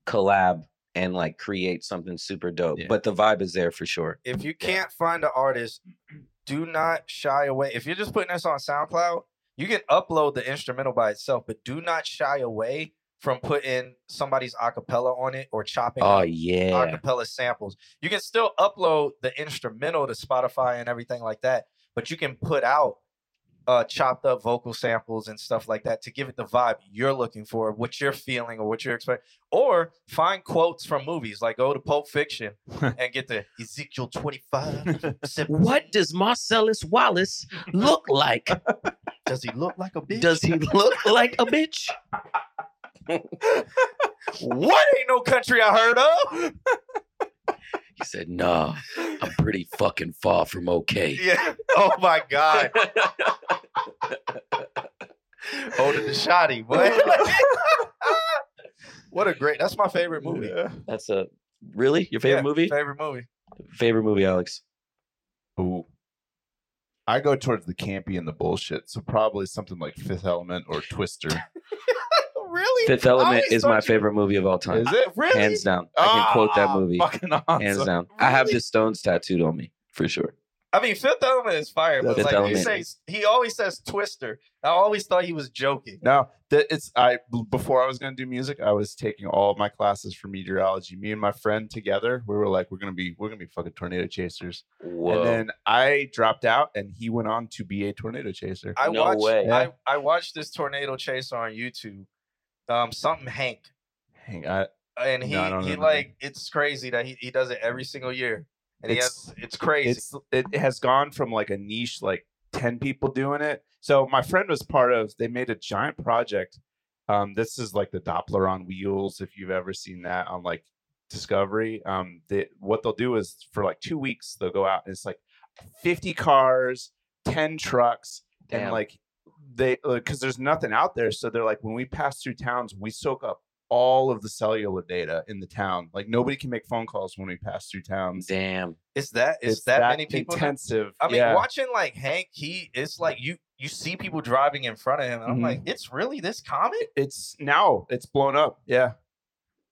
collab and like create something super dope. Yeah. But the vibe is there for sure. If you can't find an artist, do not shy away. If you're just putting this on SoundCloud, you can upload the instrumental by itself, but do not shy away from putting somebody's acapella on it or chopping Oh up yeah. acapella samples. You can still upload the instrumental to Spotify and everything like that, but you can put out uh, chopped up vocal samples and stuff like that to give it the vibe you're looking for, what you're feeling or what you're expecting. Or find quotes from movies, like go to Pulp Fiction and get the Ezekiel 25. What does Marcellus Wallace look like? Does he look like a bitch? Does he look like a bitch? what ain't no country I heard of? He said, "Nah, I'm pretty fucking far from okay." Yeah. Oh my God. Holding the shoddy, boy. what a great that's my favorite movie. That's a really your favorite Yeah, movie? Favorite movie. Favorite movie, Alex? Ooh. I go towards the campy and the bullshit, so probably something like Fifth Element or Twister. really? Fifth I Element always is my thought you- favorite movie of all time, Is it really? hands down. I can quote that Ah, movie, Fucking awesome. hands down. I have Really? the Stones tattooed on me for sure. I mean, Fifth Element is fire, but Fifth like he Element. says, he always says Twister. I always thought he was joking. No, that it's I b- before I was gonna do music, I was taking all of my classes for meteorology. Me and my friend together, we were like, we're gonna be we're gonna be fucking tornado chasers. Whoa! And then I dropped out, and he went on to be a tornado chaser. I No watched, way. I, I watched this tornado chaser on YouTube. Um, something Hank, Hang on, and he No, I don't he remember like it's crazy that he, he does it every single year, and It's- he has it's crazy. it's it has gone from like a niche, like ten people doing it. So my friend was part of. They made a giant project. Um, this is like the Doppler on wheels. If you've ever seen that on like Discovery, um, they, what they'll do is for like two weeks they'll go out and it's like fifty cars, ten trucks, and Damn. like they because there's nothing out there so they're like when we pass through towns we soak up all of the cellular data in the town like nobody can make phone calls when we pass through towns damn. It's that it's, that, many people. now? intensive I mean, yeah. watching like Hank, he it's like you you see people driving in front of him, and I'm Mhm. like, it's really this common. it's now it's blown up yeah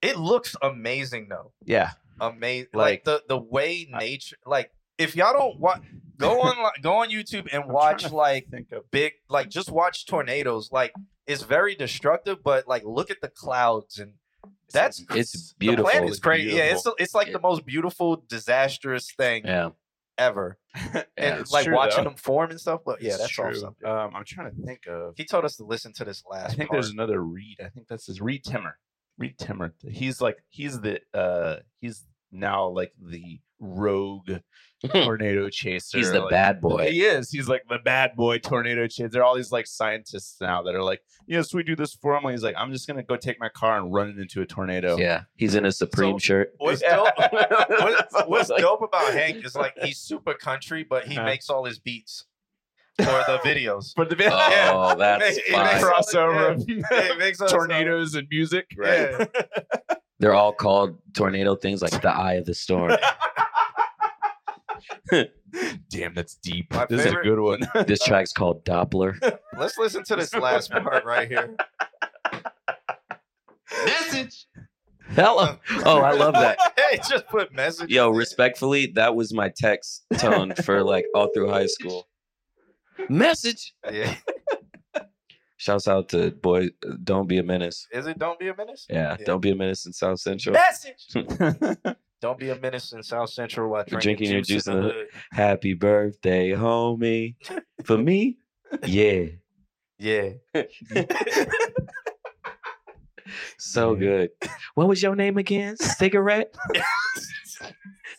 It looks amazing though. yeah amazing like, Like- the the way nature like if y'all don't watch go on li- go on youtube and trying watch to like think of big like just watch tornadoes like it's very destructive but like look at the clouds and that's It's the beautiful. planet is crazy yeah it's it's like the most beautiful disastrous thing yeah. ever and it's like true, watching though. them form and stuff but yeah It's that's true. awesome um i'm trying to think of he told us to listen to this i last think part. there's another reed i think that's his reed timmer reed timmer he's like he's the uh he's now like the rogue tornado chaser He's the like, bad boy. He is. He's like the bad boy tornado kid. There are all these like scientists now that are like, yes, we do this formally. He's like, I'm just gonna go take my car and run it into a tornado. Yeah, he's in a Supreme So- shirt. What's Yeah. dope? what's, what's Like- dope about Hank is like he's super country, but he Uh-huh. makes all his beats for the videos. But the Yeah. Oh, that's It fine. makes all- crossover of Yeah, he makes all- tornadoes and music. Yeah. They're all called tornado things like the eye of the storm. Damn, that's deep. My this favorite- is a good one. this track's called Doppler. Um, Let's listen to this last part right here. Message. Hello. Oh, I love that. hey, just put message. Yo, respectfully, that was my text tone for like all through high school. Message. Yeah. Shouts out to boy, don't be a menace. Is it don't be a menace? Yeah, Yeah. don't be a menace in South Central. Message. don't be a menace in South Central while You're drinking, your juice in the hood. Happy birthday, homie. For me, yeah, Yeah. so good. What was your name again? Cigarette.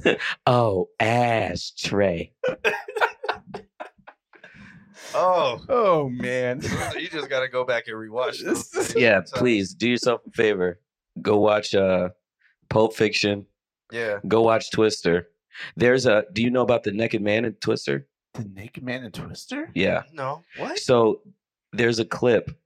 oh, ashtray. Oh, oh man. you just got to go back and rewatch this. Yeah, So- please do yourself a favor. Go watch uh, Pulp Fiction. Yeah. Go watch Twister. There's a. Do you know about the Naked Man and Twister? the naked man and Twister? Yeah. No. What? So there's a clip.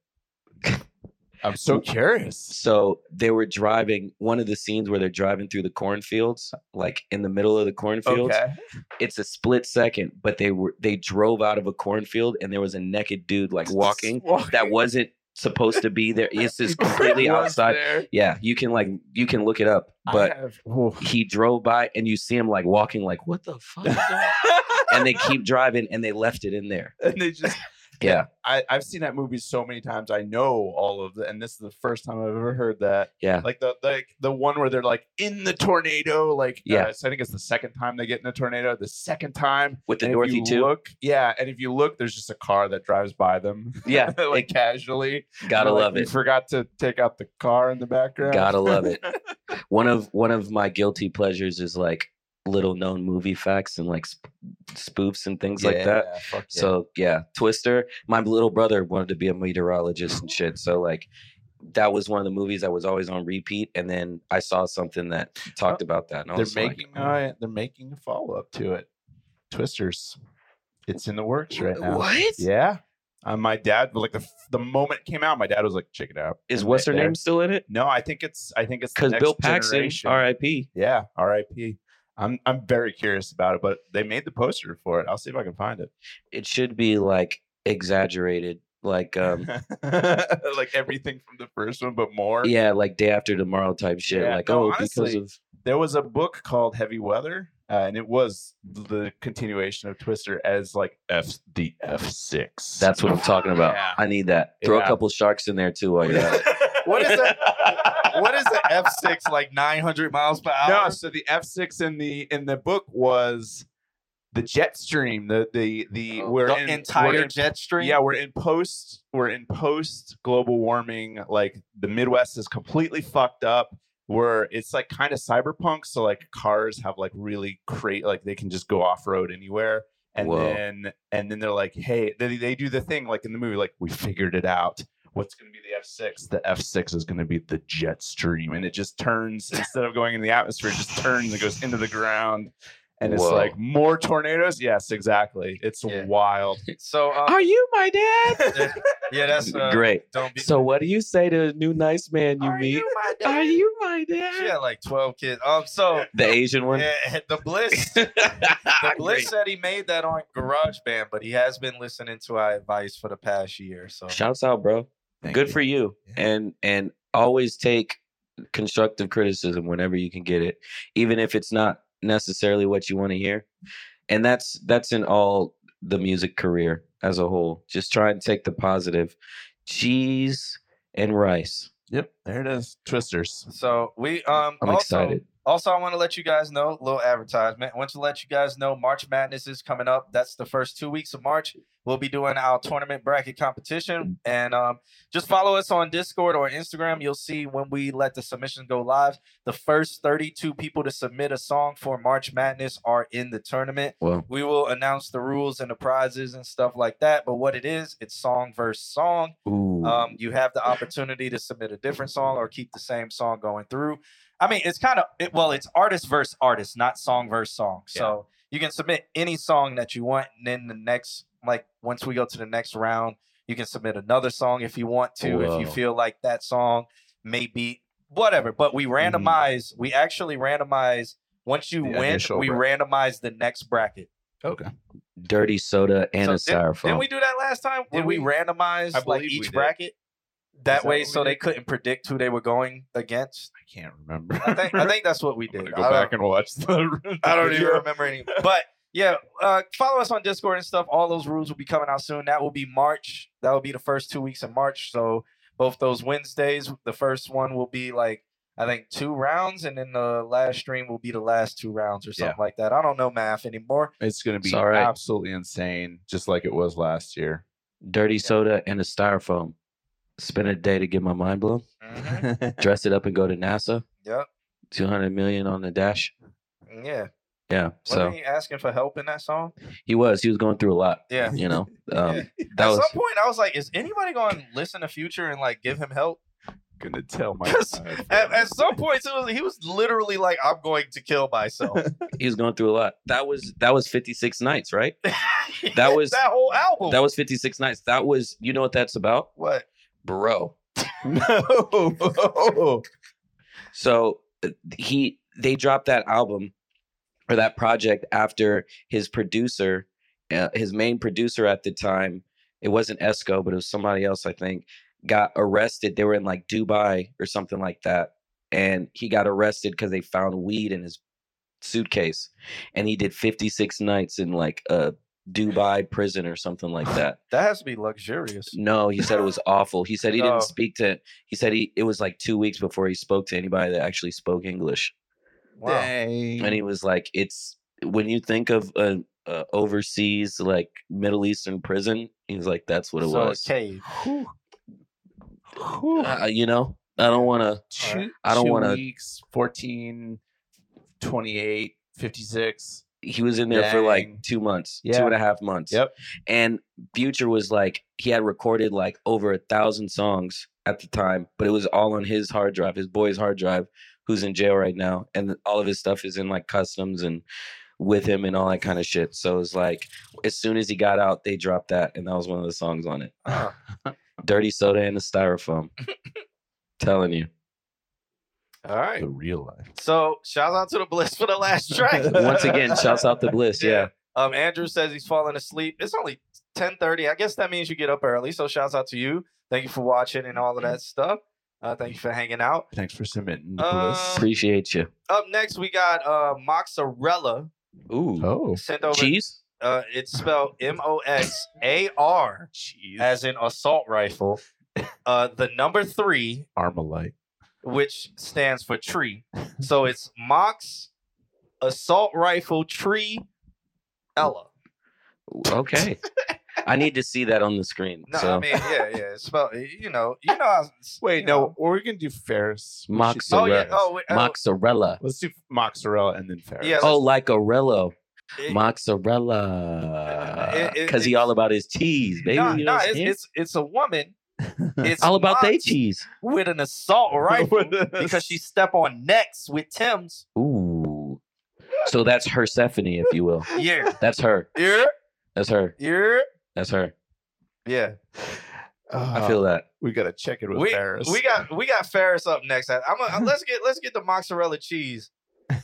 I'm so curious. So they were driving one of the scenes where they're driving through the cornfields, like in the middle of the cornfields. Okay. It's a split second, but they were they drove out of a cornfield and there was a naked dude like walking that wasn't supposed to be there. It's just completely outside. Yeah, you can like you can look it up, but he drove by and you see him like walking like what the fuck, is that?" and they keep driving and they left it in there. and they just Yeah, I, I've seen that movie so many times. I know all of the, and this is the first time I've ever heard that. yeah, Like the like the one where they're like in the tornado. Like Yeah. uh, so I think it's the second time they get in a tornado. The second time with the and if Dorothy you too. Look, yeah, and if you look, there's just a car that drives by them. Yeah, like casually. gotta They're like, love "We it. Forgot to take out the car in the background. Gotta love it. One of one of my guilty pleasures is like little known movie facts and like sp- spoofs and things like that. So yeah, Twister. My little brother wanted to be a meteorologist and shit. So like that was one of the movies that was always on repeat. And then I saw something that talked about that. And I they're was making like, uh, they're making a follow up to it. Twisters, it's in the works right now. What? Yeah. Uh, my dad, like the f- the moment it came out, my dad was like, "Check it out." Is And what's they- her they're- name still in it? No, I think it's I think it's the Because next Bill Paxton, generation. R.I.P. Yeah, R.I.P. I'm I'm very curious about it, but they made the poster for it. I'll see if I can find it. It should be like exaggerated, like um, like everything from the first one, but more. yeah, like Day After Tomorrow type shit. Yeah, like no, oh, because honestly, of There was a book called Heavy Weather, uh, and it was the continuation of Twister as like F the F six. that's what I'm talking about. Yeah. I need that. Throw a Yeah. couple sharks in there too while you're at it. What is that? what is the F six like? Nine hundred miles per hour. No, so the F six in the in the book was the jet stream. The the the we're Oh. the in, we're entire in- jet stream. Yeah, we're in post we're in post global warming. Like the Midwest is completely fucked up. Where it's like kind of cyberpunk, so like cars have like really great, like they can just go off road anywhere. And Whoa. then and then they're like, hey, they, they do the thing like in the movie, like we figured it out. What's going to be the F six? The F six is going to be the jet stream, and it just turns instead of going in the atmosphere, it just turns and goes into the ground. And it's Whoa. like more tornadoes. Yes, exactly. It's Yeah. wild. So uh, um, Are you my dad? yeah, that's uh, Great. Don't be. So what do you say to a new nice man you meet? Are you my dad? she had like twelve kids. Um. So The Asian one. yeah, the bliss. The bliss said he made that on GarageBand, but he has been listening to our advice for the past year. So Shouts out, bro. Good for you. And and always take constructive criticism whenever you can get it, even if it's not necessarily what you want to hear. And that's that's in all the music career as a whole. Just try and take the positive. Cheese and rice. Yep, there it is. Twisters. So we um I'm also, excited. Also, I want to let you guys know, little advertisement. Want to let you guys know March Madness is coming up. That's the first two weeks of March. We'll be doing our tournament bracket Mm. competition. And um just follow us on Discord or Instagram. You'll see when we let the submissions go live. The first 32 people to submit a song for March Madness are in the tournament. Well, We will announce the rules and the prizes and stuff like that. But what it is, it's song versus song. ooh. Um, you have the opportunity to submit a different song or keep the same song going through. I mean, it's kind of it, well, it's artist versus artist, not song versus song. So you can submit any song that you want, and then the next, like once we go to the next round, you can submit another song if you want to, if you Whoa. feel like that song may be whatever. But we randomize. We actually randomize. Once you Mm-hmm. The win, initial we randomize the next bracket. oh, dirty soda and a So did- styrofoam. Didn't we do that last time? Did Did we, we? randomize I like believe we each did. bracket? Is That that way, what we so they did? couldn't predict who they were going against. I can't remember. I think I think that's what we I'm did. gonna go I, back don't, and watch the. I don't even video. remember any. But yeah, uh, follow us on Discord and stuff. All those rules will be coming out soon. That will be March. That will be the first two weeks in March. So both those Wednesdays, the first one will be like I think two rounds, and then the last stream will be the last two rounds or something like that. I don't know math anymore. It's gonna It's be all right. absolutely insane, just like it was last year. dirty soda and a styrofoam. Spend a day to get my mind blown. Dress it up and go to NASA. Yep. Two hundred million on the dash. Yeah. Yeah. So Wasn't he asking for help in that song? he was. He was going through a lot. Yeah. You know. Um, At that was. some point, I was like, "Is anybody going to listen to Future and like give him help?" gonna tell my. Because entire At, family. at some point, it was, he was literally like, "I'm going to kill myself." He was going through a lot. That was. That was fifty six nights, right? That was- that whole album. That was fifty six nights. That was. You know what that's about, what? bro. no. So uh, he they dropped that album or that project after his producer, uh, his main producer at the time. It wasn't Esco, but it was somebody else, I think. got arrested. They were in like Dubai or something like that. And he got arrested because they found weed in his suitcase. And he did 56 nights in like a Dubai prison or something like that. That has to be luxurious. No, he said it was awful. He said he No. didn't speak to he said he it was like two weeks before he spoke to anybody that actually spoke English. Wow. and he was like it's when you think of a, a overseas like middle eastern prison he was like that's what it so a was cave. Uh, you know i don't want to Two, I don't two wanna- weeks, 14, 28, 56. he was in there for like Dang. two months two Yeah. and a half months Yep. and future was like he had recorded like over a thousand songs at the time but it was all on his hard drive his boy's hard drive who's in jail right now and all of his stuff is in like customs and with him and all that kind of shit so it's like as soon as he got out they dropped that and that was one of the songs on it dirty soda and the styrofoam telling you All right. real life. So shout out to the Bliss for the last track. once again shouts out the bliss yeah Um, Andrew says he's falling asleep. It's only 10:30. I guess that means you get up early. So shouts out to you. Thank you for watching and all of that stuff. Uh, thank you for hanging out. Thanks for submitting. Uh, appreciate you Up next, we got uh, Mozzarella ooh oh, sent over. cheese Uh, it's spelled M O X A R, as in assault rifle. Uh, the number three, Armalite. which stands for tree. So it's Mox Assault Rifle Tree Ella. okay i need to see that on the screen No, so I mean, yeah, yeah. It's spelled, you know, you know. how- Wait, you no, know. or we can do Ferris. We should do Oh, Mozzarella. yeah. Ferris. Oh, wait. oh, mozzarella Let's do mozzarella and then Ferris. Yeah, oh like orello it- mozzarella It- it- because he it's- all about his cheese baby nah, you know nah, what I'm it's, saying? it's it's a woman. It's all about their Mox cheese with an assault rifle because she step on necks with Tim's. ooh so that's Persephone, if you will Yeah, that's her yeah, that's her yeah, that's her yeah. i feel that Uh, we gotta check it with we, Ferris. we got we got Ferris up next. I, I'm a, let's get let's get the mozzarella cheese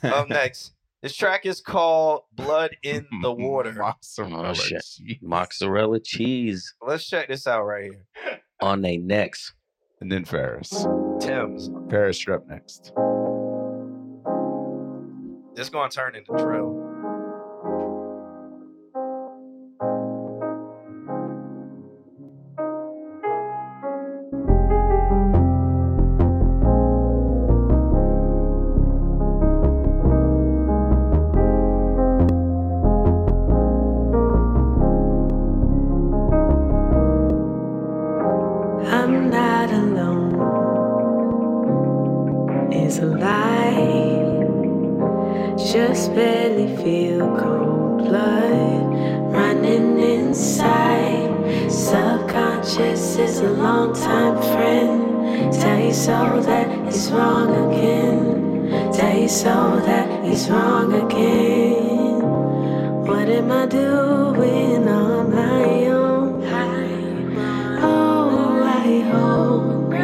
up next. This track is called "Blood in the Water." Mozzarella. Oh, shit. cheese. mozzarella cheese Let's check this out right here. on their necks And then Ferris. Tim's. Ferris, you're up next. This gonna turn into drill. I'm not alone is a lie. Just barely feel cold blood running inside. Subconscious is a long time friend. Tell you so that it's wrong again. Tell you so that it's wrong again. What am I doing on my own? Oh, I hope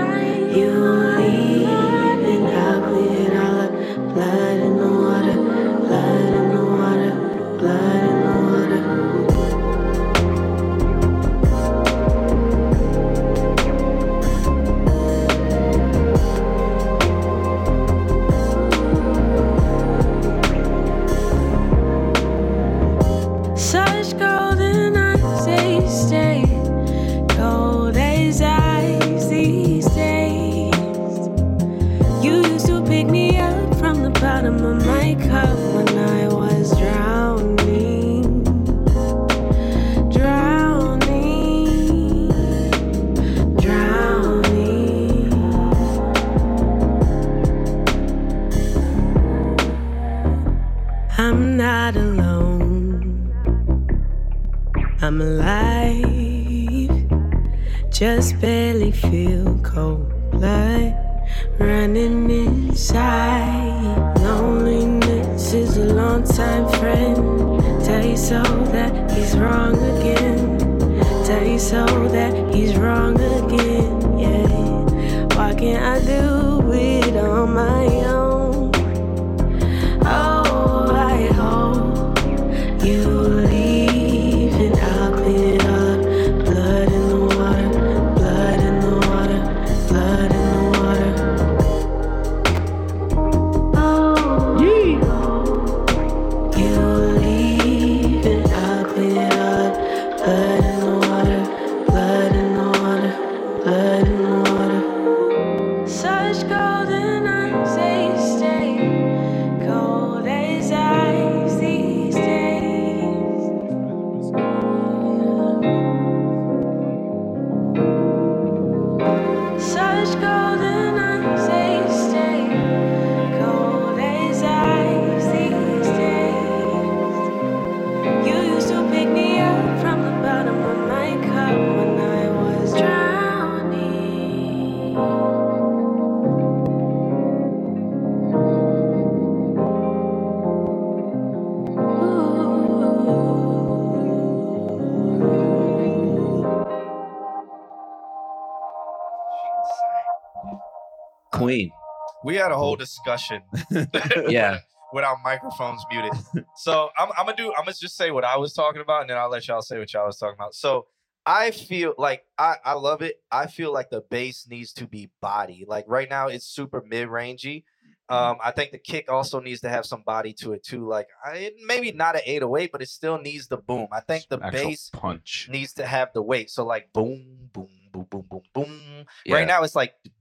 you leave and I'll clean all up. Blood in the water, blood in the water, blood in the water. Such golden eyes, they stay cold as ice these days. You used to pick me up from the bottom of my cup when I was drowning, drowning, drowning. I'm not alone. I'm alive. Just barely feel cold blood running inside. Loneliness is a long time friend. Tell you so that he's wrong again. Tell you so that he's wrong again. Yeah. Why can't I do it on my own? Oh, I hope you leave and I'll clean it all up. Blood in the water, blood in the water, Queen. We had a whole discussion. Yeah. With our microphones muted. So I'm, I'm gonna do. I'm gonna just say what I was talking about, and then I'll let y'all say what y'all was talking about. So I feel like I, I love it. I feel like the bass needs to be body. Like right now, it's super mid rangey. Mm-hmm. Um, I think the kick also needs to have some body to it too. Like I, maybe not an 808, but it still needs the boom. I think the Actual bass punch. needs to have the weight. So like boom, boom, boom, boom, boom, boom. Yeah. Right now it's like do,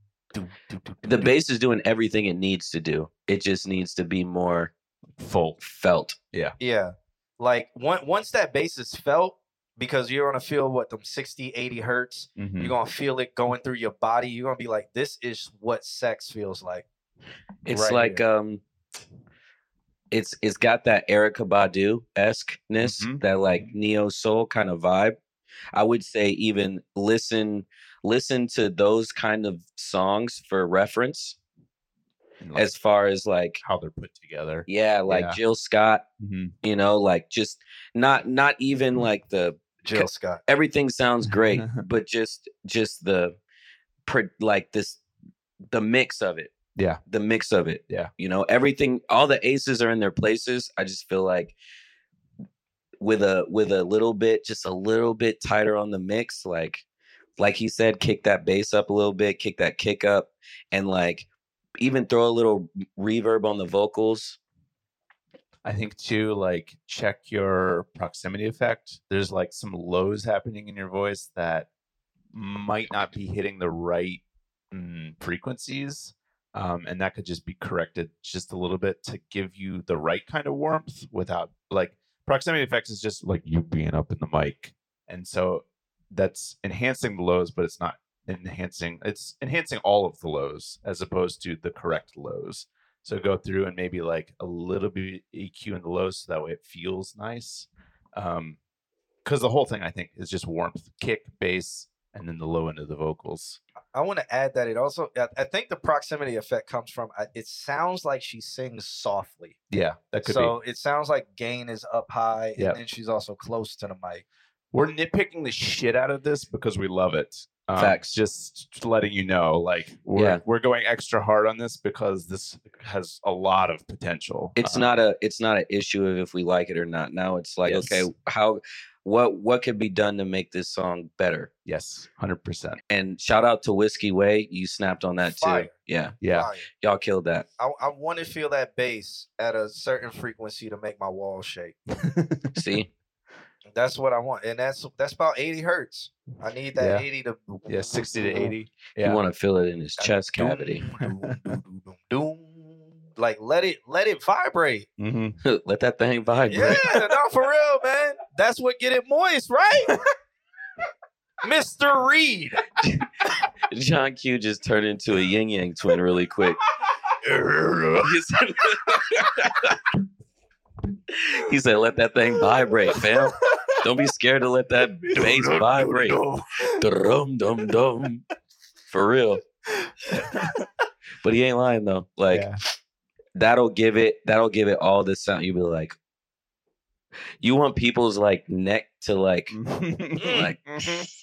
do, do, do, The do. bass is doing everything it needs to do. It just needs to be more full felt. Yeah. Like on- once that bass is felt, because you're gonna feel what them 60, 80 hertz, Mhm. you're gonna feel it going through your body. You're gonna be like, this is what sex feels like. It's Right like um it's it's got that Erica Badu esque ness, Mhm. that like neo soul kind of vibe. I would say even listen listen to those kind of songs for reference And like as far as like how they're put together. yeah, like Yeah. Jill Scott, Mhm. you know, like just not not Mm-hmm. even like the Jill Scott. everything sounds great, but just just the pro- like this the mix of it. Yeah. The mix of it. Yeah. You know, everything all the aces are in their places. I just feel like with a with a little bit just a little bit tighter on the mix like like he said kick that bass up a little bit, kick that kick up and like even throw a little reverb on the vocals. I think too, like check your proximity effect. There's like some lows happening in your voice that might not be hitting the right mm, frequencies. Um, and that could just be corrected just a little bit to give you the right kind of warmth without like proximity effects is just like you being up in the mic. And so that's enhancing the lows, but it's not enhancing, it's enhancing all of the lows as opposed to the correct lows. So go through and maybe like a little bit EQ in the lows so that way it feels nice. Um because the whole thing I think is just warmth, kick, bass, and then the low end of the vocals. I want to add that it also I, I think the proximity effect comes from I- it sounds like she sings softly. Yeah, that could so it sounds like gain is up high Yeah. and then she's also close to the mic. be. We're nitpicking the shit out of this because we love it. Um, Facts. Just letting you know, like we're Yeah. we're going extra hard on this because this has a lot of potential. it's Um, not a it's not an issue of if we like it or not now it's like okay Yes. how what what could be done to make this song better yes, hundred percent. and shout out to whiskey way you snapped on that too Fire. yeah Yeah, Fire. y'all killed that I, I want to feel that bass at a certain frequency to make my wall shake. see That's what I want, and that's that's about eighty hertz. I need that eighty to yeah, sixty to eighty. Yeah, you want to feel it in his chest cavity Doom, doom, doom, doom, doom. Like let it let it vibrate. Mhm. let that thing vibrate Yeah, no, for real, man. That's what get it moist, right? Mr. Reed. john q just turned into a yin yang twin really quick he said let that thing vibrate fam don't be scared to let that bass vibrate dum dum dum for real but he ain't lying though like Yeah. that'll give it that'll give it all the sound you'll be like you want people's like neck to like like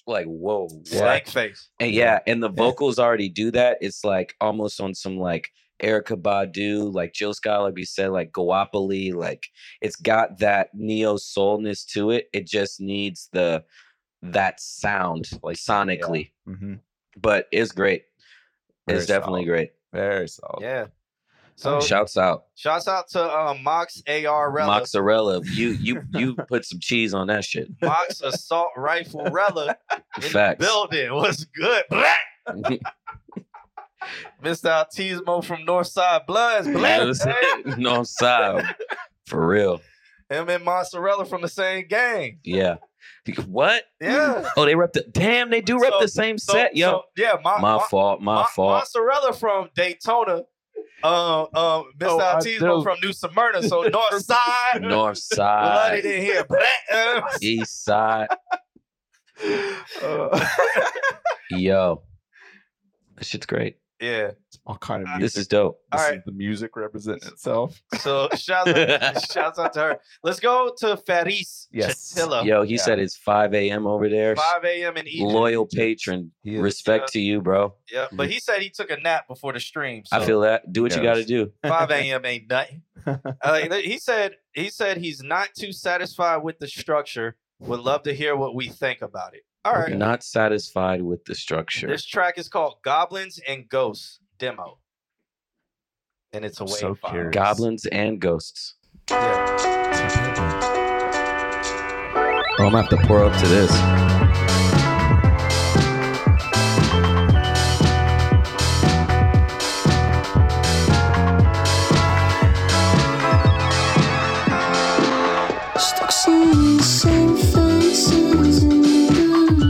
like whoa what? Snake face. and yeah and the vocals already do that it's like almost on some like Erica Badu, like Jill Scott, like we said, like Guapoli, like it's got that neo soulness to it. It just needs the that sound like sonically, Mhm. but it's great. Very it's definitely solid. great. Very solid. Um, Yeah. So Shouts out shouts out to um, Mox AR Rella. Mox, mozzarella. You you you put some cheese on that shit. Assault Rifle Rella in the Facts. building. What's good? Black. Mr. Altismo from Northside Bloods. You know what I'm Black. saying? You know what I'm saying? For real. Him and Mozzarella from the same gang. Yeah. What? Yeah. Oh, they rep the damn, they do rep So- the same So- set, yo. so, yeah, my, my my- fault, my Mo- fault. Mozzarella from Daytona. Um, um, Mr. Oh, I- Altismo those- from New Smyrna. So North Side. North Blood it side, in here. Black. east side. Uh, Yo. That shit's great. Yeah. All kind of music. This is dope. All This right. is the music representing itself. So shouts out, shouts out to her. Let's go to Faris Yes. Chatilla. Yo, he Yeah. said it's 5 a.m. over there. 5 a.m. in Egypt. Loyal patron. He is- Respect to you, bro. Yeah, but he said he took a nap before the stream. I so feel that. Do what you Yes. got to do. 5 a.m. ain't nothing. Uh, he said he said he's not too satisfied with the structure. Would love to hear what we think about it. All right. Not satisfied with the structure. This track is called Goblins and Ghosts Demo. And it's a wave So file. curious. Goblins and ghosts. Yeah. Oh, I'm gonna have to pour up to this. Stuck seeing the same faces in the crowd.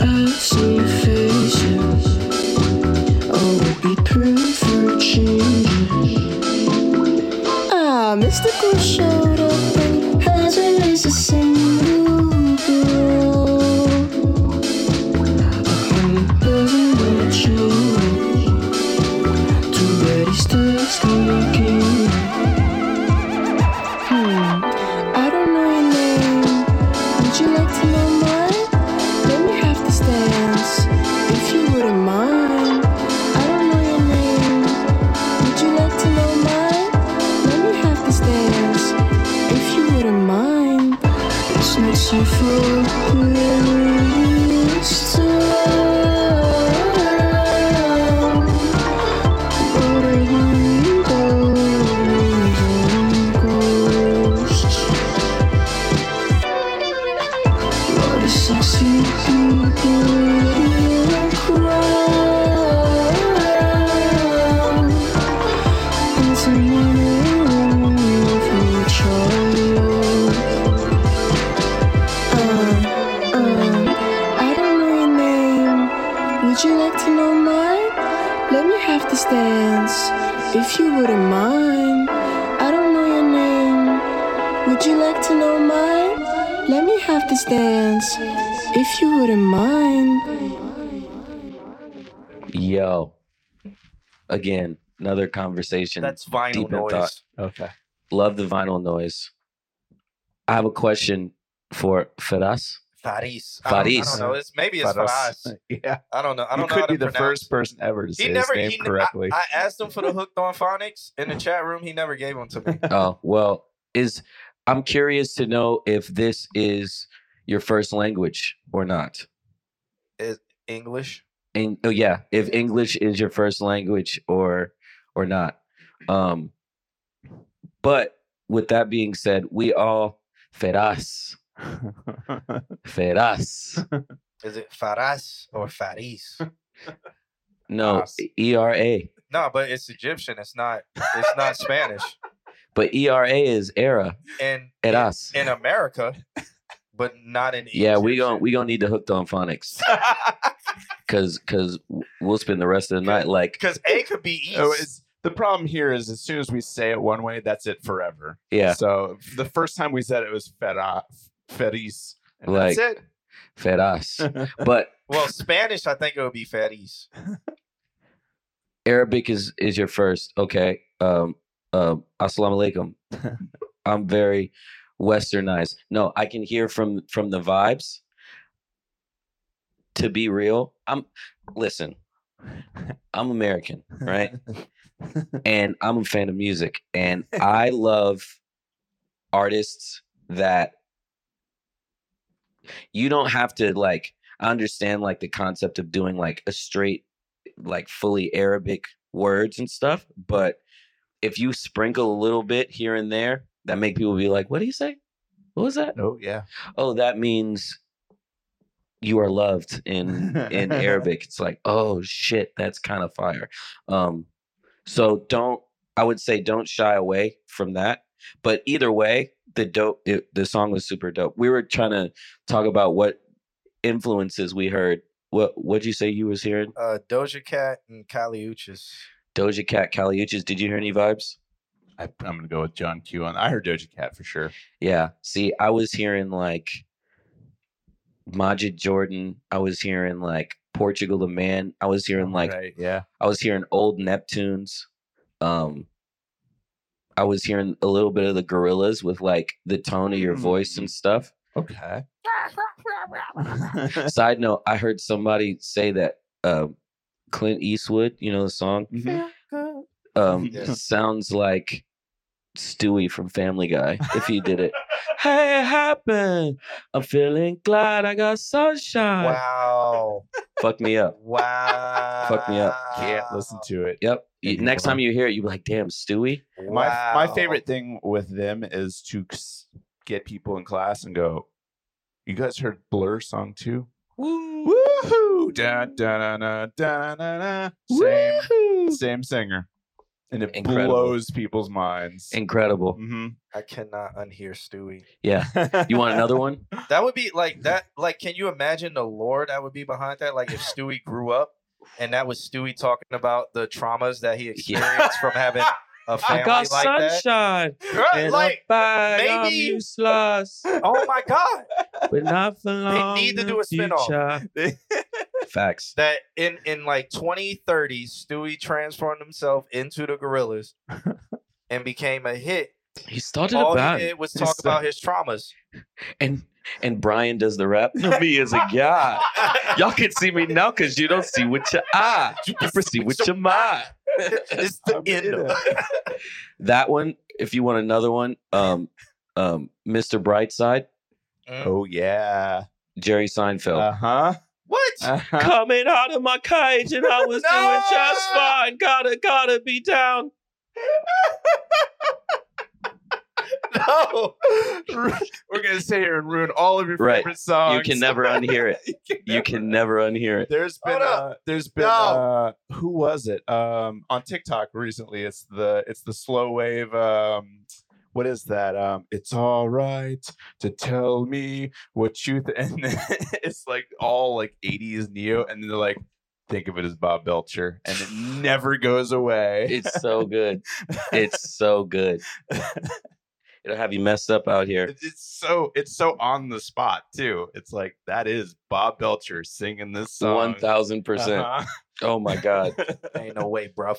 And I see faces. Oh, would be prefer changes. Ah, mystical showed up and hasn't raised a single girl. And it doesn't wanna change. Too bad he's still sneaking. Hmm, I don't know your name. Would you like to know mine? Let me have the stance, if you wouldn't mind. I don't know your name. Would you like to know mine? Let me have the stance, if you wouldn't mind. This makes you feel used to around. Uh, uh, Would you like to know mine? Let me have this dance, if you wouldn't mind. I don't know your name. Would you like to know mine? Let me have this dance, if you wouldn't mind. Yo. Again, another conversation. That's vinyl Deep in noise. thought. Okay. Love the vinyl noise. I have a question for Feras. Faris. I don't- I Faris. don't know. It's, maybe it's Faris. Faris. Yeah. I don't know. I You don't know how could to be the pronounce. first person ever to say He his never. name He, correctly. I, I asked him for the hooked on phonics in the chat room. He never gave them to me. Oh, well, is I'm curious to know if this is your first language or not. English. And oh yeah, if English is your first language or or not. Um but with that being said, we all Feras. Feras. Is it Faras or Faris? No, Feras. E R A. no, but it's Egyptian. It's not. It's not Spanish. But E R A is era. And Eras. in America, but not in. Yeah, we gon' Egyptian. we gonna need to hooked on phonics because because we'll spend the rest of the night like Because A could be East. Oh, it's, the problem here is as soon as we say it one way, that's it forever. yeah So the first time we said it was uh, Fera, Feris. And like that's it. feras, but well, Spanish, I think it would be Faris. Arabic is is your first. Okay. Um um assalamu alaikum. I'm very westernized. No, I can hear from from the vibes. To be real, I'm listen. I'm American, right? and I'm a fan of music and I love artists that you don't have to like I understand like the concept of doing like a straight like fully Arabic words and stuff, but if you sprinkle a little bit here and there, that make people be like, "What do you say? What was that? Oh, yeah. Oh, that means you are loved in in Arabic." It's like, "Oh shit, that's kind of fire." Um, so don't I would say don't shy away from that. But either way, the dope it, the song was super dope. We were trying to talk about what influences we heard. What what'd you say you was hearing? Uh, Doja Cat and Kali Uchis. Doja Cat, Caliuchis. Did you hear any vibes? I, I'm going to go with John Q on. I heard Doja Cat for sure. Yeah. See, I was hearing like Majid Jordan. I was hearing like Portugal the Man. I was hearing like right, yeah. I was hearing old Neptunes. Um, I was hearing a little bit of the Gorillas with like the tone of your voice and stuff. Mm-hmm. Okay. Side note: I heard somebody say that uh, Clint Eastwood, you know the song, Mm-hmm. um, Yeah. sounds like Stewie from Family Guy if he did it. hey, it happened. I'm feeling glad I got sunshine. Wow. Fuck me up. Wow. Fuck me up. Can't listen to it. Yep. You- Maybe Next one. time you hear it, you be like, "Damn, Stewie." My my Wow. favorite thing with them is to s- get people in class and go, "You guys heard Blur song too?" Woohoo! Da da da da da da da. Same same singer, and it Incredible. blows people's minds. Incredible. hmm I cannot unhear Stewie. Yeah. You want another one? That would be like that. Like, can you imagine the lore that would be behind that? Like, if Stewie grew up and that was Stewie talking about the traumas that he experienced from having a family like sunshine. that. Girl, and like, a bag of maybe- useless, oh my god, but not for long. need to in do a spin-off. future. Facts. that in in like 2030, Stewie transformed himself into the Gorillas and became a hit. He started All a he band, did was talk about his traumas. and and Brian does the rap. Me as a guy. Y'all can see me now because you don't see with your eye. You can see with your mind. It's the end. of- That one, if you want another one, um, um, Mr. Brightside, Oh yeah. Jerry Seinfeld. Uh huh. What? Uh-huh. Coming out of my cage and I was doing just No! fine. Gotta, gotta be down. No, we're gonna sit here and ruin all of your Right. favorite songs. You can never unhear it. You can never unhear it. There's been Hold up. uh, there's been Oh, No. uh, who was it um, on TikTok recently? It's the it's the slow wave. Um, what is that? Um, it's all right to tell me what you th-. and then it's like all like 80s neo, and then they're like, think of it as Bob Belcher, and it never goes away. It's so good. It's so good. It'll have you messed up out here. It- It's so it's so on the spot too. It's like that is Bob Belcher singing this song. One thousand percent. Uh-huh. Oh my god. Ain't no way, bruv.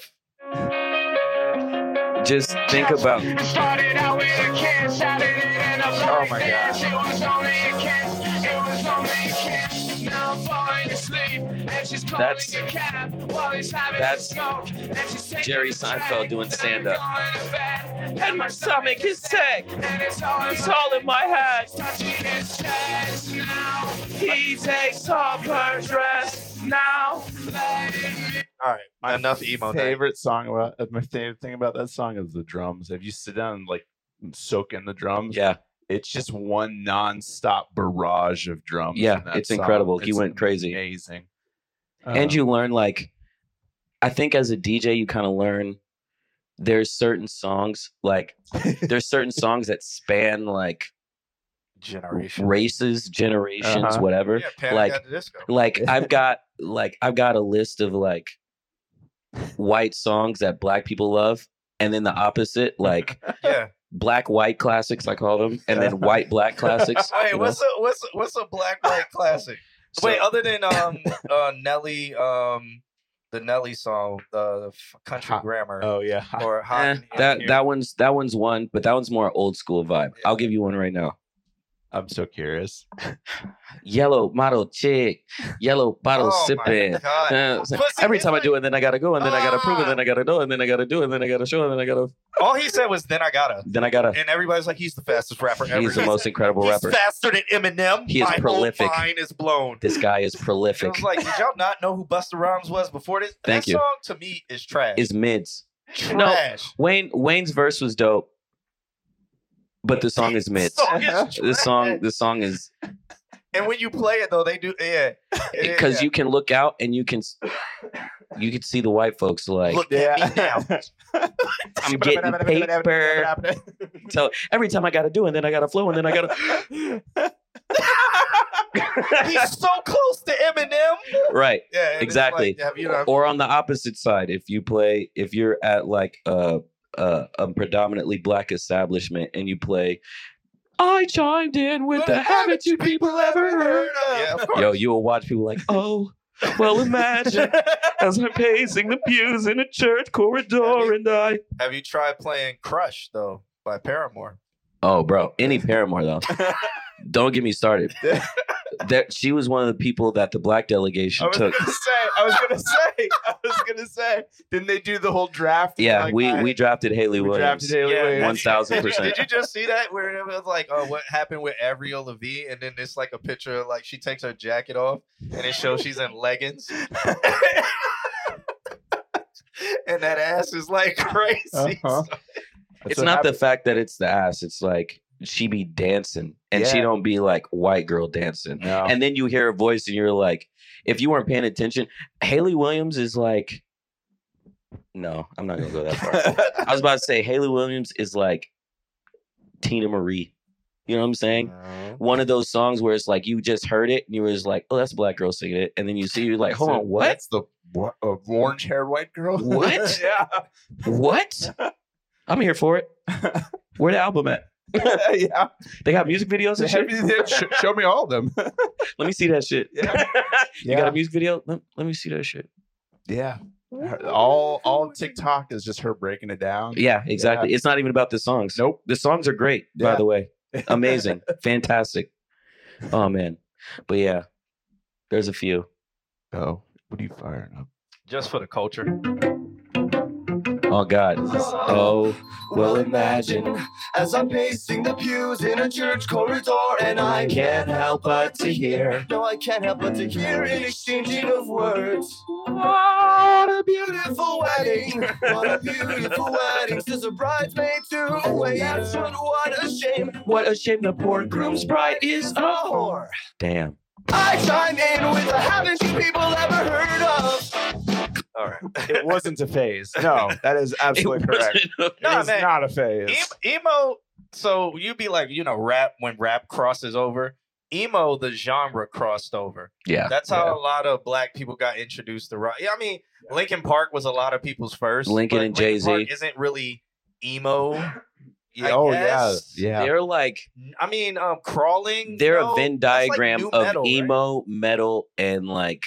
Just think about Started out with a kiss, I didn't end up Oh my God. It was only a kiss, it was only a kiss. Now I'm falling asleep, and she's calling That's- a cab while he's having that's a smoke. And she's taking Jerry a drag, Seinfeld doing and I'm stand-up. going to bed, And my stomach is sick, and it's all, it's all in my head. touching his chest now. He takes off her dress now. All right, enough emo. night. favorite song about uh, my favorite thing about that song is the drums. If you sit down and like soak in the drums, yeah, it's just one nonstop barrage of drums. Yeah, in that it's song. incredible. He It's went crazy. Amazing. and Um, you learn like i think as a dj you kind of learn there's certain songs like there's certain songs that span like generation. races generations Uh-huh. whatever Yeah, Panic like- at the Disco. like i've got like i've got a list of like white songs that black people love and then the opposite like Yeah. black white classics i call them and then white black classics you Wait, know? what's a what's a, what's a black white classic? So- Wait, other than um uh Nelly um the Nelly song, uh, the f- country Hot- grammar oh yeah, or hot Eh, in Here. that that one's that one's one but that one's more old school vibe i'll give you one right now I'm so curious. yellow model chick, yellow bottle Oh my sipping. God. Uh, it's like, Pussy every time I whipping. do it, then I gotta go, and then I gotta prove it, Ah. then I gotta do, it, and then I gotta do, it, and then I gotta show, and then I gotta, All he said was, "Then I gotta," then I gotta. and everybody's like, "He's the fastest rapper ever." He's the most incredible He's rapper. faster than Eminem. He is My whole prolific. Mind is blown. This guy is It prolific. was like, did y'all not know who Busta Rhymes was before this? Thank that you. song to me is trash. Is mids. trash. Wayne Wayne's verse was dope, but the song is mids. Song is This trash. song, this song is And when you play it though, they do yeah. because you can look out and you can, s- you can see the white folks like Look at me now. I'm getting paper. So every time I gotta do, and then I gotta flow, and then I gotta. He's so close to Eminem. right. Yeah, and it's Exactly. like, have you not- or on the opposite side if you play if you're at like a, a, a predominantly black establishment and you play I chimed in with the haven't you people ever heard Yeah, of course. Yo, you will watch people like, oh, well, imagine as I'm pacing the pews in a church corridor and I. Have you tried playing Crush though by Paramore? Oh, bro, any Paramore though. Don't get me started. There, she was one of the people that the black I delegation was took. gonna say. I was gonna say. I was gonna say. Didn't they do the whole draft? Yeah, Like, we, I- we drafted Haley we Williams. drafted Haley Yeah, Williams. 1000%. Did you just see that where it was like, oh, what happened with Avril Lavigne? And then it's like a picture of like she takes her jacket off and it shows she's in leggings. and that ass is like crazy. Uh-huh. it's not the fact that it's the ass. It's like she be dancing and she Yeah. don't be like white girl dancing. No. And then you hear a voice and you're like, if you weren't paying attention, Haley Williams is like, no, I'm not gonna go that far. I was about to say Haley Williams is like Tina Marie. You know what I'm saying? One of those songs where it's like you just heard it and you were just like, oh, that's a black girl singing it, and then you see you're like, hold on, what? That's the what, uh, orange hair white girl. What? yeah. What? I'm here for it. Where the album at? yeah. They got music videos and shit. Sh- show me all of them. Let me see that shit. Yeah. You got a music video? Let, let me see that shit. Yeah. Her- all all TikTok is just her breaking it down. Yeah, exactly. It's not even about the songs. Nope. The songs are great, by Yeah. the way. Amazing. Fantastic. Oh man. But yeah, there's a few. Oh, what are you firing up? Just for the culture. Oh god. Oh well imagine As I'm pacing the pews in a church corridor, and I can't help but to hear. No, I can't help but to hear an exchanging of words. What a beautiful wedding! What a beautiful wedding! Says a bridesmaid to a waiter. What a shame! what a shame the poor groom's bride is a whore. whore. Damn. I chime in with a haven't you people ever heard of? All right. It wasn't a phase. No, that is absolutely correct. correct. Nah, it's man. not a phase. Em- emo. So you be like, you know, rap when rap crosses over. Emo, the genre crossed over. Yeah. That's how Yeah. a lot of black people got introduced to rock. Yeah, I mean, Lincoln Park was a lot of people's first. Lincoln but and Jay-Z. Park isn't really emo. I oh guess. yeah, yeah. They're like I mean, um, crawling. they're no, a Venn that's like diagram new of metal, right? emo, metal, and like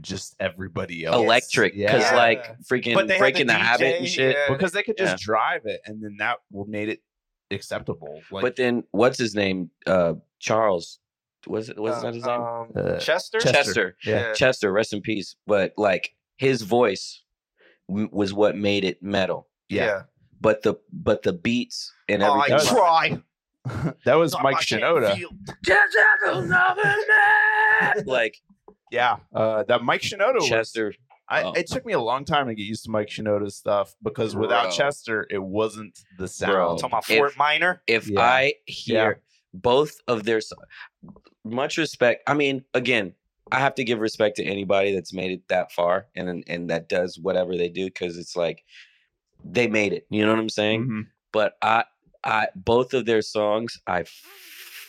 Just everybody else. electric. Yeah. Cause Yeah. like freaking But they had breaking the, the habit DJ, and shit. yeah. because they could just drive it, and then that w- made it acceptable. Like, but then what's his name? Uh, Charles. Was it? Was Uh, that his name? um, Uh, Chester. Chester. Chester. yeah. Chester. Rest in peace. But like his voice w- was what made it metal. Yeah. yeah, But the but the beats and Oh, I everything. That was- try. that was Stop, Mike I can't Shinoda. feel. like Yeah, uh, that Mike Shinoda. was- Chester. I, Oh. It took me a long time to get used to Mike Shinoda's stuff because without Bro. Chester, it wasn't the Bro. sound. Talking about Fort If- Minor. If Yeah. I hear both of their so- much respect. I mean, again, I have to give respect to anybody that's made it that far and and that does whatever they do because it's like they made it. You know what I'm saying? Mhm. but I, I both of their songs I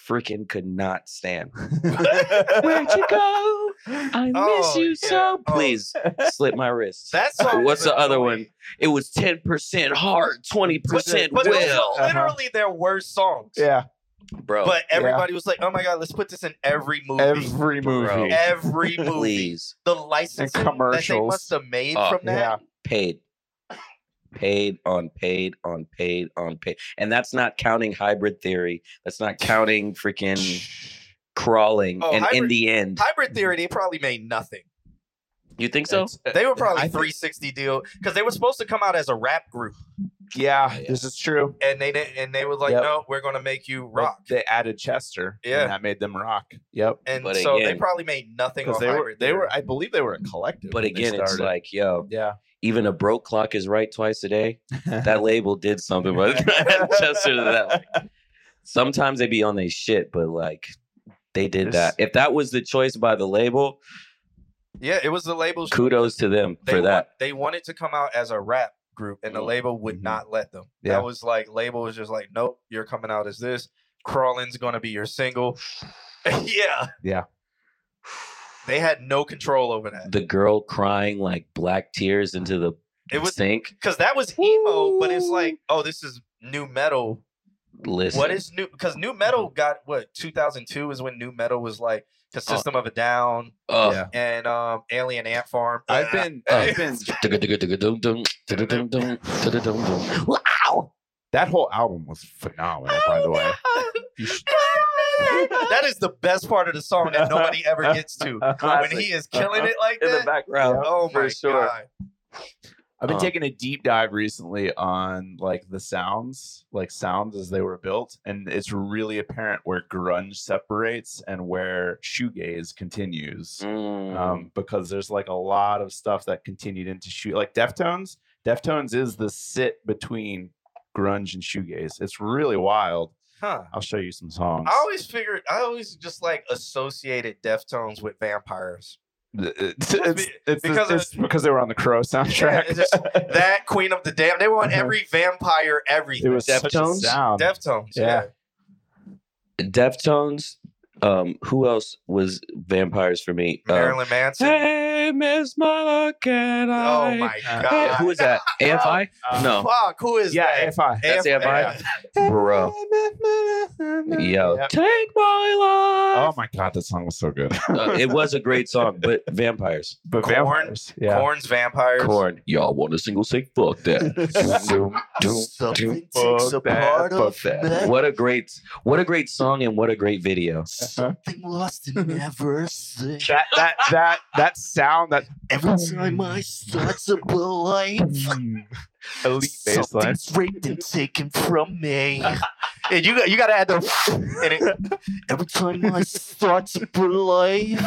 freaking could not stand. Where'd you go? I miss Oh, you yeah. so. Oh. Please slip my wrist. That song What's was the other annoying. one? It was ten percent hard, twenty percent But those were will, literally their worst songs. yeah, bro. But everybody was like, "Oh my god, let's put this in every movie." every movie. Bro. every movie. please the license that they commercials. must have made Oh, from that. paid, paid on paid on paid on paid, and that's not counting hybrid theory. That's not counting freaking crawling. Oh, and in Hybrid- the end, Hybrid Theory, they probably made nothing. you think so? It's- uh, They were probably I think- 360 deal because they were supposed to come out as a rap group, yeah, Yeah. this is true. and they didn't. And they was like, Yep. "No, we're gonna make you But rock." They added Chester. Yeah. and that made them rock. Yep, And But so they again- probably made nothing. because Off they were Hybrid they Theory. were. I believe they were a collective. But when they again, it's started. like, yo, yeah, even a broke clock is right twice a day. That label did something, but Chester to that. like, Sometimes they be on their shit, but like they did that. If that was the choice by the label, yeah, it was the labels kudos to them they for want- that. they wanted to come out as a rap group, and the Mm. label would Mhm. not let them. Yeah. That was like label was just like, "Nope, you're coming out as this. Crawlin's gonna be your single." yeah, Yeah. They had no control over that. The girl crying like black tears into the It was sink. because that was emo, but it's like, oh, this is new metal. listen. Mm-hmm. What is new? Because new metal got what 2002 is when new metal was like Oh. the System of a Down Uh, Yeah. and um, Alien Ant Farm. I've been, Uh, I've been. Wow. That whole album was phenomenal, by the way. You should- that is the best part of the song that nobody ever gets to when Classic. he is killing it like In the that. background. oh for my sure. god! I've been Uh. taking a deep dive recently on like the sounds, like sounds as they were built, and it's really apparent where grunge separates and where shoegaze continues. Mm. um, because there's like a lot of stuff that continued into shoot like Deftones. Deftones is the sit between grunge and shoegaze. It's really wild. Huh. I'll show you some songs. I always figured I always just like associated Deftones with vampires. Th- it's, it's, because it's because of- it's because they were on the Crow soundtrack. it's just That Queen of the Damned. They want Mhm. every vampire, it everything. was such a Deftones? sound. Deftones. Yeah. Yeah. Deftones. Um, who else was vampires for me? Um, Marilyn Manson. Hey, Miss Mama, can I? Oh my Uh, god. Oh, Hey, who is that? AFI? Uh, no, Fuck. Who is yeah, that? if I that's AFI. AFI. Bro, yo, Yep. take my Oh my god, that song was so good. life. Uh, it was a great song, but vampires. But Korn? vampires, yeah. Corn's vampires. Corn. Y'all want a single sick? Fuck that. Doom, doom, doom, doom. Fuck a that, part fuck of that. me. What a great, what a great song and what a great video. Uh-huh. Something lost and never seen. That that that that sound that Every time I start to believe, elite bass line. something's raped and taken from me. And you got- you gotta add the and it, Every time I start to believe,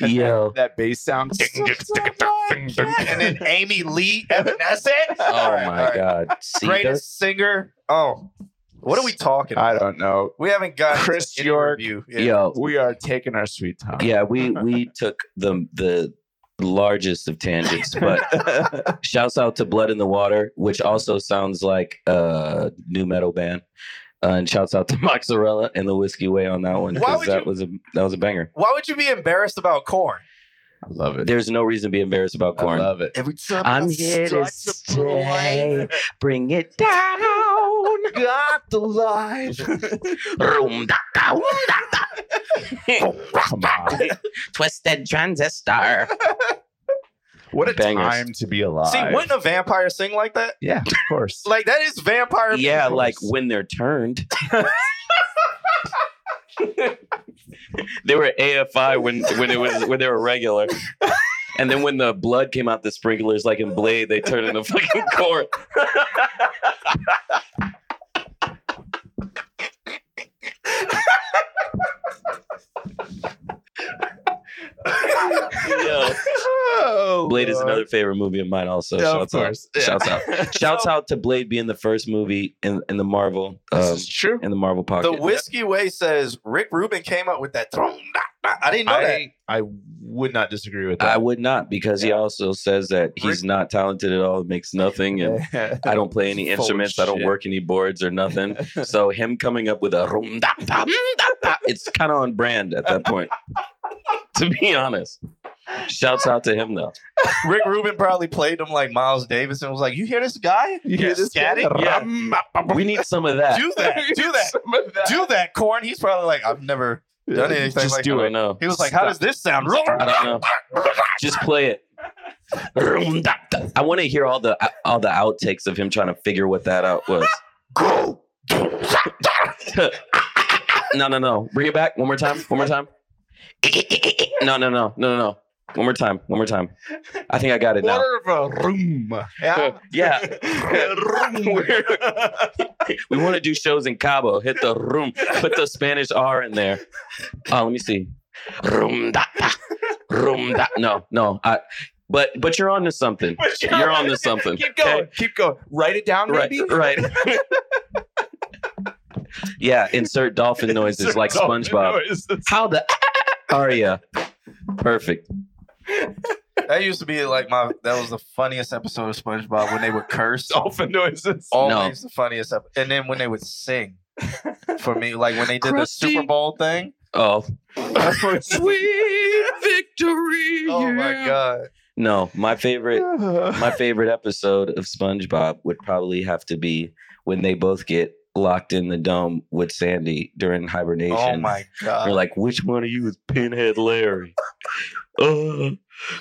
Yo. that bass sound. and then Amy Lee Evanescent. Oh my god. See that? Greatest singer. Oh, what are we talking? I about? don't know. We haven't got Chris York. Review. Yeah. Yo. We are taking our sweet time. Yeah, we we took the the largest of tangents, but shouts out to Blood in the Water, which also sounds like a new metal band. Uh, and shouts out to Mozzarella and the Whiskey Way on that one Why because would that you- was a that was a banger. Why would you be embarrassed about corn? I love it. There's no reason to be embarrassed about I corn. love it. every time I'm I here to start to believe, stay. Bring it down. Got the life. Room da da, room da da. Oh, Come on. Twisted transistor. What a Bangers. time to be alive. See, wouldn't a vampire sing like that? yeah, of course. Like that is vampire. Yeah, music. like when they're turned. they were AFI when when it was when they were regular. And then when the blood came out the sprinklers like in Blade, they turned into fucking corn. Yo. Blade is another favorite movie of mine also. Oh, Yeah, of Shouts out. course. Yeah. Shouts out. Shouts out to Blade being the first movie in, in the Marvel This um, is true. in the Marvel The pocket. Whiskey Way says Rick Rubin came up with that. I didn't know that. I, I would not disagree with I that. would not because he also says that he's not talented at all, makes nothing, and I don't play any Full of instruments, I don't shit. work any boards or nothing. so him coming up with a room da da da da, it's kind of on brand at that point. to be honest, shouts out to him though. Rick Rubin probably played him like Miles Davis and was like, "You hear this guy? You hear this guy? Scatting? Yeah. Rum, bop, bop, We need some of that. Do that, do that, some of that. do that, corn." He's probably like, "I've never done anything Just like do that." it. No, He was like, "How does this sound?" I don't know. Just play it. Room da da. I want to hear all the all the outtakes of him trying to figure what that out was. no, no, no. Bring it back one more time. One more time. No, no, no, no, no, no. One more time. One more time. I think I got it now. Quarter of a room. Yeah. we want to do shows in Cabo. Hit the room. Put the Spanish R in there. Oh, let me see. Room da da. Room da. No, no. I, but but you're on to something. You're, on to something. Keep going. Keep going. Write it down, Right, maybe. right. yeah, insert dolphin noises Insert like dolphin SpongeBob. noises. How the are you? Perfect. That used to be like my. That was the funniest episode of SpongeBob when they would curse. Dolphin noises. Always the funniest episode. And then when they would sing, for me, like when they did the Krusty. Super Bowl thing. Oh, Sweet. victory. Oh my god! No, my favorite my favorite episode of SpongeBob would probably have to be when they both get locked in the dome with Sandy during hibernation. Oh my They're god! like, which one of you is Pinhead Larry? uh,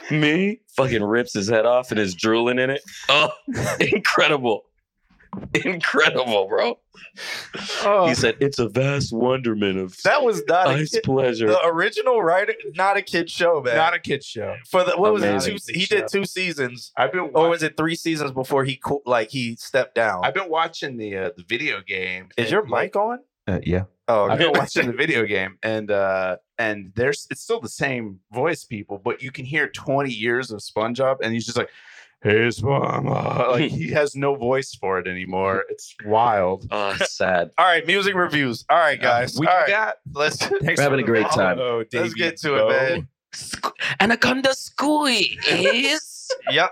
me? Fucking rips his head off and is drooling in it. Oh, incredible. Incredible, bro. He said, it's a vast wonderment of Oh. that was not a ice kid, pleasure. the original writer, not a kid show, man. Not a kid show. for the what was Amazing. it? Two, he did two seasons, I've been or watching, was it three seasons before he co- like he stepped down? I've been watching the uh, the video game. Is and, your mic like- on? Uh, yeah. Oh, I've okay. been watching the video game, and uh, and there's it's still the same voice people, but you can hear 20 years of SpongeBob, and he's just like, "Hey, SpongeBob," like he has no voice for it anymore. It's wild. Oh, it's sad. all right. Music reviews. All right, guys. we all right, got Oh, let's We're having a great time. let's get to it, man. Anaconda Scooey is. Y'all,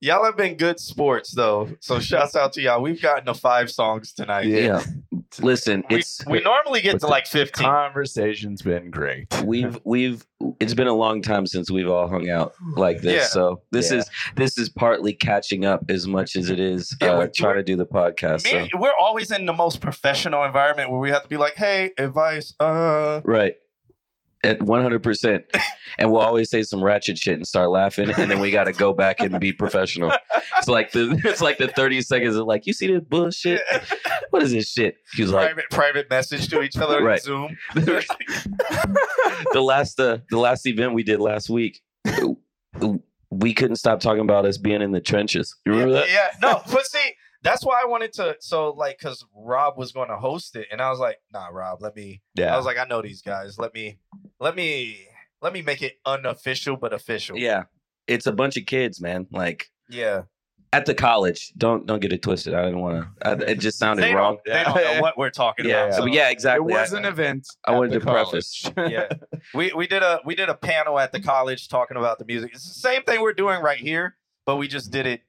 y'all have been good sports though, so shouts out to y'all. We've gotten to five songs tonight. Yeah. Listen, We, it's we normally get But to the like fifteen. Conversation's been great. we've we've it's been a long time since we've all hung out like this. Yeah. So this Yeah. is this is partly catching up as much as it is Yeah, uh, we're- trying to do the podcast. Me- So. We're always in the most professional environment where we have to be like, "Hey, advice." Uh, Right. At one hundred percent, and we'll always say some ratchet shit and start laughing, and then we got to go back and be professional. It's like the it's like the thirty seconds of like you see this bullshit. What is this shit? He was like, private private message to each other on Right. Zoom. the last uh, the last event we did last week, we couldn't stop talking about us being in the trenches. You remember that? Yeah, no, but see, that's why I wanted to. So, like, because Rob was going to host it, and I was like, "Nah, Rob, let me." I Yeah. was like, "I know these guys. Let me, let me, let me make it unofficial but official." Yeah, it's a bunch of kids, man. Like yeah. at the college. Don't don't get it twisted. I didn't want to. It just sounded They wrong. don't, they don't know what we're talking Yeah, about. so, so- yeah, exactly. it I- was an event. I at wanted the to preface. college. yeah. We we did a we did a panel at the college talking about the music. It's the same thing we're doing right here, but we just did it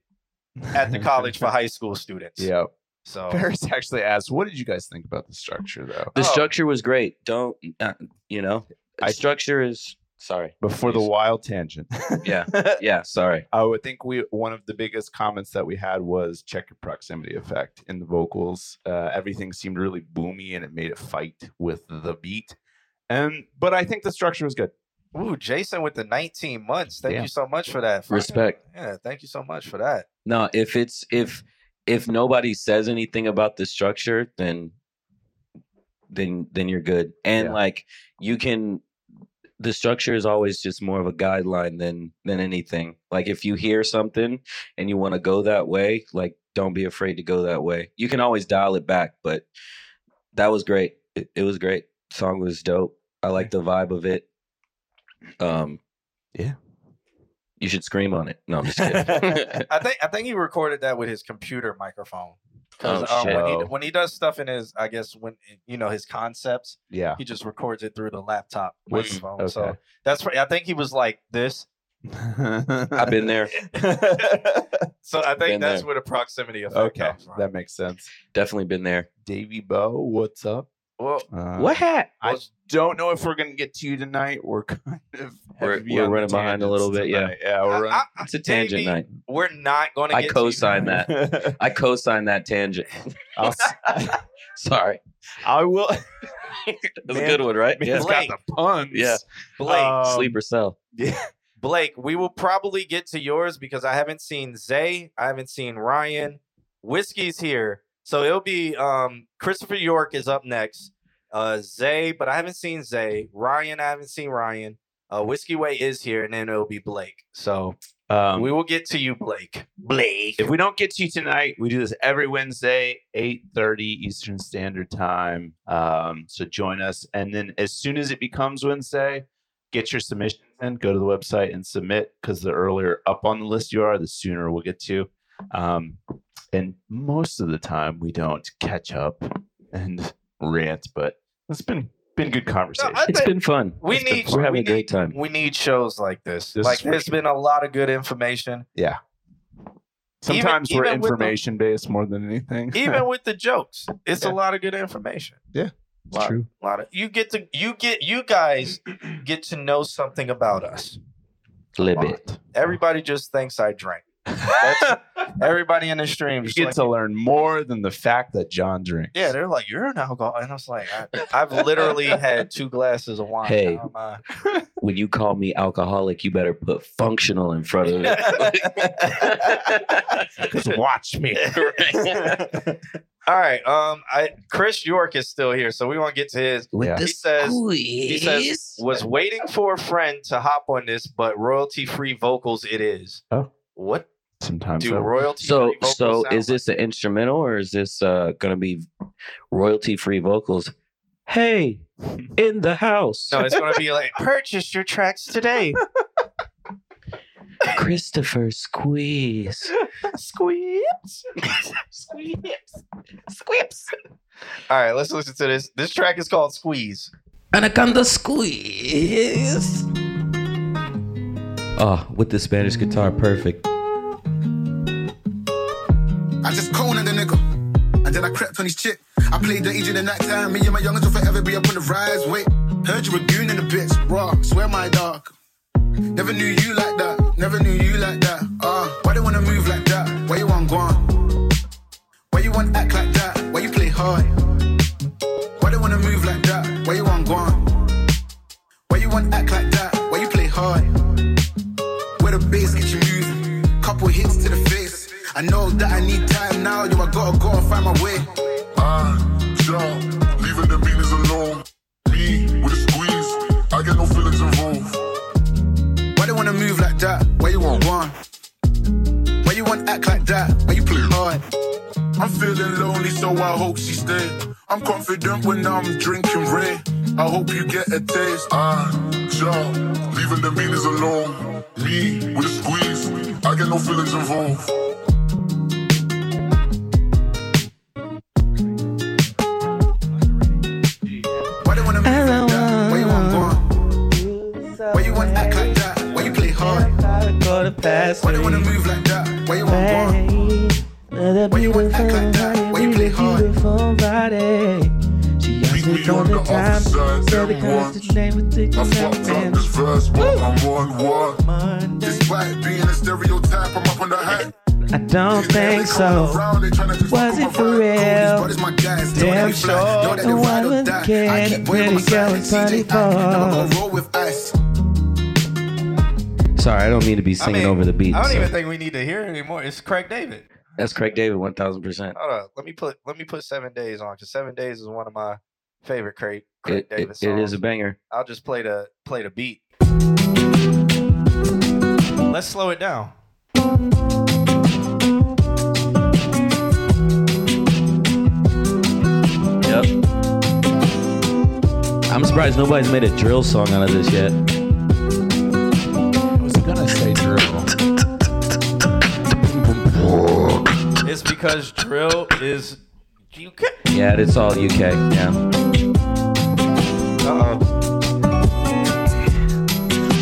at the college for high school students. yeah. So Ferris actually asked, "What did you guys think about the structure, though?" the Oh. structure was great. Don't uh, you know? The I- structure is sorry. Before the wild tangent. Yeah. Yeah, sorry. I would think we one of the biggest comments that we had was check your proximity effect in the vocals. Uh, everything seemed really boomy, and it made it fight with the beat. And but I think the structure was good. ooh, Jason with the 19 months. Thank Yeah. you so much for that. Respect. Yeah, thank you so much for that. No, if it's if if nobody says anything about the structure, then then then you're good. And Yeah. like you can the structure is always just more of a guideline than than anything. Like if you hear something and you want to go that way, like don't be afraid to go that way. You can always dial it back, but that was great. It, it was great. Song was dope. I like the vibe of it. Um Yeah. You should scream on it. No, I'm just kidding. I think I think he recorded that with his computer microphone. 'Cause, Oh, um, when, he, shit. when he does stuff in his, I guess when you know his concepts, Yeah, he just records it through the laptop What's- microphone. okay. So that's why I think he was like this. I've been there. So I think Been that's there. where the proximity effect okay, comes from. that makes sense. Definitely been there. Davy Bo, what's up? well, Uh, hat? I don't know if we're gonna get to you tonight. We're kind of We're- heavy we're on the running behind a little tangents bit, yeah. tonight. yeah, we're I- running. I- It's a tangent Davey, night. We're not going to. I get co-sign to you. that. I co-sign that tangent. I'll s- Sorry, I will. that's a Man- good one, right? Man's Yeah. got the puns. Yeah. Blake. Um, Sleeper cell. Blake, we will probably get to yours because I haven't seen Zay, I haven't seen Ryan. Whiskey's here, so it'll be um Christopher York is up next. Uh, Zay, but I haven't seen Zay. Ryan, I haven't seen Ryan. Uh, Whiskey Way is here, and then it'll be Blake. So Um, we will get to you, Blake. Blake. If we don't get to you tonight, we do this every Wednesday, 8.30 Eastern Standard Time. Um, so join us. And then as soon as it becomes Wednesday, get your submissions in, go to the website and submit because the earlier up on the list you are, the sooner we'll get to you. Um, and most of the time we don't catch up and rant, but it's been been good conversation. I It's think been fun. we It's been need- fun. We're having we a great time. need- we need shows like this. This like, is for there's been a lot of good information. even- Sometimes we're even with the- information based more than anything. even with the jokes it's Yeah. a lot of good information Yeah, a lot, true. lot of you get to you get you guys get to know something about us little bit. Everybody just thinks I drink. That's- everybody in the stream. You just get like- to learn more than the fact that John drinks. yeah, they're like, you're an alcoholic. And I was like, I, I've literally had two glasses of wine. Hey. How am I- When you call me alcoholic, you better put functional in front of it. Just watch me. All right. Um, I Chris York is still here, so we want to get to his. With Yeah. the He says- He squeeze. says was waiting for a friend to hop on this, but royalty free vocals it is. Oh. What Sometimes. do so. royalty? so so is this an instrumental or is this uh gonna be royalty free vocals? Hey, in the house, No, it's gonna be like purchase your tracks today. Christopher Squeeze. Squeeps. Squeeps. Squeeps. All right, let's listen to this. This track is called Squeeze. Anaconda squeeze. Oh, with the Spanish guitar, perfect. I just cornered the nigga. And then I crept on his chick. I played the agent in that time. Me and my youngins will forever be up on the rise. Wait, heard you were goon in the bitch. Raw, swear my dog. Never knew you like that. Never knew you like that. Ah, why they wanna move like that? Why you want gone? Why you want act like that? Why you play hard? Why they wanna move like that? Why you want gone? Why you want act like that? Why you play hard? Where the bass get you moving. Couple hits to the face. I know that I need time now. Yo, I gotta go and find my way. I, Ah, yo, leaving the meanings alone. Me with a squeeze, I get no feelings involved. Why they wanna move like that? Why you want one? Why you want act like that? Why you play hard? I'm feeling lonely, so I hope she stay. I'm confident when I'm drinking red. I hope you get a taste. I, yo, leaving the meanings alone. Me with a squeeze, I get no feelings involved. Why they wanna move I like don't that? Why you want one? Why you want act like that? Why you play hard? Why they wanna move like that? Why you want one? Why you want act like that? Why you play hard? Meet me on the other side, and once. I fucked up this verse, but I'm on one. Despite being a stereotype, I'm up on the hype. I don't think so. Was it for real? These brothers my guys, know Damn that we fly, know that they sure. ride or One die. kid, I keep weighing pretty my girl side, CJ, is I never gonna 24. roll with ice. Sorry, I don't mean to be singing mean, over the beat. I don't so- even think we need to hear it anymore. It's Craig David. That's Craig David, one thousand percent. Hold on. Let me put let me put seven days on because seven days is one of my favorite Craig Craig It David it- songs. it is a banger. I'll just play the play the beat. Let's slow it down. Yep. I'm surprised nobody's made a drill song out of this yet. I was gonna say drill. It's because drill is you can Yeah, it's all UK. Yeah. Uh-oh.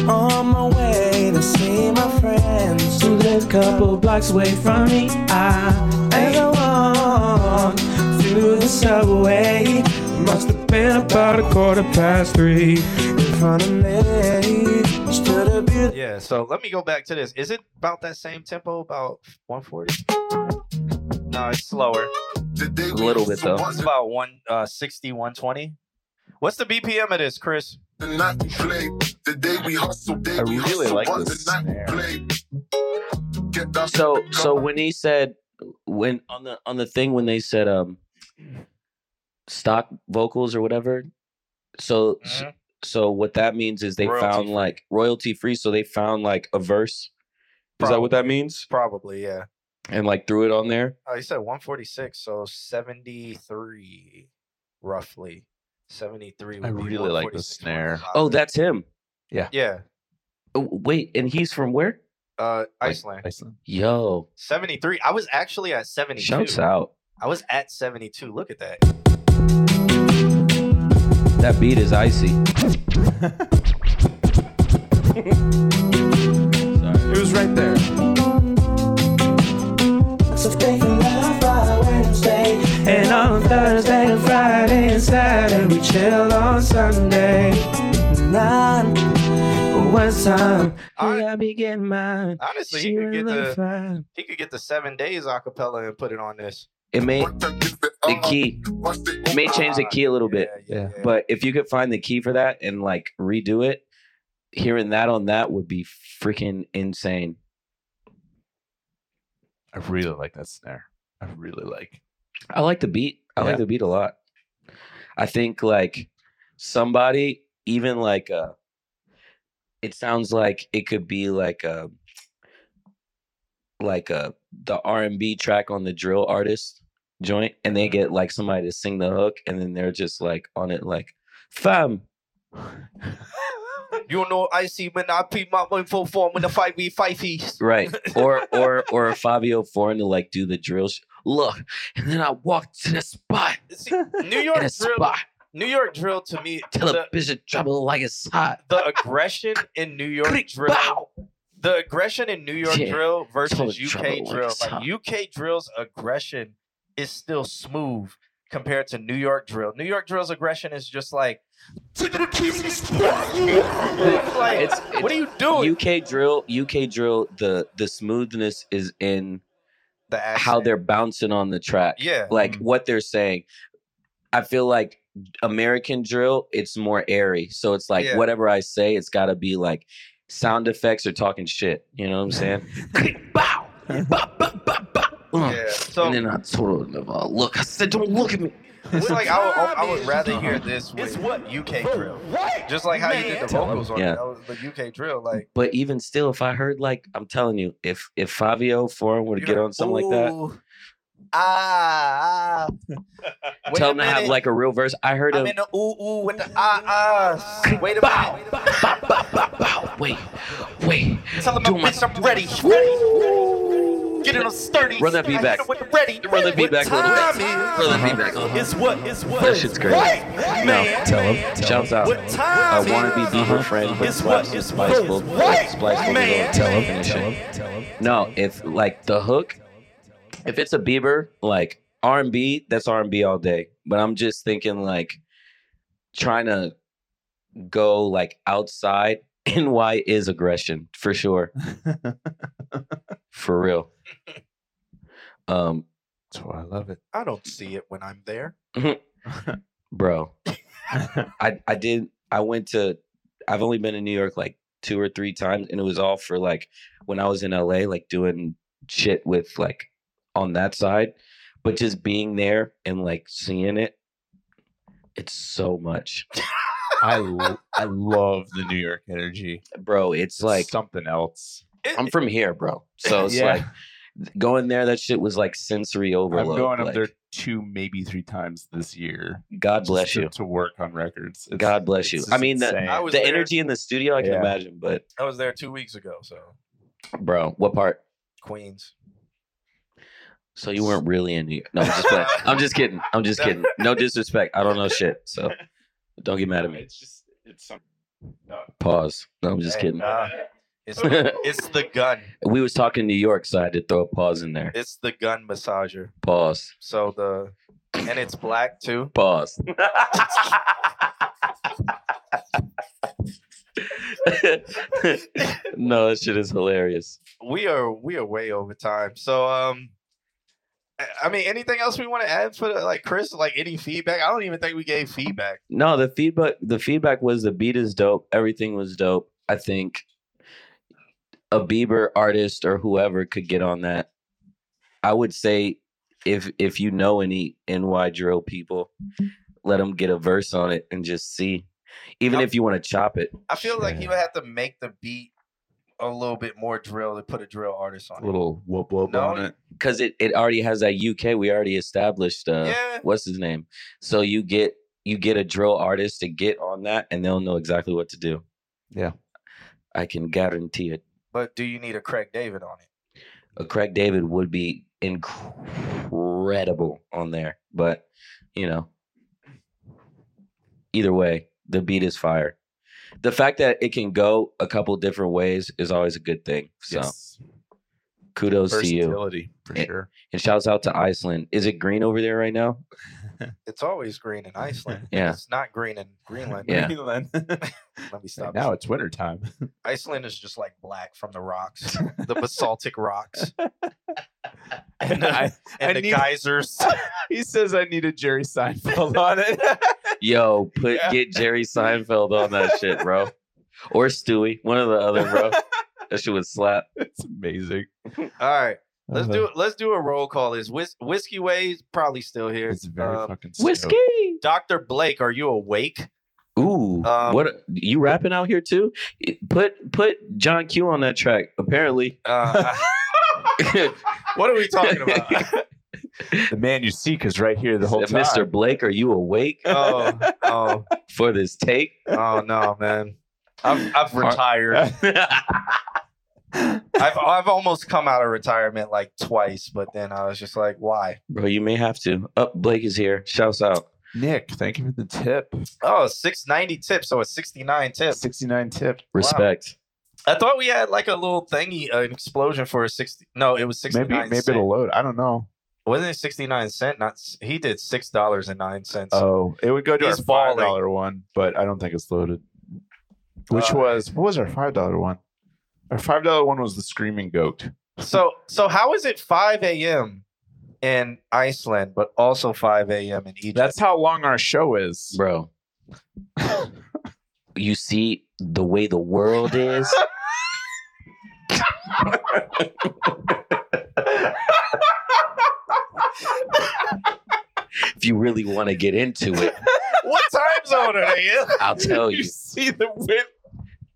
On my way to see my friends who live couple blocks away from me. I as I walk through the subway, must have been about a quarter past three. In front of me stood a beautiful. Yeah, so let me go back to this. Is it about that same tempo, about 140? No, it's slower. A little bit, though. It's about uh, 160, 120. What's the BPM of this, Chris? The night we play, the day we hustle, day I we really hustle, like on this the night we snare. play. Get that So so when he said when on the on the thing when they said um stock vocals or whatever, so s- Mhm. so what that means is they found Royalty-free. like royalty free, so they found like a verse. Is that what that means? Probably, yeah. And like threw it on there. Oh, you said 146, so 73, roughly. 73. I would be really like the 146, snare. 145. Oh, that's him. yeah. Oh, wait, and he's from where? Uh, Iceland. Iceland. Yo, 73. I was actually at 72. shouts out. I was at 72. Look at that. That beat is icy. It was right there. So thinking love by Wednesday. And on Thursday and Friday and Saturday, we chill on Sunday. None. one time. I, I begin mine. honestly, She he could get will the he could get the seven days acapella and put it on this. It may the key. It may change the key a little bit. Yeah. But if you could find the key for that and like redo it, hearing that on that would be freaking insane. I really like that snare. I really like. I like the beat. I like Yeah. the beat a lot. I think like somebody, even like uh it sounds like it could be like um, a like a the R and B track on the drill artist joint, and they get like somebody to sing the hook, and then they're just like on it like fam. You don't know I see when I pee my one full form with a five v five piece. Right. Or or or Fabio Foreign to like do the drill sh- look, and then I walked to the spot. New York a drill. spot. New York drill to me. Tell the- a bitch to trouble like it's hot. the aggression in New York drill. The aggression in New York Yeah. drill Total versus UK trouble drill. works, huh? Like UK drill's aggression is still smooth compared to New York drill. New York drill's aggression is just like, like what are you doing? UK drill, UK drill. The the smoothness is in the how they're bouncing on the track. Yeah. like what they're saying. I feel like American drill. It's more airy, so it's like Yeah. whatever I say, it's got to be like sound effects or talking shit. You know what I'm saying? bow, bow, bow, bow, bow. Yeah. So and then I told him, uh, "Look, I said, don't look at me." Uh-huh. it's like I would, I would rather hear this with UK drill. Just like how you did the Tell 'em, vocals on yeah. that was the UK drill. Like But even still, if I heard like I'm telling you, if if Fabio Foreign were to You're get like, on something like that, "Ooh, ah, ah. Wait tell a him to have minute. like a real verse. I heard him. I'm in the ooh ooh with the ah ah. Wait a minute. Wait, wait. Tell him I'm, Do my- bitch, I'm ready. Woo! Get in a sturdy. Run that beat I hit back. it with the Ready. Run that beat back a little bit. Run that beat back a little bit. It's what? It's what? Uh-huh. That shit's great. No, tell him. Uh-huh. Shouts out. What time I want to be Beaver friend, but It's Splash is what- it's Spiceful. what- what? Spiceful Man. will tell him and shit. No, if like the hook, if it's a Bieber like R and B, that's R and B all day. But I'm just thinking like trying to go like outside. NY is aggression for sure, for real. Um, That's why I love it. I don't see it when I'm there. bro i i did i went to i've only been in new york like two or three times and it was all for like when i was in la like doing shit with like on that side but just being there and like seeing it it's so much I lo- I love the New York energy. bro it's like something else. i'm from here bro so it's Yeah. like going there that shit was like sensory overload I'm going up like, there two, maybe three times this year. god just bless to, you to work on records. It's- god bless you it's i just mean the, insane. I was the there- energy in the studio i can Yeah. imagine but I was there two weeks ago. So bro what part Queens. So you weren't really in New York. No, I'm just playing. I'm just kidding. I'm just kidding. No disrespect. I don't know shit. So don't get mad at me. It's just it's something. Pause. No, I'm just Hey, kidding. nah. Ah, It's the, it's the gun. We was talking New York, so I had to throw a pause in there. It's the gun massager. Pause. So the and it's black too. Pause. no, that shit is hilarious. we are we are way over time. So um I- I mean anything else we want to add for the- like Chris like any feedback? I don't even think we gave feedback. No, the feedback the feedback was the beat is dope. Everything was dope. I think a Bieber artist or whoever could get on that. I would say if if you know any NY drill people, let them get a verse on it and just see. Even Yep. if you want to chop it, I feel like he would have to make the beat a little bit more drill to put a drill artist on. A it. little whoop whoop No, on it. because it, it already has that UK. We already established. Uh, Yeah. What's his name? So you get you get a drill artist to get on that, and they'll know exactly what to do. Yeah. I can guarantee it. But do you need a Craig David on it? a Craig David would be incredible on there. But you know, either way, the beat is fire. The fact that it can go a couple different ways is always a good thing. So Yes. kudos to you. Versatility for Eh, sure. And shouts out to Iceland. Is it green over there right now? It's always green in Iceland. Yeah. It's not green in Greenland. Yeah. Greenland. Let me stop. now it's winter time. Iceland is just like black from the rocks, the basaltic rocks, and the, I- and I the need- geysers. he says I need a Jerry Seinfeld on it. Yo, put Yeah. get Jerry Seinfeld on that shit, bro. Or Stewie, one or the other, bro. That shit would slap. it's amazing. All right, let's Uh, do let's do a roll call. Is Whis- Whiskey Way's probably still here? It's very Um, fucking Whiskey. Doctor Blake, are you awake? Ooh, Um, what you rapping out here too? Put put John Q on that track. Apparently, Uh, what are we talking about? The man you seek is right here the whole time. Mr. Blake, are you awake oh, oh, for this take? oh no, man. I've, I've retired. I've I've almost come out of retirement like twice, but then I was just like, why? Bro, you may have to. Up, Blake is here. Shouts out. Nick, thank you for the tip. Oh, 690 tip, so it's 69 tip. 69 tip. Respect. I thought we had like a little thingy, an explosion for a 60. No, it was 69 Maybe maybe cent. it'll load. I don't know. Wasn't it 69 cent? Not s- he did six dollars and nine cents. Oh, it would go to He's our five balling. dollar one, but I don't think it's loaded. Which Uh, was what was our five dollar one? Our five dollar one was the screaming goat. So so how is it 5 a.m. in Iceland, but also 5 a.m. in Egypt? That's how long our show is. Bro, you see the way the world is? if you really want to get into it, what time zone are they in? I'll tell you. see the whip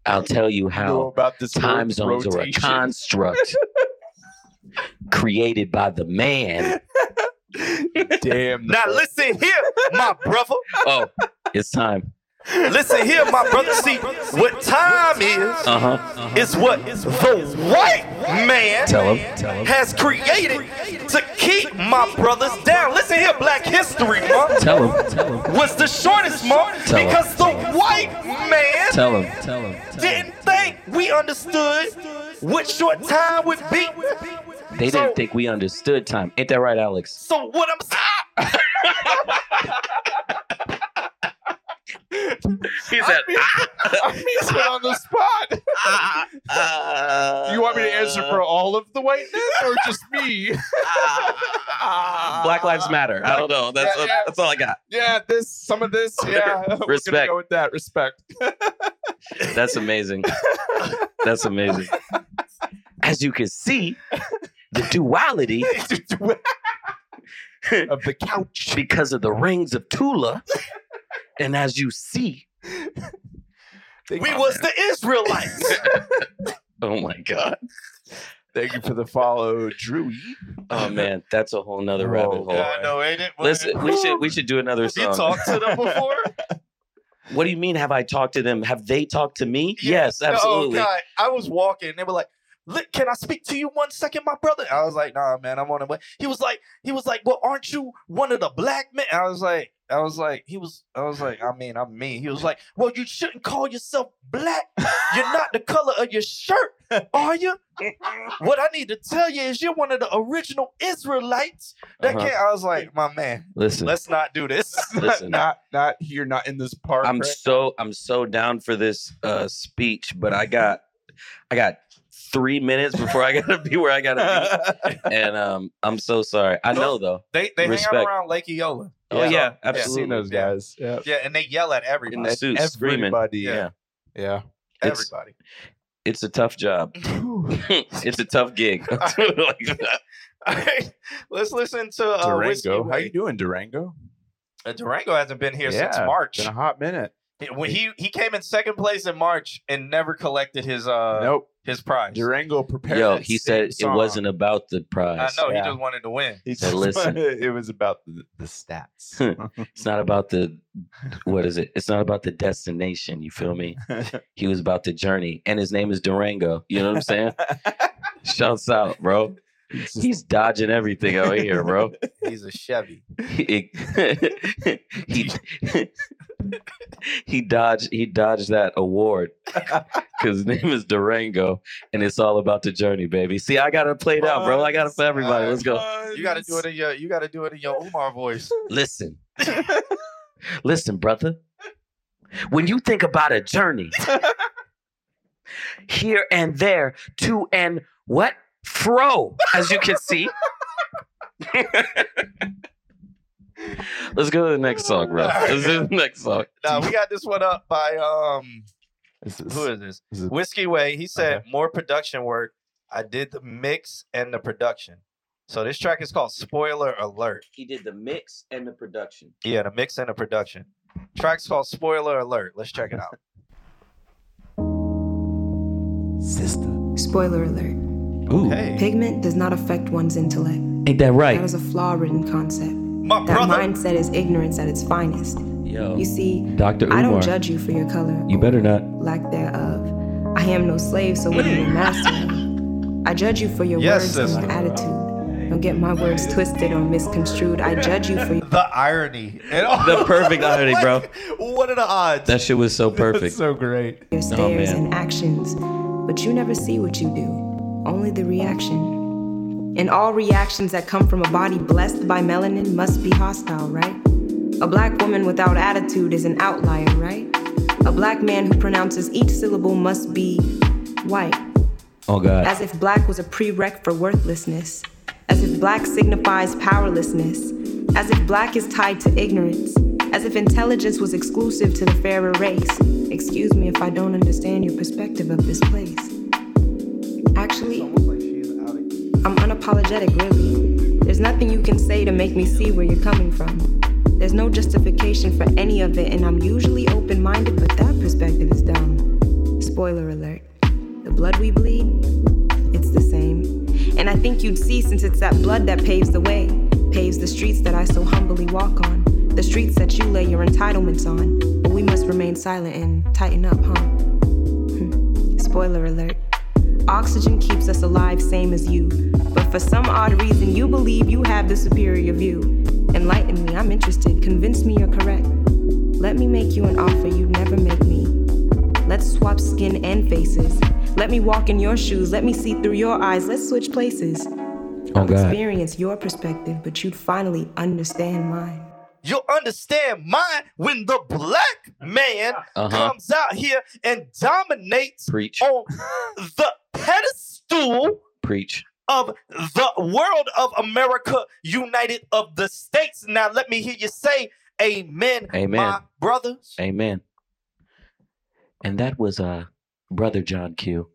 I'll tell you how. about this time Earth's zones are a rotation. construct created by the man. Damn. the Now Earth. listen here, my brother. Oh, it's time. Listen here, my brother. See what time is. Uh huh. Uh-huh. It's what the white man Tell him. Tell him. has created to keep my brothers down. Listen here, Black History Month Tell him. Tell him. was the shortest month Tell 'em. because the white man Tell him. Tell him. Tell him. didn't think we understood what short time would be. They didn't think we understood time. Ain't that right, Alex? So what I'm saying, He said, "Ah, Put on the spot. you want me to answer for all of the whiteness or just me? Black Lives Matter. I don't know. That's, Yeah, yeah. that's all I got. Yeah, this some of this. Yeah, We're gonna Respect. go with that. Respect. That's amazing. That's amazing. As you can see, the duality of the couch. because of the rings of Tula. And as you see, we was the Israelites. oh my God. Thank you for the follow, Oh, Drewy. Oh man, that's a whole nother rabbit hole. Oh, know, ain't it? Oh, Listen, we should we should do another Have you song. talked to them before? What do you mean? Have I talked to them? Have they talked to me? Yeah. Yes, absolutely. Oh God, I was walking. They were like, "Look, can I speak to you one second, my brother?" I was like, "Nah, man, I'm on the way." He was like, "He was like, well, aren't you one of the black men?" I was like, "I was like, he was, I was like, I mean, I'm me." He was like, "Well, you shouldn't call yourself black. You're not the color of your shirt, are you?" what I need to tell you is you're one of the original Israelites that Uh-huh. can't. I was like, my man, Listen, let's not do this. listen. Not not here, not in this park. I'm right? so I'm so down for this uh, speech, but I got I got three minutes before I gotta be where I gotta be, and um, I'm so sorry. I know though. they they hang Respect. out around Lake Eola. Oh yeah, I've absolutely. seen those Yeah. guys. Yeah. Yeah, and they yell at in everybody. the suits, screaming. Everybody. Yeah. Yeah. Yeah. It's- Everybody. It's a tough job. it's a tough gig. All right, let's listen to uh, Whiskey Durango. How Way. you doing, Durango? Uh, Durango hasn't been here since Yeah, March. Been a hot minute. When he he came in second place in March and never collected his uh nope. his prize. Durango prepared. Yo, that he same said it song. wasn't about the I prize. know Yeah. Uh, he just wanted to win. He said, just- "Listen." it was about the, the stats. It's not about the what is it? It's not about the destination. You feel me? He was about the journey, and his name is Durango. You know what I'm saying? Shouts out, bro. He's dodging everything out here, bro. He's a Chevy. He he, he dodged he dodged that award because his name is Durango, and it's all about the journey, baby. See, I got to play it out, bro. I got it for everybody. Let's go. You got to do it in your you got to do it in your Omar voice. Listen. Listen, brother. When you think about a journey, here and there, to and what? Fro, as you can see. Let's go to the next song, bro. Let's do the next song. Nah, we got this one up by um who is this? is it- Whiskey Way. He said more production work. I did the mix and the production. So this track is called Spoiler Alert. He did the mix and the production. Yeah, the mix and the production. Track's called Spoiler Alert. Let's check it out. Spoiler alert. Ooh. Pigment does not affect one's intellect. Ain't that That is a flaw ridden concept. My that mindset is ignorance at its finest. Yo. You see, Dr. I Umar. don't judge you for your color, You better not. lack thereof. I am no slave, so what are you a master of? I judge you for your Mm. Yes, words and your sister. attitude. Don't get my words twisted or misconstrued. I judge you for your The irony. And all- The perfect irony, bro. What are the odds? That shit was so perfect. so great. your Oh, stares man. and actions, but you never see what you do, only the reaction. And all reactions that come from a body blessed by melanin must be hostile, right? A black woman without attitude is an outlier, right? A black man who pronounces each syllable must be white, Oh god. as if black was a prereq for worthlessness, as if black signifies powerlessness, as if black is tied to ignorance, as if intelligence was exclusive to the fairer race. Excuse me if I don't understand your perspective of this place. Actually, I'm unapologetic, really. There's nothing you can say to make me see where you're coming from. There's no justification for any of it, and I'm usually open minded, but that perspective is dumb. Spoiler alert the blood we bleed, it's the same. And I think you'd see since it's that blood that paves the way, paves the streets that I so humbly walk on, the streets that you lay your entitlements on. But we must remain silent and tighten up, huh? Hmm. Spoiler alert. Oxygen keeps us alive, same as you. But for some odd reason, you believe you have the superior view. Enlighten me, I'm interested. Convince me you're correct. Let me make you an offer you'd never make me. Let's swap skin and faces. Let me walk in your shoes. Let me see through your eyes. Let's switch places. Oh god. Experience your perspective, but you'd finally understand mine. You'll understand mine when the black man Uh-huh. comes out here and dominates Preach. on the pedestal Preach. of the world of America, United of the States. Now, let me hear you say amen, Amen. my brother. Amen. And that was uh brother John Q.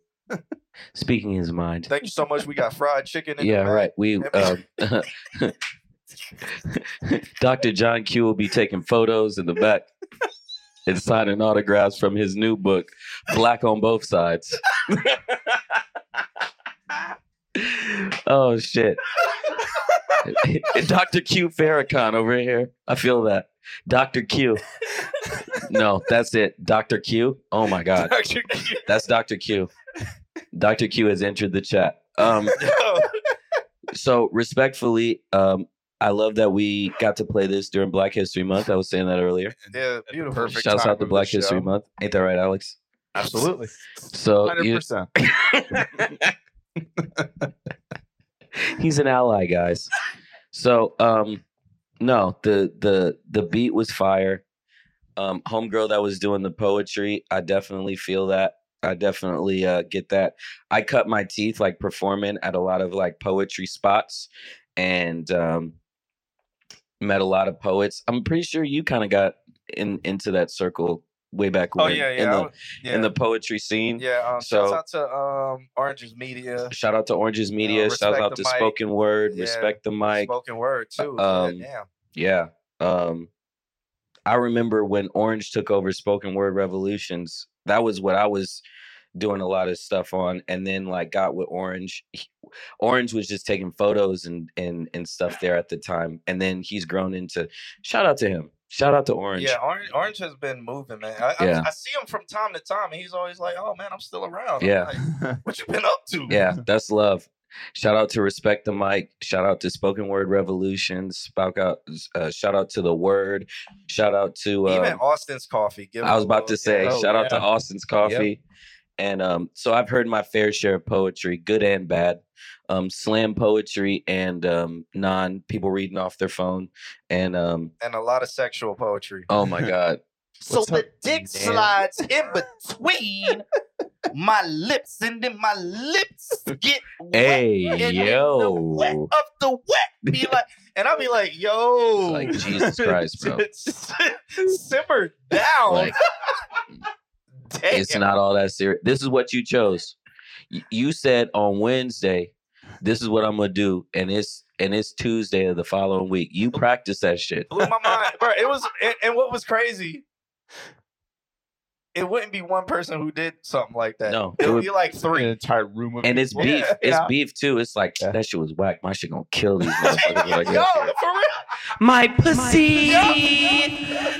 Speaking his mind. Thank you so much. We got fried chicken. In Yeah, the back. right. We um, Dr. John Q will be taking photos in the back and signing autographs from his new book, Black on Both Sides. oh shit. Dr. Q Farrakhan over here. I feel that. Dr. Q. No, that's it. Dr. Q. Oh my god. Dr. Q. That's Dr. Q. Dr. Q has entered the chat. Um so respectfully, um, I love that we got to play this during Black History Month. I was saying that earlier. yeah, beautiful. Shouts out to Black History Month. Ain't that right, Alex? Absolutely. So you- 100%. he's an ally, guys. So um, no, the the the beat was fire. Um, homegirl that was doing the poetry, I definitely feel that. I definitely uh, get that. I cut my teeth like performing at a lot of like poetry spots, and um, met a lot of poets. I'm pretty sure you kind of got in into that circle way back Oh when yeah, yeah, in I the was- yeah. in the poetry scene. yeah. Um, shouts so- out to um, Oranges Media, Shout out to Oranges Media. shout respect out the to mic. Spoken Word. Yeah, Respect the mic. spoken word too. um, yeah, Yeah. Um I remember when Orange took over Spoken Word Revolutions, that was what I was doing a lot of stuff on and then like got with Orange. He- Orange was just taking photos and and and stuff there at the time and then he's grown into shout out to him. Shout out to damn. Orange. yeah. Orange, Orange has been moving, man. I, I, Yeah. I see him from time to time, and he's always like, "Oh man, I'm still around." I'm Yeah. like, what you been up to? Yeah, that's love. Shout out to Respect the Mic. Shout out to Spoken Word Revolution. Spout out, uh, shout out to The Word. Shout out to. Even um, Austin's coffee. Give I him was a about to little- say, yeah. shout out to Austin's Coffee. And um, so I've heard my fair share of poetry, good and bad, um, slam poetry and um, non people reading off their phone. And um, and a lot of sexual poetry. oh my God, So the dick slides in between my lips, and then my lips get Hey, and the wet yo. of the wet. Be like, and I'll be like, yo, Like, Jesus Christ, bro. simmer down. Like, It's not all that serious. This is what you chose. Y- You said on Wednesday, this is what I'm gonna do, and it's and it's Tuesday of the following week. You practice that shit. blew my mind, bro. It was, and, and what was crazy, it wouldn't be one person who did something like that. No, it it would would- be like three. An entire room of And it's Yeah, beef. it's yeah. beef too. It's like that shit was whack. My shit gonna kill these motherfuckers. like Yo, that. for real. My pussy,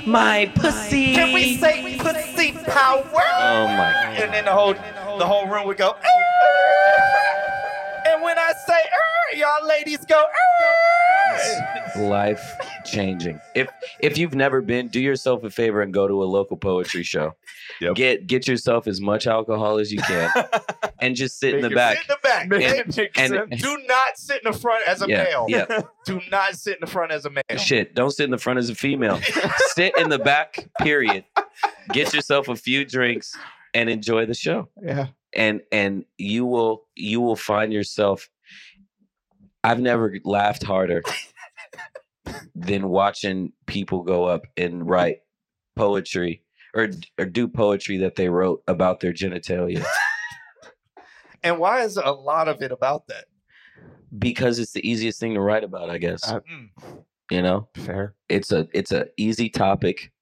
my pussy. Can we say pussy power? Oh my! And then the whole, the whole room would go. "Err." And when I say "err," y'all ladies go. er. "Err." Life changing. If if you've never been, do yourself a favor and go to a local poetry show. Get get yourself as much alcohol as you can, and just sit in the back. Sit in the back. Make it And- make sense. do not sit in the front as a Yeah, male. yeah. Do not sit in the front as a male. Shit, don't sit in the front as a female. sit in the back. Period. Get yourself a few drinks and enjoy the show. Yeah. and and you will you will find yourself i've never laughed harder than watching people go up and write poetry or or do poetry that they wrote about their genitalia And why is a lot of it about that? because it's the easiest thing to write about i guess Mm. you know fair it's a it's a easy topic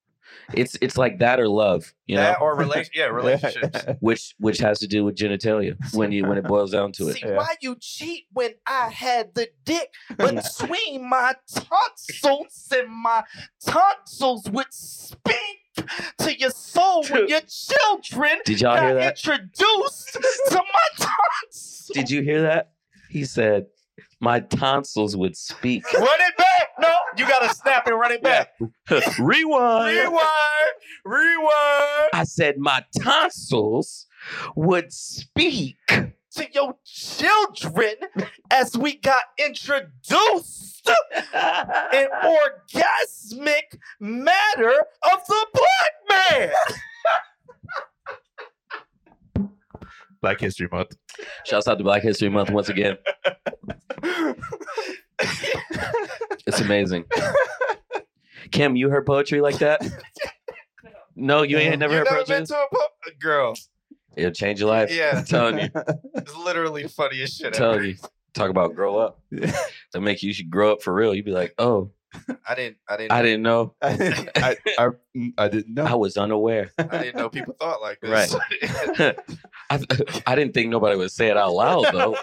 it's it's like that or love you that know or relation? Yeah, relationships. which which has to do with genitalia when you when it boils down to it See why you cheat when I had the dick between my tonsils and my tonsils would speak to your soul when your children Did y'all got hear that? introduced to my tonsils. Did you hear that? He said, My tonsils would speak. Run it back. No, you gotta snap and run it back. Rewind. Rewind. Rewind. I said, My tonsils would speak. to your children as we got introduced in orgasmic matter of the black man. Black History Month. Shouts out to Black History Month once again. It's amazing. Kim, you heard poetry like that? No, you ain't never you heard never poetry. been to a pub, girl. It'll change your life. Yeah. I'm telling you. It's literally the funniest I'm shit ever. telling you. Talk about grow up. That make you should grow up for real. You'd be like, oh, I didn't. I didn't. I didn't know. I, I, I didn't know. I was unaware. I didn't know people thought like Right. this. I, I didn't think nobody would say it out loud though.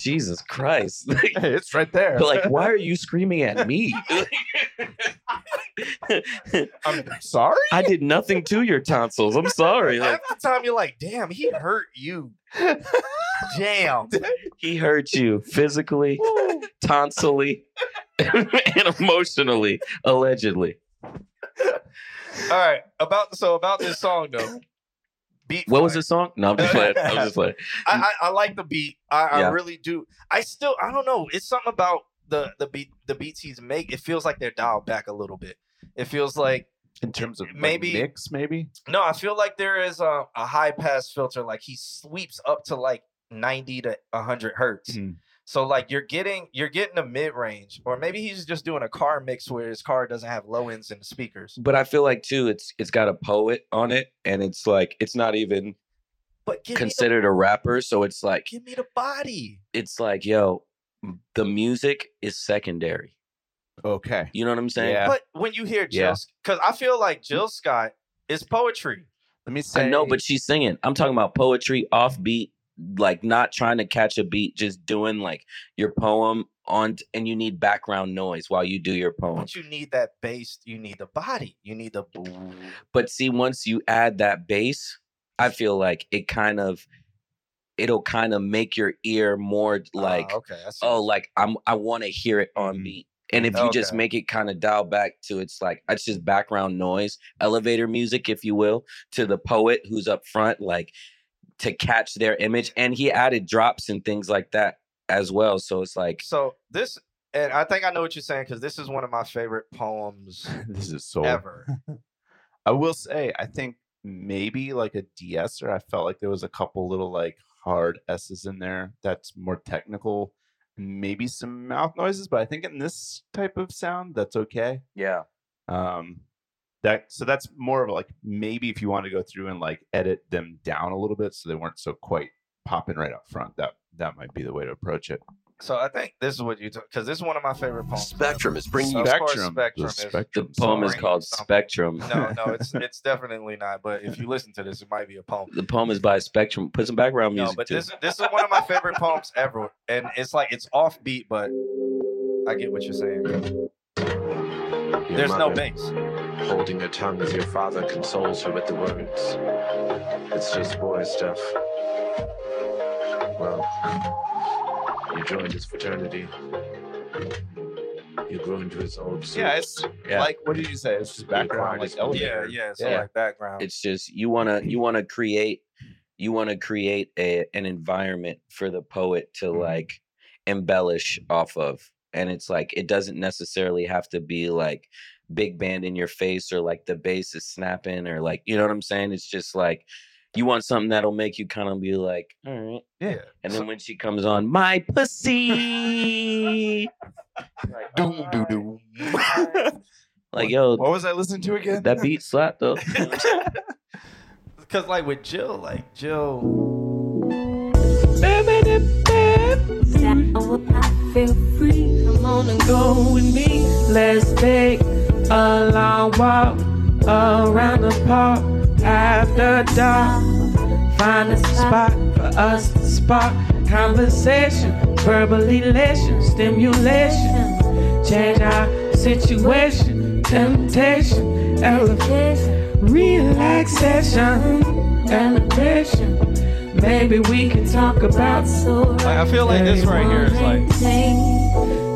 Jesus Christ. Like, Hey, it's right there. like, why are you screaming at me? I'm sorry. I did nothing to your tonsils. I'm sorry. Like, Half the time you're like, damn, he hurt you. Damn. he hurt you physically, tonsilly, and emotionally, allegedly. All right. About so about this song though. Beat What was fire. the song? No, I'm just playing. I'm just playing. I, I, I like the beat. I, Yeah. I really do. I still I don't know. It's something about the the beat the beats he's make. It feels like they're dialed back a little bit. It feels like In terms of like, Maybe- mix, maybe. no. I feel like there is a, a high pass filter. Like he sweeps up to like ninety to hundred hertz. Mm-hmm. Mhm. So like you're getting you're getting a mid range, or maybe he's just doing a car mix where his car doesn't have low ends in the speakers. But I feel like too, it's it's got a poet on it, and it's like it's not even But give me considered a rapper, so it's like the, give me the body. it's like, yo, m- the music is secondary. Okay. You know what I'm saying? Yeah. But when you hear Jill, Yeah. because I feel like Jill Scott is poetry. Let me say. I know, but she's singing. I'm talking about poetry off beat, like not trying to catch a beat, just doing like your poem on, t- and you need background noise while you do your poem. But you need that bass. You need the body. You need the. But see, once you add that bass, I feel like it kind of, it'll kind of make your ear more like, Ah, okay. I see. oh, like I'm, I want to hear it on Mm-hmm. Mhm. beat. And if you just Okay. make it kind of dial back to it's like it's just background noise, elevator music, if you will, to the poet who's up front, like to catch their image. And he added drops and things like that as well. So it's like so this, and I think I know what you're saying because this is one of my favorite poems this is so. ever. I will say, I think maybe like a DS or I felt like there was a couple little like hard S's in there that's more technical, maybe some mouth noises, but I think in this type of sound, that's okay. Yeah. Um, that so that's more of a, like maybe if you want to go through and like edit them down a little bit so they weren't so quite popping right up front. That that might be the way to approach it. So I think this is what you took because this is one of my favorite poems. Spectrum is bringing you So of course Spectrum. Spectrum The is Spectrum. The poem is bringing called something. Spectrum. No, no, it's it's definitely not. But if you listen to this, it might be a poem. The poem is by Spectrum. Put some background No, music. but to this it. this is one of my favorite poems ever, and it's like it's offbeat, but I get what you're saying. There's no bass. Holding her tongue as your father consoles her with the words. It's just boy stuff. Well, you joined his fraternity. You grew into his old suit. Yeah, it's like what did you say? It's just background like elevator. background. It's just you wanna you wanna create you wanna create a an environment for the poet to like embellish off of. And it's like it doesn't necessarily have to be like big band in your face or like the bass is snapping or like you know what I'm saying? It's just like you want something that'll make you kind of be like, all right. Yeah. And then when she comes on, my pussy. like, doom doo doo. Like, yo. What was I listening to again? That beat slapped though. Because like with Jill, like Jill. I feel free. Come on and go with me. Let's take a long walk around the park after dark. Find a spot for us to spark conversation, verbal elation, stimulation. Change our situation, temptation, elevation, relaxation, elevation. Maybe we can talk about so Like, I feel like this right here is like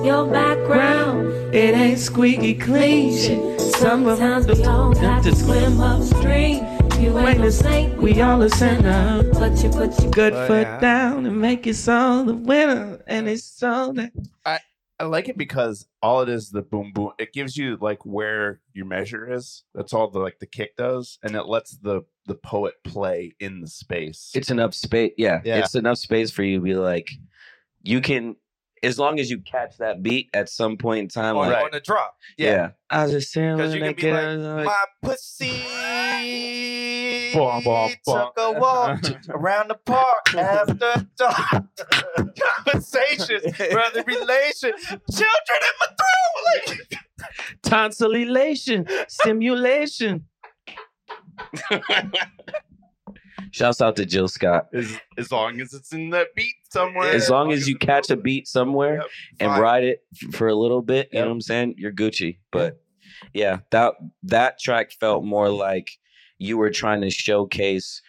your background. It ain't squeaky clean. Shit. Sometimes we all got to swim upstream. You ain't a saint, we all a sinner. But you put your good But, foot yeah. down and make your soul the winner, and it's so that. I I like it because all it is the boom boom. It gives you like where your measure is. That's all the like the kick does, and it lets the the poet play in the space. It's enough space. Yeah, Yeah. it's enough space for you to be like, you can, as long as you catch that beat at some point in time. on, like, on the drop. Yeah. I was just saying, Because you can be like, my pussy took a walk around the park after dark. Conversations, brother, relation, children in my throat. Like, tonsillation, stimulation. Shouts out to Jill Scott. As, as long as it's in that beat somewhere. As long as you catch a beat somewhere and fine. ride it f- for a little bit, you know what I'm saying? You're Gucci. But yeah, that that track felt more like you were trying to showcase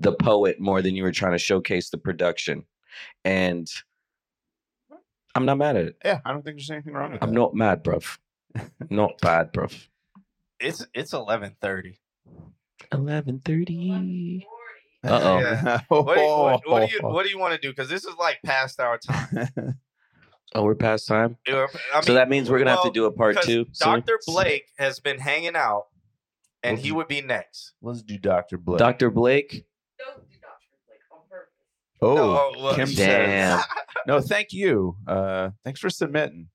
the poet more than you were trying to showcase the production. And I'm not mad at it. yeah, I don't think there's anything wrong with that. I'm not mad, bruv. Not bad, bruv. It's it's eleven thirty. Eleven thirty. Uh oh. What, do you- what, what do you what do you want to do? Because this is like past our time. Oh, we're past time. You know, I so mean, that means we're gonna have to well, do a part 'cause two. soon. Dr. Blake has been hanging out, and he would be next. Let's do Doctor Blake. Dr. Blake. Oh, No, well, Kim Damn. says. No, thank you. Uh, thanks for submitting.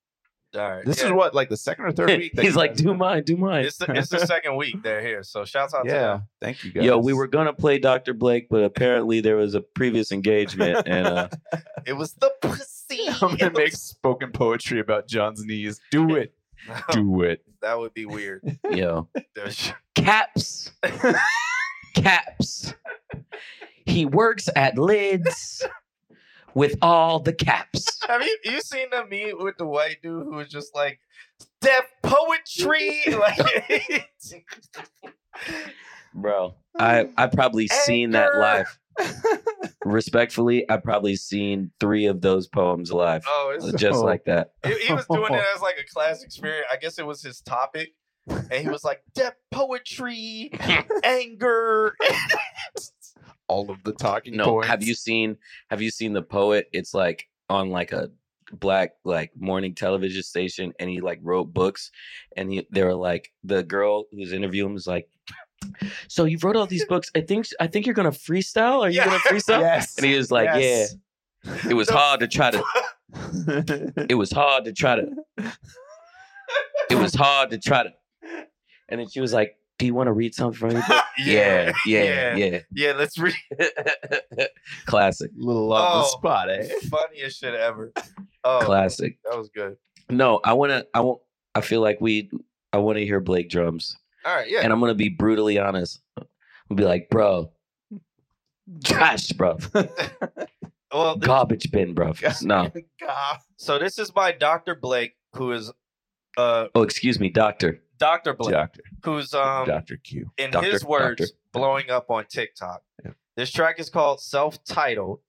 All right, This yeah. is what like the second or third week. that He's you like, guys- do mine, do mine. It's the, it's the second week they're here, so shouts out to Yeah, them. thank you guys. Yo, we were gonna play Dr. Blake, but apparently there was a previous engagement, and uh, It was the pussy. I'm gonna make spoken poetry about John's knees. Do it. Do it. That would be weird. yo, There's- caps, caps. He works at lids with all the caps. Have you you seen the meme with the white dude who was just like deaf poetry? Like, bro. I I probably seen that live. Respectfully, I probably seen three of those poems live, uh, Oh, it's- just Oh. like that. he, he was doing it as like a class experience. I guess it was his topic, and he was like deaf poetry, anger. All of the talking No, points. have you seen have you seen the poet? It's like on like a black like morning television station and he like wrote books and he, they were like the girl who's interviewing was like so you wrote all these books i think i think you're gonna freestyle are you gonna freestyle Yes. and he was like Yes. yeah it was hard to try to it was hard to try to it was hard to try to and then she was like do you want to read something from your book yeah yeah yeah, Yeah, let's read. classic little spot, eh? Funniest shit ever. Oh, Classic. That was good. No, I want to. I want. I feel like we. I want to hear Blake drums. All right, yeah. And I'm gonna be brutally honest. I'll be like, bro, trash, bro, Well, this- garbage bin, bro. No. God. So this is by Dr. Blake, who is uh Oh, excuse me, doctor. Dr. Blake, Doctor. who's um Dr. Q. in Doctor, his words, doctor. blowing up on TikTok. This track is called Self-Titled.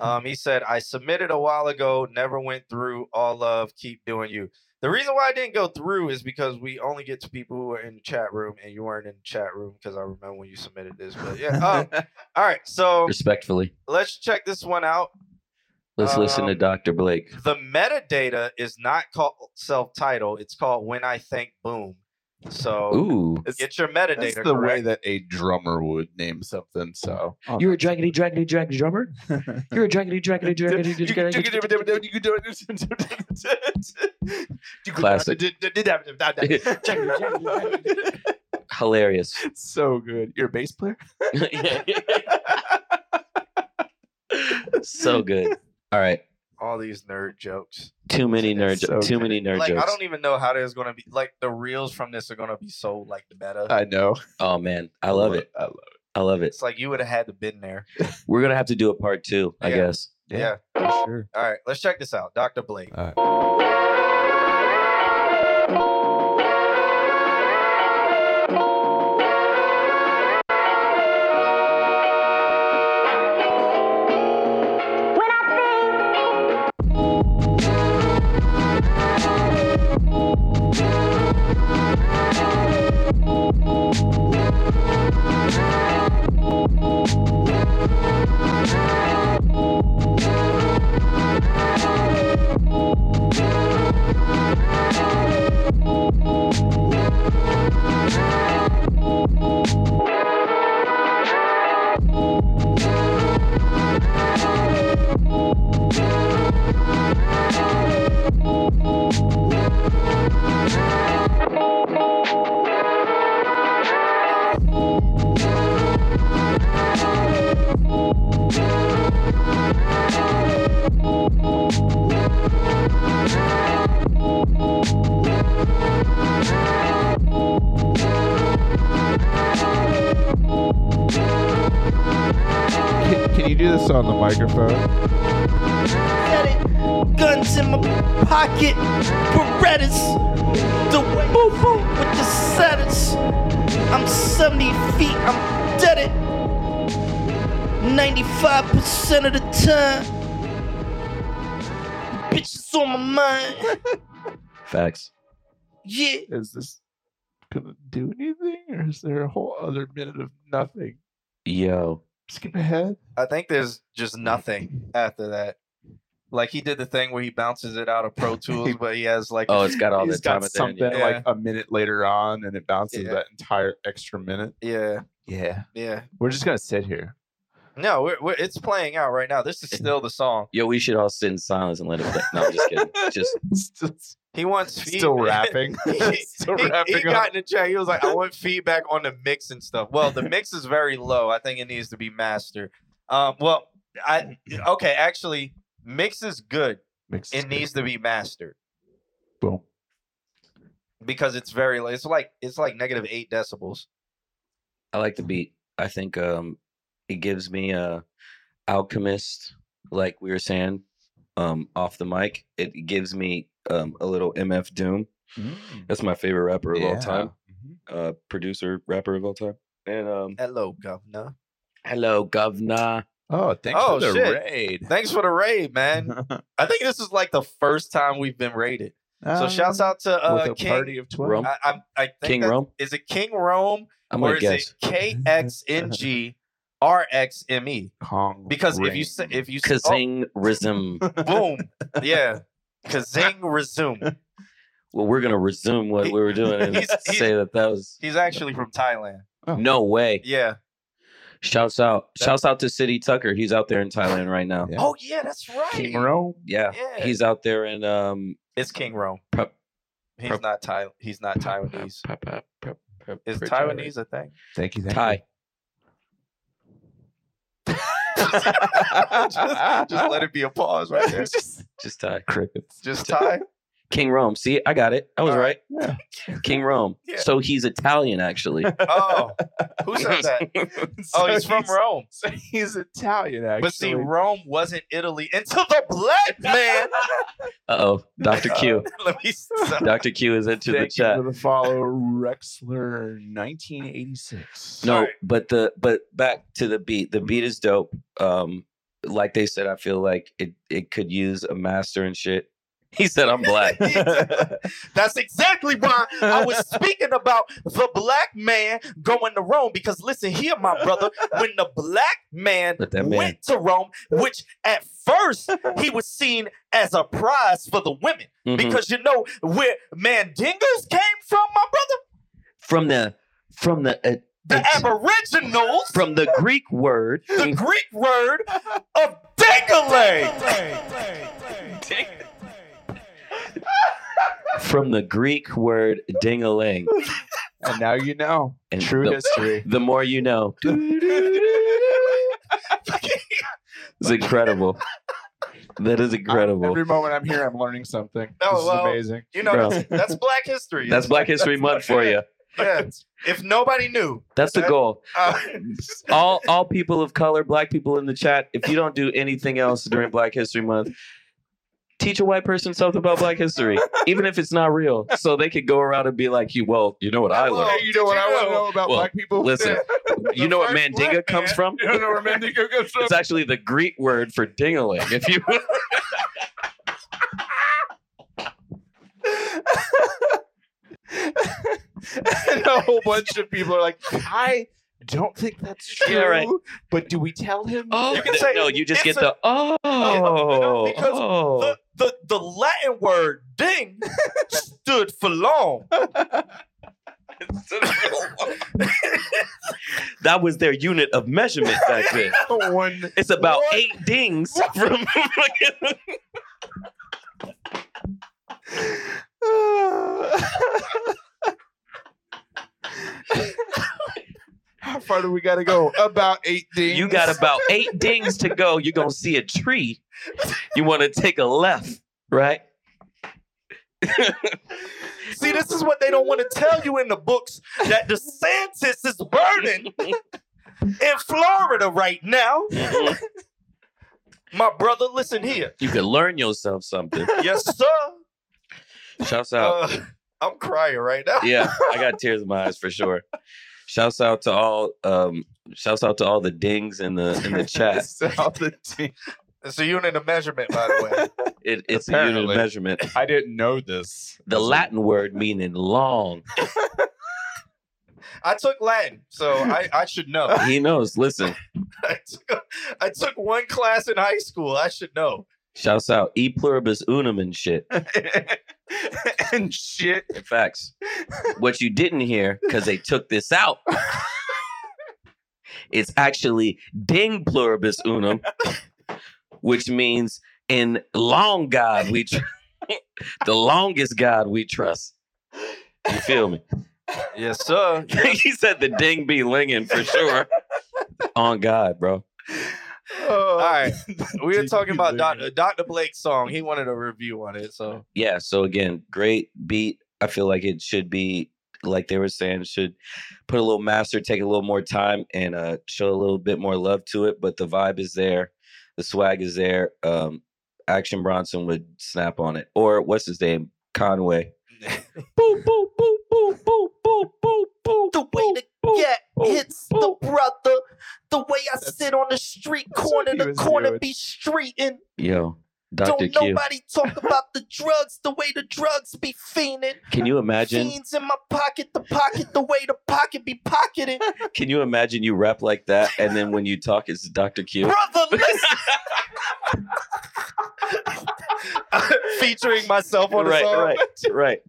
Um, he said, I submitted a while ago, never went through all of keep doing you. The reason why I didn't go through is because we only get to people who are in the chat room and you weren't in the chat room because I remember when you submitted this. But yeah. Um, all right. So Respectfully, let's check this one out. let's listen Um, to Doctor Blake. The metadata is not called self-titled. It's called When I Think Boom. So Ooh. get your metadata That's the way correct. Oh, that a drummer would name something. So You're a dragony, dragony, dragony drummer. You're a dragony, dragony, dragony, dragony. Classic. Hilarious. so good. You're a bass player? So good. All right. All these nerd jokes. Too many nerd. so too many nerd like jokes. I don't even know how there's gonna be like the reels from this are gonna be so like the meta. know. Oh man, I love it. I love it. I love it. It's like you would have had to been there. We're gonna have to do a part two, I Yeah. guess. Yeah. Sure. All right, let's check this out. Dr. Blake. Can, can you do this on the microphone? Said it. Guns in my pocket, Berettas, the boo boo with the setters. I'm 70 feet, I'm dead it. 95% of the time. Bitch is on my mind. Facts. Yeah. Is this gonna do anything, or is there a whole other minute of nothing? Yo. Skip ahead. I think there's just nothing after that. Like he did the thing where he bounces it out of Pro Tools, but he has like Oh, it's got all He's the got time of day. in something you. like a minute later on, and it bounces Yeah. that entire extra minute. yeah, Yeah, yeah. we're just gonna sit here. No, we're, we're, it's playing out right now. This is still the song. Yo, we should all sit in silence and let it play. No, I'm just kidding. Just He wants feedback. Still rapping. he, Still he- he wrapping up. got in the chat. He was like, "I want feedback on the mix and stuff." Well, the mix is very low. I think it needs to be mastered. Um, well, I okay. Actually, mix is good. Mix it needs to be mastered Boom. because it's very. low. It's like it's like negative eight decibels. I like the beat. I think um it gives me a alchemist, like we were saying, um, off the mic. It gives me um a little MF Doom. Mm. That's my favorite rapper of all Yeah. time. Mm-hmm. Uh producer, rapper of all time. And um Hello, governor. Hello, governor. Oh, thanks oh for the shit! raid. Thanks for the raid, man. I think this is like the first time we've been raided. so shouts out to uh, Um, with a King. party of twelve. Rome. I, I, I think King that- Rome? Is it King Rome? I'm or gonna is guess. it KXNG RXME? Kong E? Because if you ring. say if you say oh, Kazing Rism. boom, yeah, Kazing resume. Well, we're gonna resume what we were doing and He's- he's- say that that was He's actually from Thailand. Oh, no way. Yeah. Shouts out! Shouts out to City Tucker. He's out there in Thailand right now. Oh yeah, that's right. King Rome. Yeah. he's out there in um. It's King Rome. He's Prop- not Thai. He's not Taiwanese. Is prop- Taiwanese a thing? Thank you. Thank Ty. just, just let it be a pause right there. just, just Ty. Crickets. Just Ty. King Rome. See, I got it. I was right. King Rome. Yeah. So he's Italian, actually. Oh, who said that? oh, he's from Rome. So he's Italian, actually. But see, Rome wasn't Italy until the black man. Uh oh, Doctor Q. Let me stop. Doctor Q is into the Thank you chat. for the follow, Rexler 1986. No, but the but back to the beat. Mm-hmm. The beat is dope. Um, like they said, I feel like it it could use a master and shit. He said I'm black. That's exactly why I was speaking about the black man going to Rome. Because listen here, my brother, when the black man, Let that man- went to Rome, which at first he was seen as a prize for the women. Mhm. Because you know where Mandingos came from, my brother? from the from the uh, The Aboriginals, from the Greek word. the Greek word of dingling. from the Greek word dingaling. And now you know. And True the, history. The more you know. It's incredible. That is incredible. Every moment I'm here, I'm learning something. No, this is Oh, well, amazing. You know, Bro. that's, that's black history. That's Black History Month for you. Yeah. If nobody knew. That's the goal. Uh, All all people of color, black people in the chat, if you don't do anything else during Black History Month, teach a white person something about black history, even if it's not real. So they could go around and be like, you well, you know what I Hey, learned. you know what I want to know about Well, black people? Listen, you know what mandinga comes from? you don't know where Mandingo comes from? It's actually the Greek word for dingaling. If you and a whole bunch of people are like, I don't think that's true. Yeah, right. But do we tell him? Oh, You can th- say no, you just get it's a- the oh, because oh. the, the, the Latin word ding stood for long. that was their unit of measurement back then. One It's about What? eight dings from How far do we got to go? About eight things. you got about eight dings to go. You're gonna see a tree. You wanna take a left, right? See, this is what they don't want to tell you in the books that the DeSantis is burning in Florida right now. Mm-hmm. My brother, listen here. You can learn yourself something. Yes, sir. Shouts out. Uh, I'm crying right now. Oh. yeah, I got tears in my eyes for sure. Shouts out to all um shouts out to all the dings in the in the chat. South of T- It's a unit of measurement, by the way. It, it's a unit Apparently. of measurement. I didn't know this. The Latin word meaning long. I took Latin, so I, I should know. He knows. Listen, I took, I took one class in high school. I should know. shouts out E pluribus unum and shit. and shit. Facts. What you didn't hear, because they took this out, it's actually ding pluribus unum, which means in long God we tr- the longest God we trust. You feel me? Yes, sir. he said the ding be linging for sure. On God, bro. All right. We were Did talking you about learn Dr. Dr. Blake's song. He wanted a review on it, so yeah so again great beat i feel like it should be like they were saying should put a little master take a little more time and uh show a little bit more love to it but the vibe is there the swag is there um action bronson would snap on it or what's his name conway boop boop boop boop boop boop boop boop The way to boop, get boop, hits the brother. The way I That's- sit on the street that's corner what he to was corner, doing. be streetin'. yo Don't dr q nobody talk about the drugs. The way the drugs be fiending. can you imagine Fiends in my pocket, the pocket, the way the pocket be pocketing. can you imagine you rap like that and then when you talk it's dr q Brother, listen. featuring myself on the Right, song. right, right.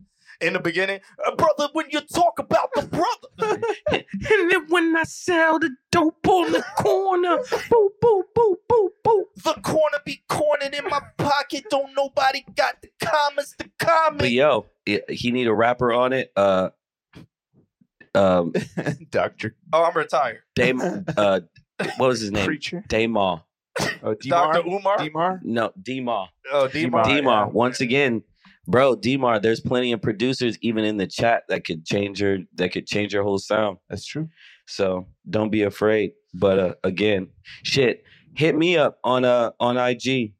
In the beginning, "Uh, brother, when you talk about the brother, And then when I sell the dope on the corner, boo, boo, boo, boo, boo. The corner be cornered in my pocket. Don't nobody got the commas, the commas. But yo, i- he need a rapper on it. Uh, um, Doctor Oh, I'm retired. Dame. Uh, what was his name? Preacher. Dayma. Oh, Dr. Umar. Demar. No, Dima. Oh, Demar. Demar. Once again, bro, Demar. There's plenty of producers even in the chat that could change your that could change your whole sound. That's true. So don't be afraid. But uh, again, shit, hit me up on uh on IG.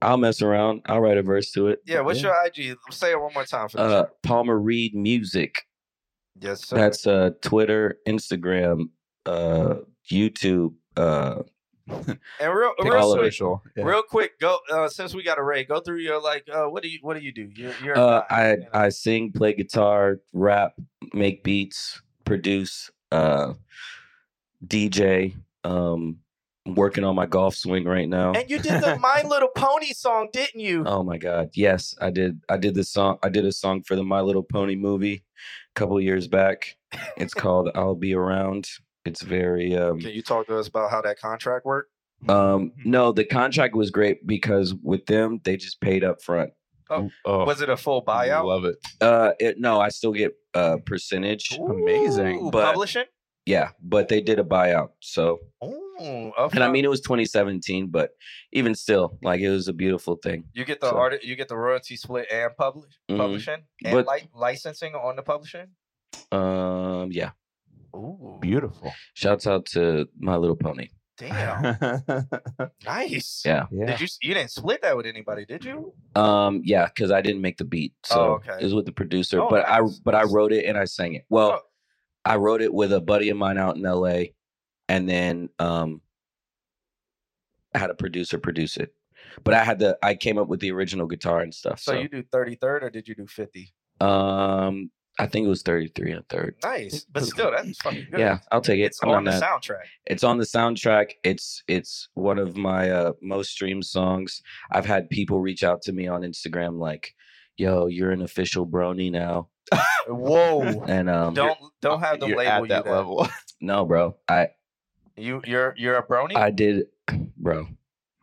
I'll mess around. I'll write a verse to it. Yeah, what's your IG? Say it one more time for the uh show. Palmer Reed Music. Yes, sir. That's uh Twitter, Instagram, uh YouTube, uh and real, pick all of it. real quick, Official, yeah. real quick, go uh, since we got a Ray, go through your like, uh, what do you, what do you do? You're, you're a uh guy. I I sing, play guitar, rap, make beats, produce, uh DJ, um working on my golf swing right now. and you did the My Little Pony song, didn't you? Oh my god. Yes, I did. I did this song. I did a song for the My Little Pony movie a couple years back. It's called I'll Be Around. It's very um Can you talk to us about how that contract worked? um no, the contract was great because with them they just paid up front. Oh, was it a full buyout? Love it. Uh it, no, I still get a percentage. Ooh, But publishing. yeah, but they did a buyout. So Oh, Ooh, and I mean it was 2017, but even still, like it was a beautiful thing. you get the so- art, you get the royalty split and publish Mhm. publishing and But- li- licensing on the publishing. Um yeah. Ooh, Beautiful. Shouts out to My Little Pony. damn, nice. Yeah. Did you s- you didn't split that with anybody, did you? Um, yeah, because I didn't make the beat, Oh, so okay. it was with the producer. Oh, but I nice. but I wrote it and I sang it. Well, Oh. I wrote it with a buddy of mine out in L.A. and then um, I had a producer produce it. But I had the I came up with the original guitar and stuff. So, So, you do thirty third or did you do fifty? um, I think it was thirty three and a third. Nice, but still that's fucking good. Yeah, I'll take it. it's I'm on the not mad. soundtrack. It's on the soundtrack. It's it's one of my uh, most streamed songs. I've had people reach out to me on Instagram like, "Yo, you're an official brony now," Whoa! and um, don't don't have them You're label at you that that. level. no, bro, I You you're you're a brony. I did, bro.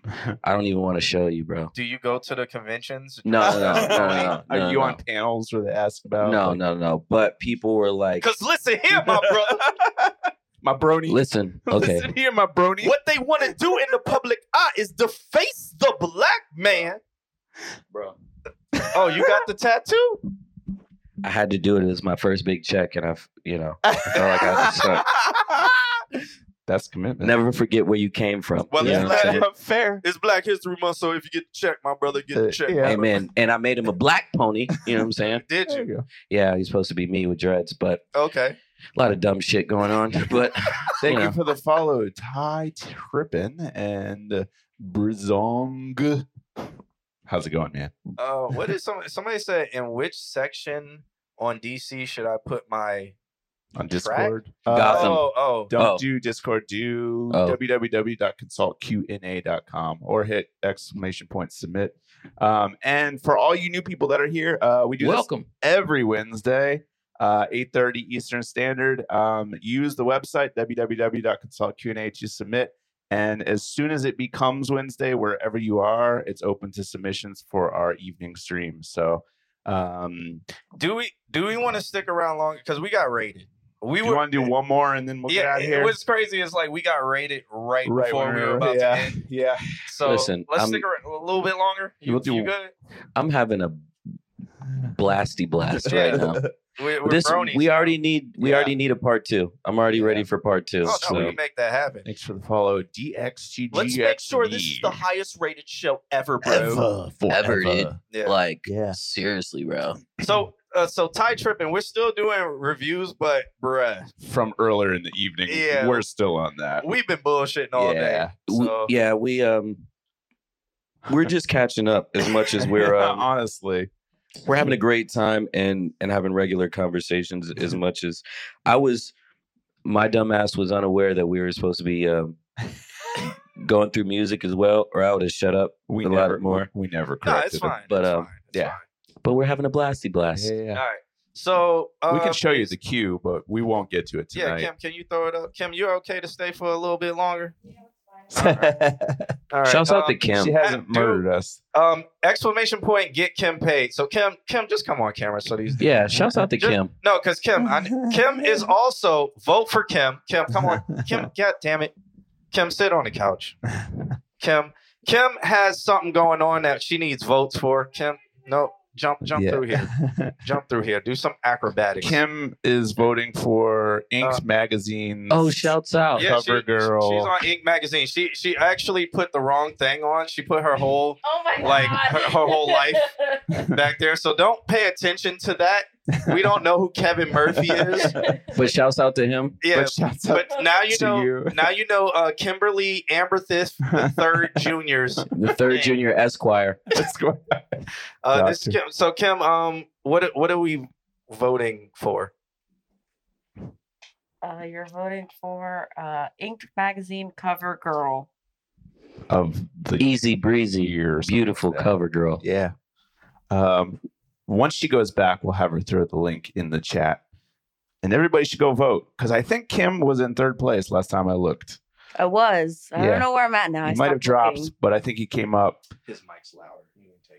I don't even want to show you, bro. do you go to the conventions? No, no, no, no, no, Are no, you no. on panels where they ask about? No, like, no, no. But people were like, Because listen here, my brother. My brony. "Listen, okay, Listen here, my brony. what they want to do in the public eye is deface the black man. bro, Oh, you got the tattoo? I had to do it. It was my first big check, and I've, you know, I felt like I was stuck. That's commitment. never forget where you came from." Well, you know it's, what I'm saying? black, Fair. it's Black History Month, so if you get the check, my brother, get the Uh, check. yeah. Amen. And I made him a black pony. You know what I'm saying? Did There you? you go. Yeah, he's supposed to be me with dreads, but Okay. a lot of dumb shit going on. But Thank know. you for the follow, Ty Trippin and uh, Brizong. How's it going, man? Uh, what is some somebody said? In which section on DC should I put my? Track? On Discord. Uh, Gotham. Oh, oh, Don't Oh. do Discord. Do Oh. www.consultqna.com or hit exclamation point submit. Um, and for all you new people that are here, uh, we do this welcome. every Wednesday, uh, 8.30 Eastern Standard. Um, use the website, www.consultqna, to submit. And as soon as it becomes Wednesday, wherever you are, it's open to submissions for our evening stream. So um, do we do we want to stick around longer? Because we got rated. We we were want to do one more and then we'll get out of it- here. What's crazy is like we got rated right, Right before when we we were were- about yeah, to end. yeah. So Listen, let's I'm- stick around a little bit longer. You, We'll do- you good? I'm having a blasty blast right Yeah. now. We're, we're This bronies we now. already need we Yeah. already need a part two. I'm already ready Yeah. for part two. Oh, no, we uh, so. can make that happen. Thanks for the follow, DXGGX. Let's make sure this is the highest rated show ever, bro. Ever, dude. Yeah. Like seriously, bro. So, uh, so Ty tripping. We're still doing reviews, but bruh, from earlier in the evening. Yeah. We're still on that. we've been bullshitting all Yeah. day. We- So, yeah, we um we're just catching up as much as we're um, honestly. we're having a great time and and having regular conversations as Mm-hmm. much as I was my dumbass was unaware that we were supposed to be um going through music as well, or I would have shut up we a lot more. We never No, it's corrected him. fine, But um, yeah, but we're having a blasty blast. All right. So uh, we can show you the cue, but we won't get to it Yeah, tonight. Kim, can you throw it up? Kim, you're okay to stay for a little bit longer. All right, Shouts out to um, Kim. She hasn't murdered us. Um, exclamation point, get Kim paid. So Kim, Kim, just come on camera. So these. Uh, Yeah, shouts out to Just- Kim. No, because Kim, I, Kim is also vote for Kim. Kim, come on, Kim. God damn it, Kim, sit on the couch. Kim, Kim has something going on that she needs votes for. Kim, no, jump, jump Yeah. through here, jump through here, do some acrobatics. Kim is voting for Inks magazine. Oh, shouts out. Uh, Yeah, she- Cover girl. She's on Ink magazine. She she actually put the wrong thing on. She put her whole Oh like her, her whole life back there. So don't pay attention to that. We don't know who Kevin Murphy is. But shouts out to him. Yeah, but, now you know. Now you know uh, Kimberly Amberthith the third juniors. the third junior Esquire. Uh, this is Kim. So Kim, um, what what are we voting for? Uh, you're voting for uh, Ink Magazine cover girl. of the easy breezy beautiful cover girl. Yeah. Um, once she goes back, we'll have her throw the link in the chat, and everybody should go vote because I think Kim was in third place last time I looked. I was. I Yeah. don't know where I'm at now. I he might have stopped dropped, looking. but I think he came up. His mic's louder.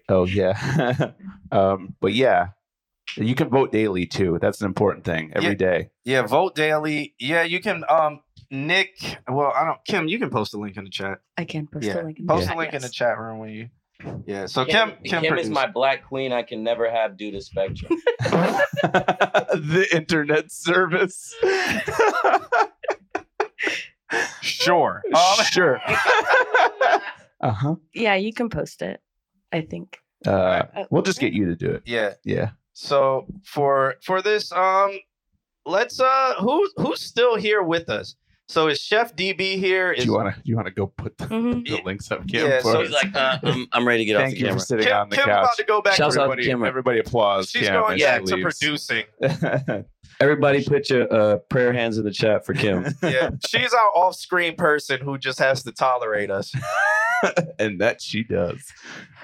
Oh yeah. um, but yeah, you can vote daily too. That's an important thing every day. Yeah, vote daily. Yeah, you can. Um, Nick. Well, I don't. Kim, you can post the link in the chat. I can post a yeah, link. In post the the link in the chat room when you. Yeah. So Kim, Kim, is produced. my black queen. I can never have due to spectrum. the internet service. sure. sure. Uh huh. Yeah, you can post it. I think. Uh, we'll just get you to do it. Yeah. Yeah. So for for this, um, let's uh, who who's still here with us? So is Chef DB here? Is Do you wanna do you wanna go put the, Mhm. the links up, Kim? Yeah, for so us? he's like, uh, I'm, I'm ready to get Thank off the you camera. for sitting Kim- on the Kim couch. about to go back Shouts to out everybody. to Kim. Everybody applause. She's Kim going as back she to leaves. producing. Everybody put your uh, prayer hands in the chat for Kim. Yeah, she's our off-screen person who just has to tolerate us. and that she does.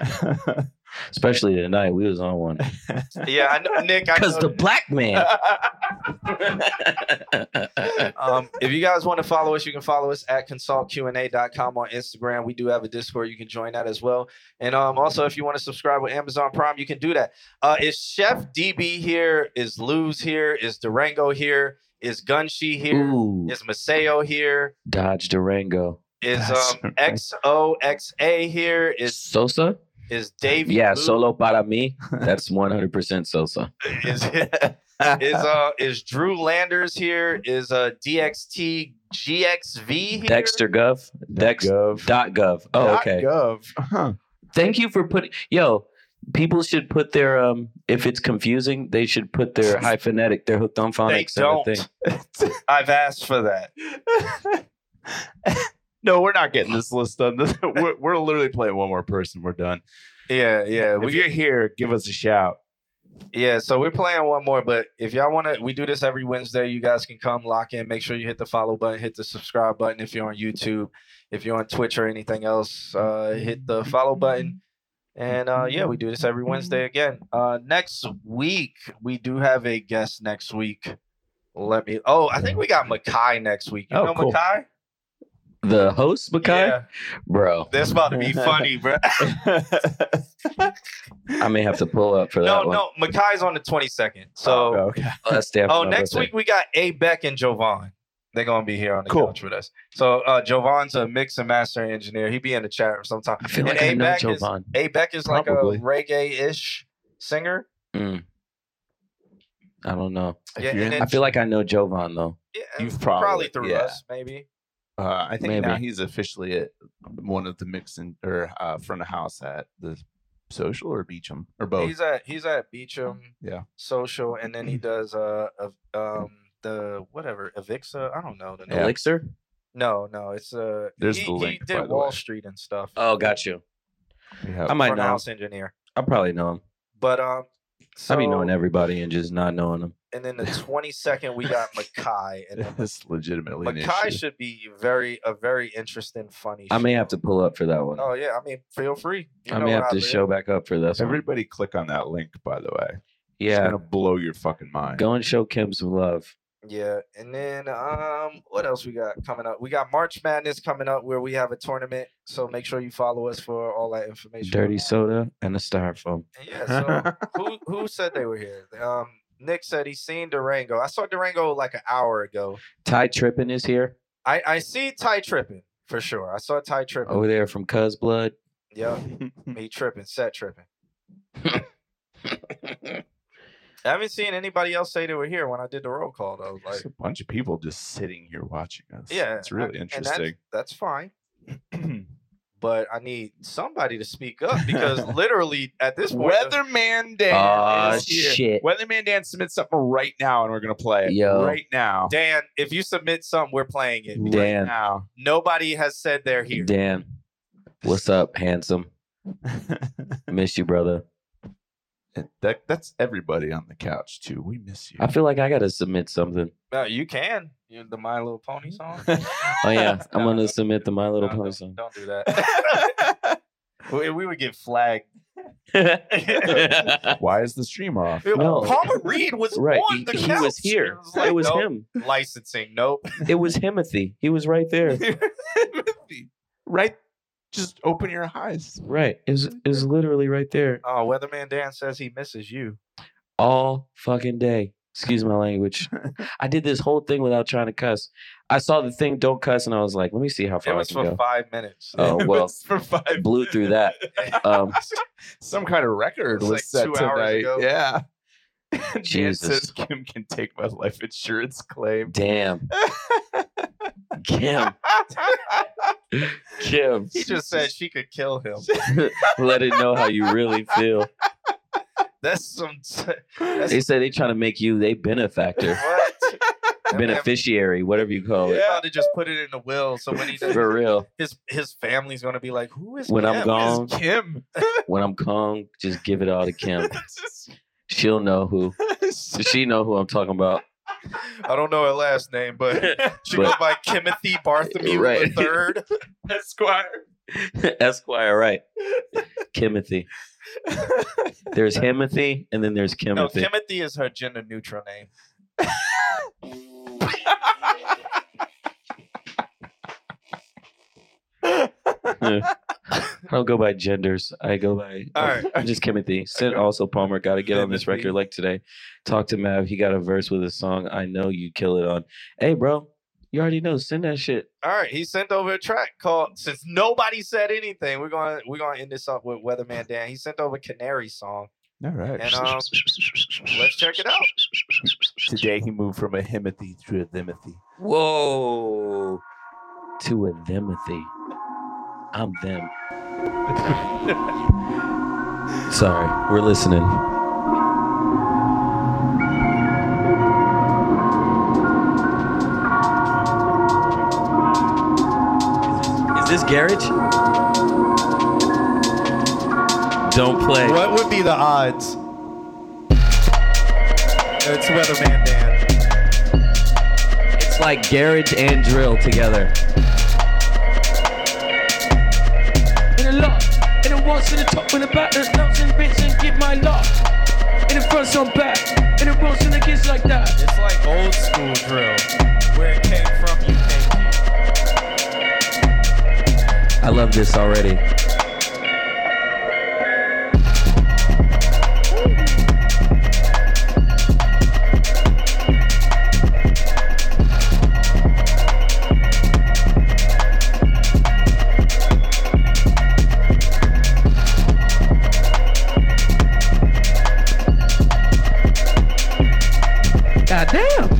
Especially tonight. We was on one. Yeah, I know, Uh-uh. Nick. I Because know- the black man. um, if you guys want to follow us, you can follow us at consultqa.com on Instagram. We do have a Discord. You can join that as well. And um, also, if you want to subscribe with Amazon Prime, you can do that. Uh, is Chef DB here? Is Luz here? Is Durango here? Is Gunshi here? Ooh. Is Maseo here? Dodge Durango. Is um, XOXA here? Is Sosa? is Davey? Yeah, Lou? solo para mi. That's 100% Sosa. Is is uh is Drew Landers here? Is uh DXT GXV here? Dexter Gov. Dex. Dot gov. Oh, Dot okay. Gov. Huh. Thank you for putting. Yo, people should put their um. If it's confusing, they should put their hyphenetic, their hooked on phonics. in the don't. Thing. I've asked for that. No, we're not getting this list done. This- we're, we're literally playing one more person. We're done. Yeah, yeah. If We, you're here, give us a shout. yeah, so we're playing one more, but if y'all want to, we do this every Wednesday. You guys can come lock in. Make sure you hit the follow button, hit the subscribe button if you're on YouTube. If you're on Twitch or anything else, uh, hit the follow button. And uh, yeah, we do this every Wednesday again. Uh, next week, we do have a guest next week. Let me. Oh, I think we got Makai next week. You Oh, know cool. Makai? The host, Makai, Yeah. bro. That's about to be funny, bro. I may have to pull up for that no, one. no, Makai's on the 22nd. So. okay. Oh, that's definitely Oh, next another week we got A Beck and Jovan. They're gonna be here on the Cool. couch with us. So uh Jovan's a mix and master engineer. He be in the chat room sometime. I feel and like I know is Jovan. A Beck is like Probably. a reggae-ish singer. thing. Mm. I don't know. Yeah, you're and in- then I feel like I know Jovan though. yeah, You've probably, probably- through yeah. us, maybe. Uh, I think now Maybe. he's officially at one of the mixing or uh, front of house at the social or Beecham or both. He's at he's at Beecham yeah. Social, and then he Mm-hmm. does uh of- um the whatever Avixa. I don't know the name. Yeah. Elixir. No, no, it's uh There's he, the link, he by did the Wall way. Street and stuff. Oh, got you. Yeah. I might front of know. him. house engineer. I probably know him. But um, I be knowing everybody and just not knowing them. And then the 22nd, we got Makai. And then It's legitimately an Makai issue. should be very a very interesting, funny. I may have to pull up for that one. Oh yeah, I mean, feel free. You I know may Oh, where have to live. show back up for this. Everybody, click on that link, by the way. Yeah, it's gonna blow your fucking mind. Go and show Kim some love. Yeah, and then um, what else we got coming up? We got March Madness coming up where we have a tournament. So make sure you follow us for all that information. Dirty soda and a styrofoam. Yeah. So who who said they were here? Um, Nick said he's seen Durango. I saw Durango like an hour ago. Ty Trippin is here I I see Ty tripping for sure. I saw Ty tripping. over there from Cuz Blood. Yeah, me tripping, set tripping. I haven't seen anybody else say they were here when I did the roll call though. Like, There's a bunch of people just sitting here watching us. yeah, it's I- really and that's- interesting. That's, fine. but I need somebody to speak up because literally at this point, the- Weatherman Dan. Aw, is here. Ah, shit. Weatherman Dan submits something right now, and we're gonna play it Yo. right now. Dan, if you submit some, we're playing it. Dan. now. Nobody has said they're here. Dan, what's up, handsome? Miss you, brother. That that's everybody on the couch too. We miss you. I feel like I gotta submit something. No, you can. You the My Little Pony song. Oh yeah, I'm gonna submit the My Little Pony song. Don't do that. we, we would get flagged. Why is the stream off? No. Palmer Reed was Right, on he- the he couch. was here. It was, It was him. Licensing, nope. It was Himothy. He was right there. right. Just open your eyes. Right. It was, it was literally right there Oh, Weatherman Dan says he misses you. all fucking day. Excuse my language. I did this whole thing without trying to cuss. I saw the thing, don't cuss, and I was like, let me see how It far I was can for go. five minutes. Oh well, for five blew through that. Um, Some kind of It was record was, like set two hours tonight. ago. Yeah. Dan says Jesus. Kim can take my life insurance claim. damn, Kim, Kim, He just said she could kill him. let it know how you really feel. That's some. They say they trying to make you they benefactor, What? beneficiary, whatever you call They it. about to just put it in the will. So when he does, For real. his his family's gonna be like, "Who is When I'm Kim? Is gone, Kim. When I'm Kong, just give it all to Kim. She'll know who. She know who I'm talking about. I don't know her last name, but she But- goes by Timothy Bartholomew Right. the Third Esquire. Esquire, right? Kimothy. There's Himothy, and then there's No, Kimothy. Timothy is her gender neutral name. I don't go by genders. I go by All right. I'm just Kimothy. Sent also Palmer. Got to get on this record like today. Talk to Mav. He got a verse with a song. I know you kill it on. Hey, bro, you already know. Send that shit. All right, he sent over a track called "Since Nobody Said Anything." We're gonna we're gonna end this up with Weatherman Dan. He sent over Canary song, All right. and um, let's check it out. Today he moved from a Himothy to a Thimothy. Whoa. To a themothy. I'm them. Sorry, we're listening. Is this garage? Don't play. What would be the odds? It's Weatherman Dan. It's like garage and drill together. in a lot. In the once in the top, in the back, there's nothing bits and give my love. In the front, some back. In the rolls and the kids like that. It's like old school drill, where it came from. You can't keep. I love this already. Oh Goddamn.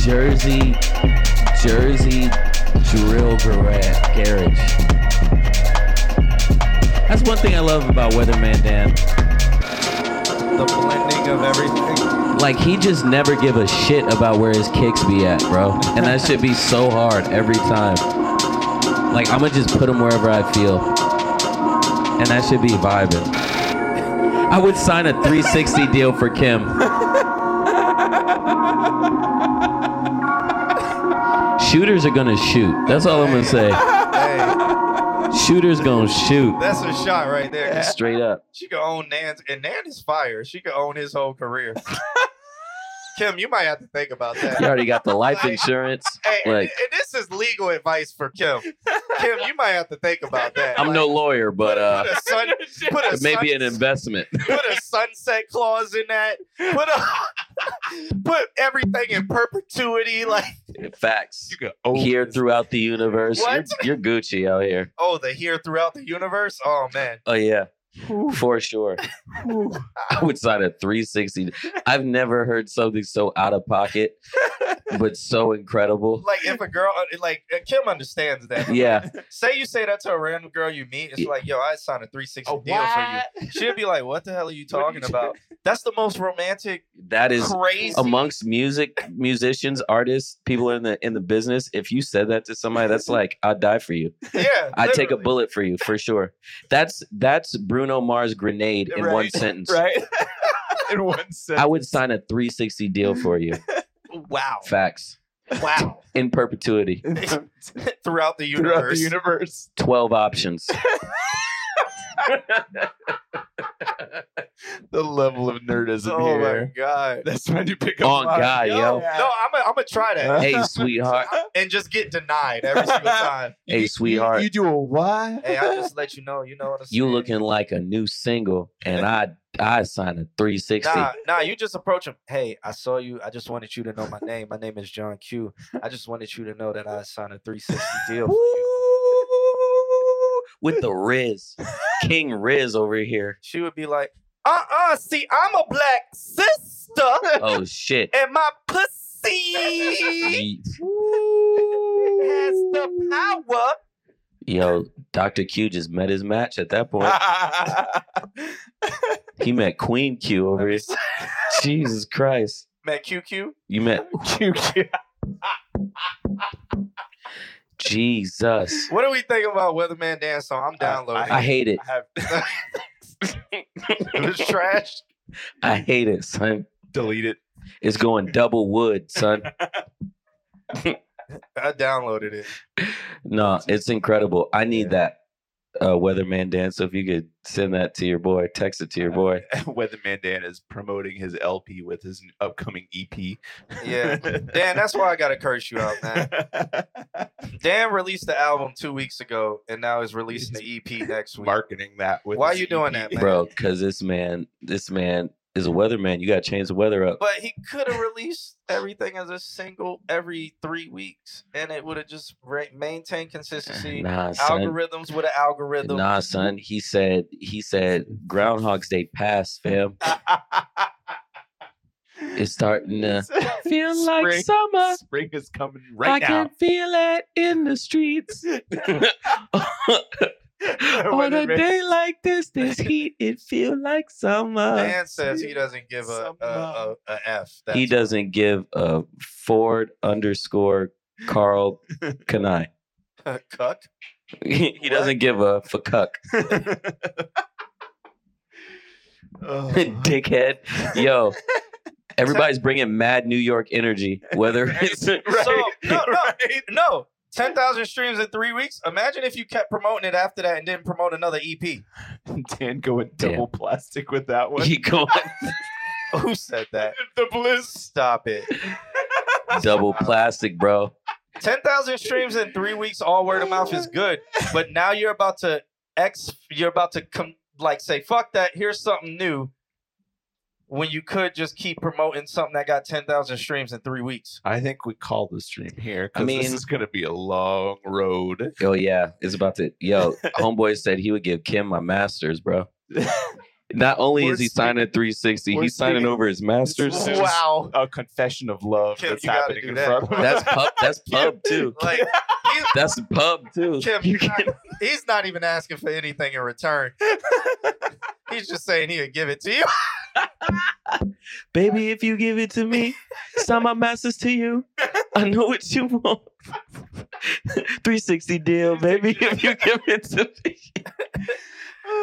Jersey, Jersey drill garage. garage. That's one thing I love about Weatherman Dan. The blending of everything. Like he just never give a shit about where his kicks be at, bro. And that shit be so hard every time. Like I'ma just put them wherever I feel, and that should be vibing. I would sign a 360 deal for Kim. Shooters are gonna shoot. That's all I'm gonna say. Shooters gonna shoot. That's a shot right there. Straight up. She could own Nan's, and Nan is fire. She could own his whole career. Kim, you might have to think about that. You already got the life Like, insurance. Hey, and- Like and this is legal advice for Kim. Kim, you might have to think about that. I'm no lawyer, but uh, Put a sun, put a it may be sun- an investment. put a sunset clause in that. Put a put everything in perpetuity. Like, Facts. Here throughout the universe. You're, What? you're Gucci out here. oh, the here throughout the universe. Oh man. Oh yeah. For sure. I would sign a 360. I've never heard something so out of pocket, but so incredible. Like if a girl like uh, Kim understands that. Yeah. Say you say that to a random girl you meet, it's like, yo, I signed a 360 deal for you. She'll be like, What the hell are you talking about? That's the most romantic That is crazy amongst music musicians, artists, people in the in the business. If you said that to somebody, that's like I'd die for you. Yeah, I'd take a bullet for you for sure. That's that's Bruno Mars grenade in one Right, sentence. Right. in one sentence. I would sign a 360 deal for you. wow. Facts. Wow. In perpetuity. throughout the universe. universe. 12 options. the level of nerdism Oh here. my god. That's when you pick up. On fire. Oh, God, yo. No, I'm gonna I'm gonna try that. Hey, sweetheart. and just get denied every single time. Hey, sweetheart. do a why? Hey, I just let you know, you know what I'm You looking like a new single, and I I sign a 360. Nah, nah, you just approach him. Hey, I saw you. I just wanted you to know my name. My name is John Q. I just wanted you to know that I signed a 360 deal for you. With the Riz. King Riz over here. She would be like, uh uh, see, I'm a black sister. Oh shit. And my pussy has the power. Yo, Dr. Q just met his match at that point. he met Queen Q over here. Jesus Christ. Man, QQ. You met QQ. Jesus. What do we think about Weatherman Dan song? I'm downloading. I hate it. have- it was trash. I hate it, son. Delete it. It's going double wood, son. I downloaded it. No, it's incredible. I need that. Uh, Weatherman Dan. So if you could send that to your boy, text it to your boy. Weatherman Dan is promoting his LP with his upcoming E EP. Yeah. Dan, that's why I gotta curse you out, man. Dan released the album two weeks ago and now is releasing the EP next week. Marketing that with why his E you doing EP. that, man? bro. Because this man, this man is a weatherman. You got to change the weather up. But he could have released everything as a single every three weeks, and it would have just ra- maintained consistency. Nah, son. algorithms with an algorithm. Nah, son. He said. He said. Groundhog's Day passed, fam. it's starting to. Feel like Spring- summer. Spring is coming right I now. can feel it in the streets. On a Weatherman. day like this, this heat, it feel like summer. Dan says he doesn't give a, a, a, a F. he That's- doesn't give a Ford underscore Carl Kanai. Cuck? he doesn't give a fuck. Oh, Dickhead. Yo. Everybody's bringing mad New York energy, whether it's So no, no, no. Ten thousand streams in three weeks. Imagine if you kept promoting it after that and didn't promote another E EP. Dan going double plastic with that one. He going Who said that? the Bliss. Stop it. double plastic, bro. Ten thousand streams in three weeks, all word of mouth is good. But now you're about to ex. You're about to come like say fuck that. Here's something new. When you could just keep promoting something that got ten thousand streams in three weeks. I think we call the stream here I because this mean- is going to be a long road. Oh yeah, it's about to. Yo, homeboy said he would give Kim my masters, bro. Not only is he Worst signing 360, worst he's signing thing- over his master's. suit. Wow. A confession of love Kim, that's you gotta happening do in that. front of him. That's pub- that's pub, too. Like, That's the pub too. Kim, he's not, he's not even asking for anything in return. he's just saying he'll give it to you. Baby, if you give it to me, sign my masters to you. I know what you want. 360 deal, baby, if you give it to me.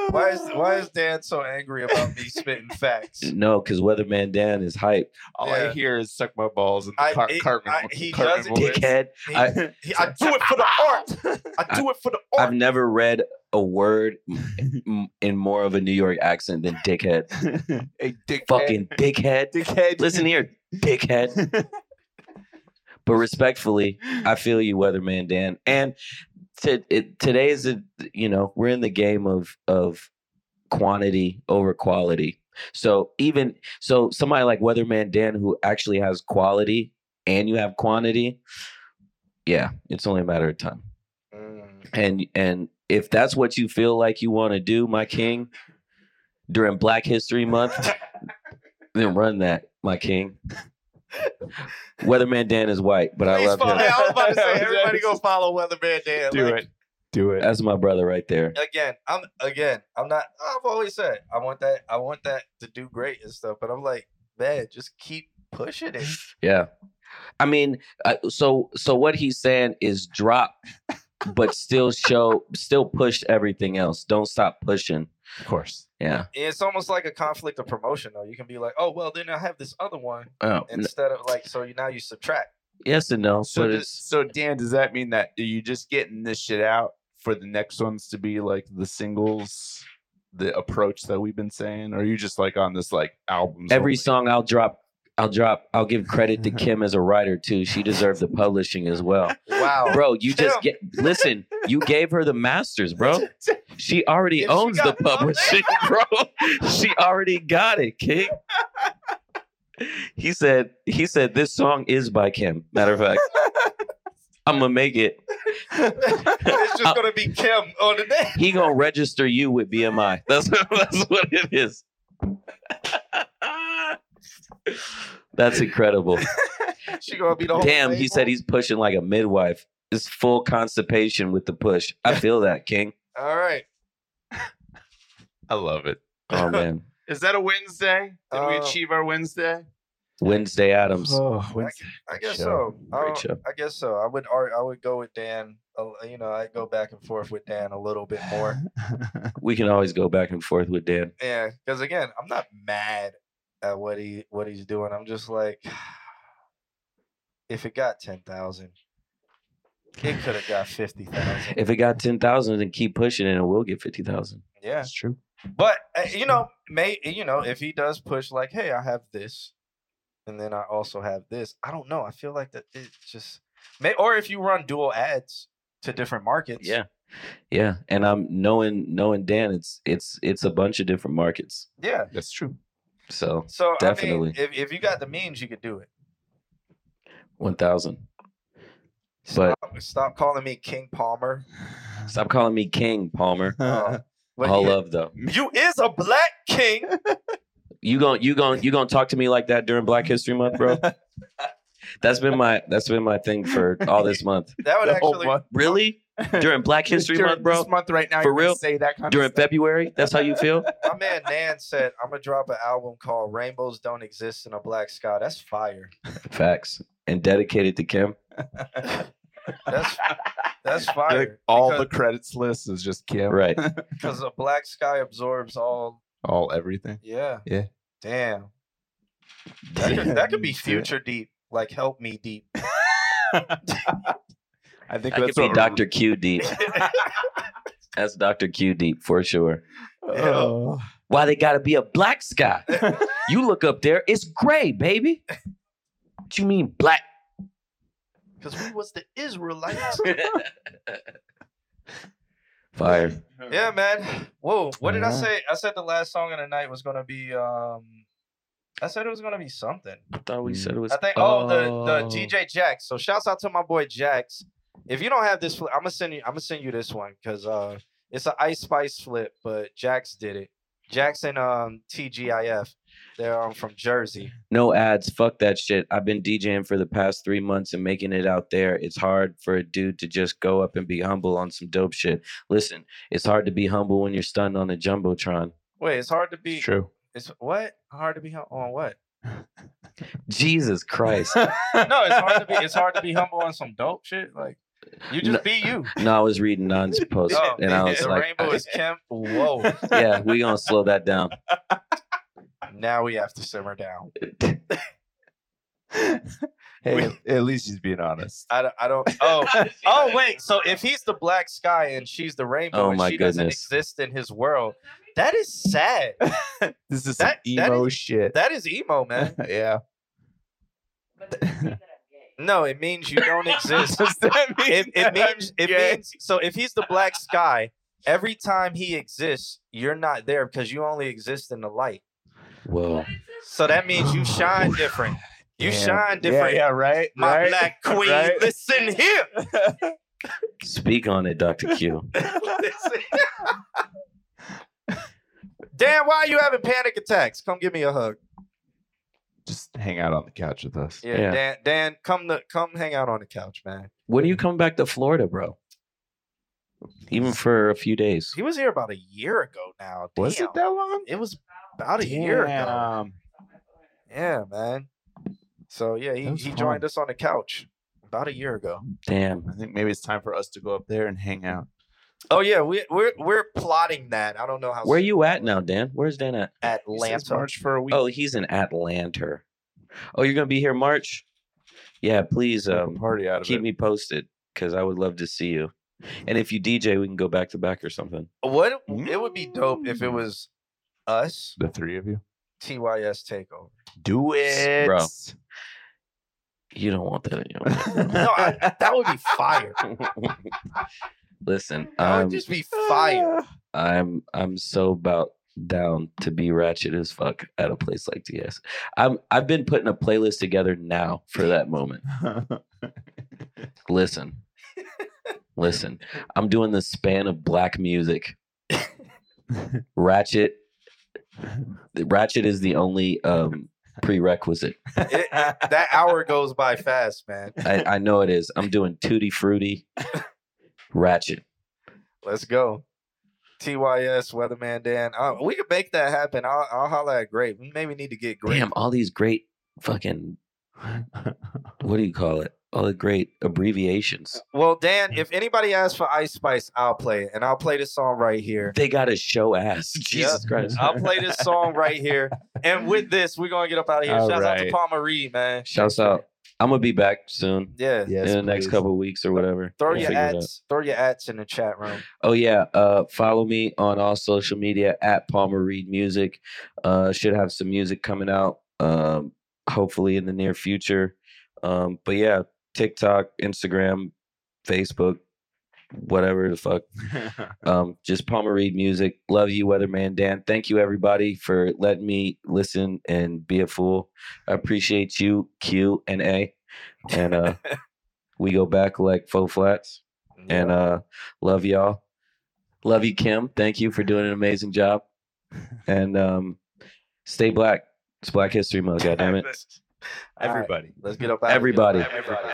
Why is why is Dan so angry about me spitting facts? No, because Weatherman Dan is hype. All Yeah. I hear is suck my balls and I- car- it- Cartman. I- he Cartman doesn't- voice. Dickhead. He- I, he- I do it for the art. I do it for the I've never read a word m- m- in more of a New York accent than dickhead. a dickhead. Fucking dickhead. Dickhead. Listen here, dickhead. but respectfully, I feel you, Weatherman Dan. And to, it, today is a you know we're in the game of of quantity over quality. So even so, somebody like Weatherman Dan who actually has quality and you have quantity, yeah, it's only a matter of time. And and if that's what you feel like you want to do, my king, during Black History Month, then run that, my king. Weatherman Dan is white, but I Please love follow. I was him. about to say everybody go follow Weatherman Dan. like, Do it. That's my brother right there. again, I'm again, I'm not. I've always said I want that. I want that to do great and stuff. But I'm like, man, just keep pushing it. Yeah. I mean, uh, so so what he's saying is drop, but still show, still push everything else. Don't stop pushing. Of course. Yeah. It's almost like a conflict of promotion, though. You can be like, oh well, then I have this other one Oh, n- instead of like. So you now you subtract. yes and no. So, but does, it's, so Dan, does that mean that you just getting this shit out uh, for the next ones to be like the singles, the approach that we've been saying, or are you just like on this like albums? every song I'll drop, I'll drop, I'll give credit to Kim as a writer too. She deserved the publishing as well. Wow, Bro, you just get listen. You gave her the masters, bro. She already owns the publishing, bro. She already got it, kid. He said. He said this song is by Kim. Matter of fact, I'm gonna make it. it's just gonna be Kim on the day. He gonna register you with BMI. That's that's what it is. That's incredible. She gonna be the whole Damn, he said he's pushing like a midwife. It's full constipation with the push. I feel that, King. All right. I love it. Oh man, Is that a Wednesday? Did we Uh, achieve our Wednesday? Wednesday Adams. I show. guess so. Uh, I, Oh, Great don't- show. I guess so. I would ar- I would go with Dan. Uh, you know, I go back and forth with Dan a little bit more. We can always go back and forth with Dan. Yeah, because again, I'm not mad at what he what he's doing. I'm just like, if it got ten thousand, it could have got fifty thousand. If it got ten thousand, then keep pushing it, and we'll get fifty thousand. Yeah, That's true. but uh, you know, may you know, if he does push, like, hey, I have this, and then I also have this. I don't know. I feel like that it's just may, or if you run dual ads to different markets. Yeah, yeah. And I'm knowing knowing Dan, it's it's it's a bunch of different markets. Yeah. That's true. So, So definitely I mean, if, if you got the means, you could do it. one thousand. But Stop calling me King Palmer. stop calling me King Palmer. But All you- love though. You is a black king. You gon' you gon' you gonna talk to me like that during Black History Month, bro? That's been my that's been my thing for all this month. That would The whole actually month. Really? During Black History During Month, bro? This month right now, For you can real? Say that kind During of stuff. February? That's how you feel? My man Nan said, I'm gonna drop an album called Rainbows Don't Exist in a Black Sky. That's fire. Facts. And dedicated to Kim. That's that's Like, fire. all the credits list is just Kim. Right. Because a black sky absorbs all all everything. yeah. Yeah. Damn. That could, that could be future deep. Like help me deep. I That think could that's be what- Dr. Q deep. That's Dr. Q deep for sure. Oh. Why they gotta be a black sky? you look up there, it's gray, baby. What you mean black? Because we was the Israelites. Fire. yeah, man. Whoa, what did I Alright. say? I said the last song of the night was gonna be um I said it was gonna be something. I thought we said it was I think oh, the the DJ Jax. So shouts out to my boy Jax. If you don't have this, flip, I'm gonna send you. I'm gonna send you this one because uh, it's an Ice Spice flip, but Jax did it. Jackson um, TGIF. They're um, from Jersey. No ads. Fuck that shit. I've been DJing for the past three months and making it out there. It's hard for a dude to just go up and be humble on some dope shit. Listen, it's hard to be humble when you're stunned on a jumbotron. Wait, it's hard to be. true. It's what hard to be hum- on what? Jesus Christ. no, it's hard to be. It's hard to be humble on some dope shit. Like you just No- be you. No, I was reading Non's post Oh, and I was the like, rainbow is Kim. Whoa. yeah, we gonna slow that down. Now we have to simmer down. Hey, at least he's being honest. I don't. I don't oh, oh, wait. So if he's the black sky and she's the rainbow, Oh and my she doesn't goodness. exist in his world, that is sad. This is some emo shit. that is emo, man. yeah. No, it means you don't exist. Does that mean it, it that means I'm it gay? means so if he's the black sky, every time he exists, you're not there because you only exist in the light. Whoa. So that means you shine different. You Damn. shine Yeah, different. yeah, right, My right, black queen, right. listen here. Speak on it, Dr. Q. Dan, why are you having panic attacks? Come give me a hug. Hang out on the couch with us. Yeah, Dan, Dan, come to come hang out on the couch, man. When are you coming back to Florida, bro? Even for a few days. He was here about a year ago now. Was it Damn. that long? It was about a year ago. Yeah, man. So yeah, he, he joined us on the couch about a year ago. Damn. I think maybe it's time for us to go up there and hang out. Oh yeah, we we're we're plotting that. I don't know how Where are you at now, Dan? Where's Dan at? Atlanta. March for a week. Oh, he's in Atlanta. Oh, you're gonna be here March? Yeah, please um, party out of keep it. me posted because I would love to see you. And if you DJ, we can go back to back or something. what it would be dope if it was us The three of you. TYS takeover. Do it. Bro. You don't want that. You know. No, I, that would be fire. Listen, That I'm, would just be Ah. fire. I'm I'm so about down to be ratchet as fuck at a place like DS. I'm I've been putting a playlist together now for that moment. Listen. Listen. I'm doing the span of black music. Ratchet Ratchet is the only um prerequisite. It- that hour goes by fast, man. I, I know it is. I'm doing Tutti Frutti Ratchet. Let's go. TYS Weatherman Dan. Uh, we could make that happen. I'll, I'll holler at Great. We maybe need to get Great. Damn, all these great fucking what do you call it? All the great abbreviations. Well, Dan, Mm. if anybody asks for Ice Spice, I'll play it, and I'll play this song right here. They got to show ass. Jesus Yeah. Christ. I'll play this song right here, and with this, we're gonna get up out of here. All Shout out to right. Palmer Reed, man. Shouts out. I'm gonna be back soon. Yeah. Yes, in the next please. couple of weeks or whatever. Throw We'll your figure it out. ads, throw your ads in the chat room. Oh yeah. Uh follow me on all social media at Palmer Reed Music. Uh should have some music coming out um hopefully in the near future. Um but yeah, TikTok, Instagram, Facebook, whatever the fuck. um just Palmer Reed Music. Love you, Weatherman Dan. Thank you everybody for letting me listen and be a fool. I appreciate you, Q and A. And uh we go back like faux flats. And uh love y'all. Love you, Kim. Thank you for doing an amazing job. And um stay black. It's Black History Month, God damn it. Everybody, let's get up out. Everybody. Of here. Everybody.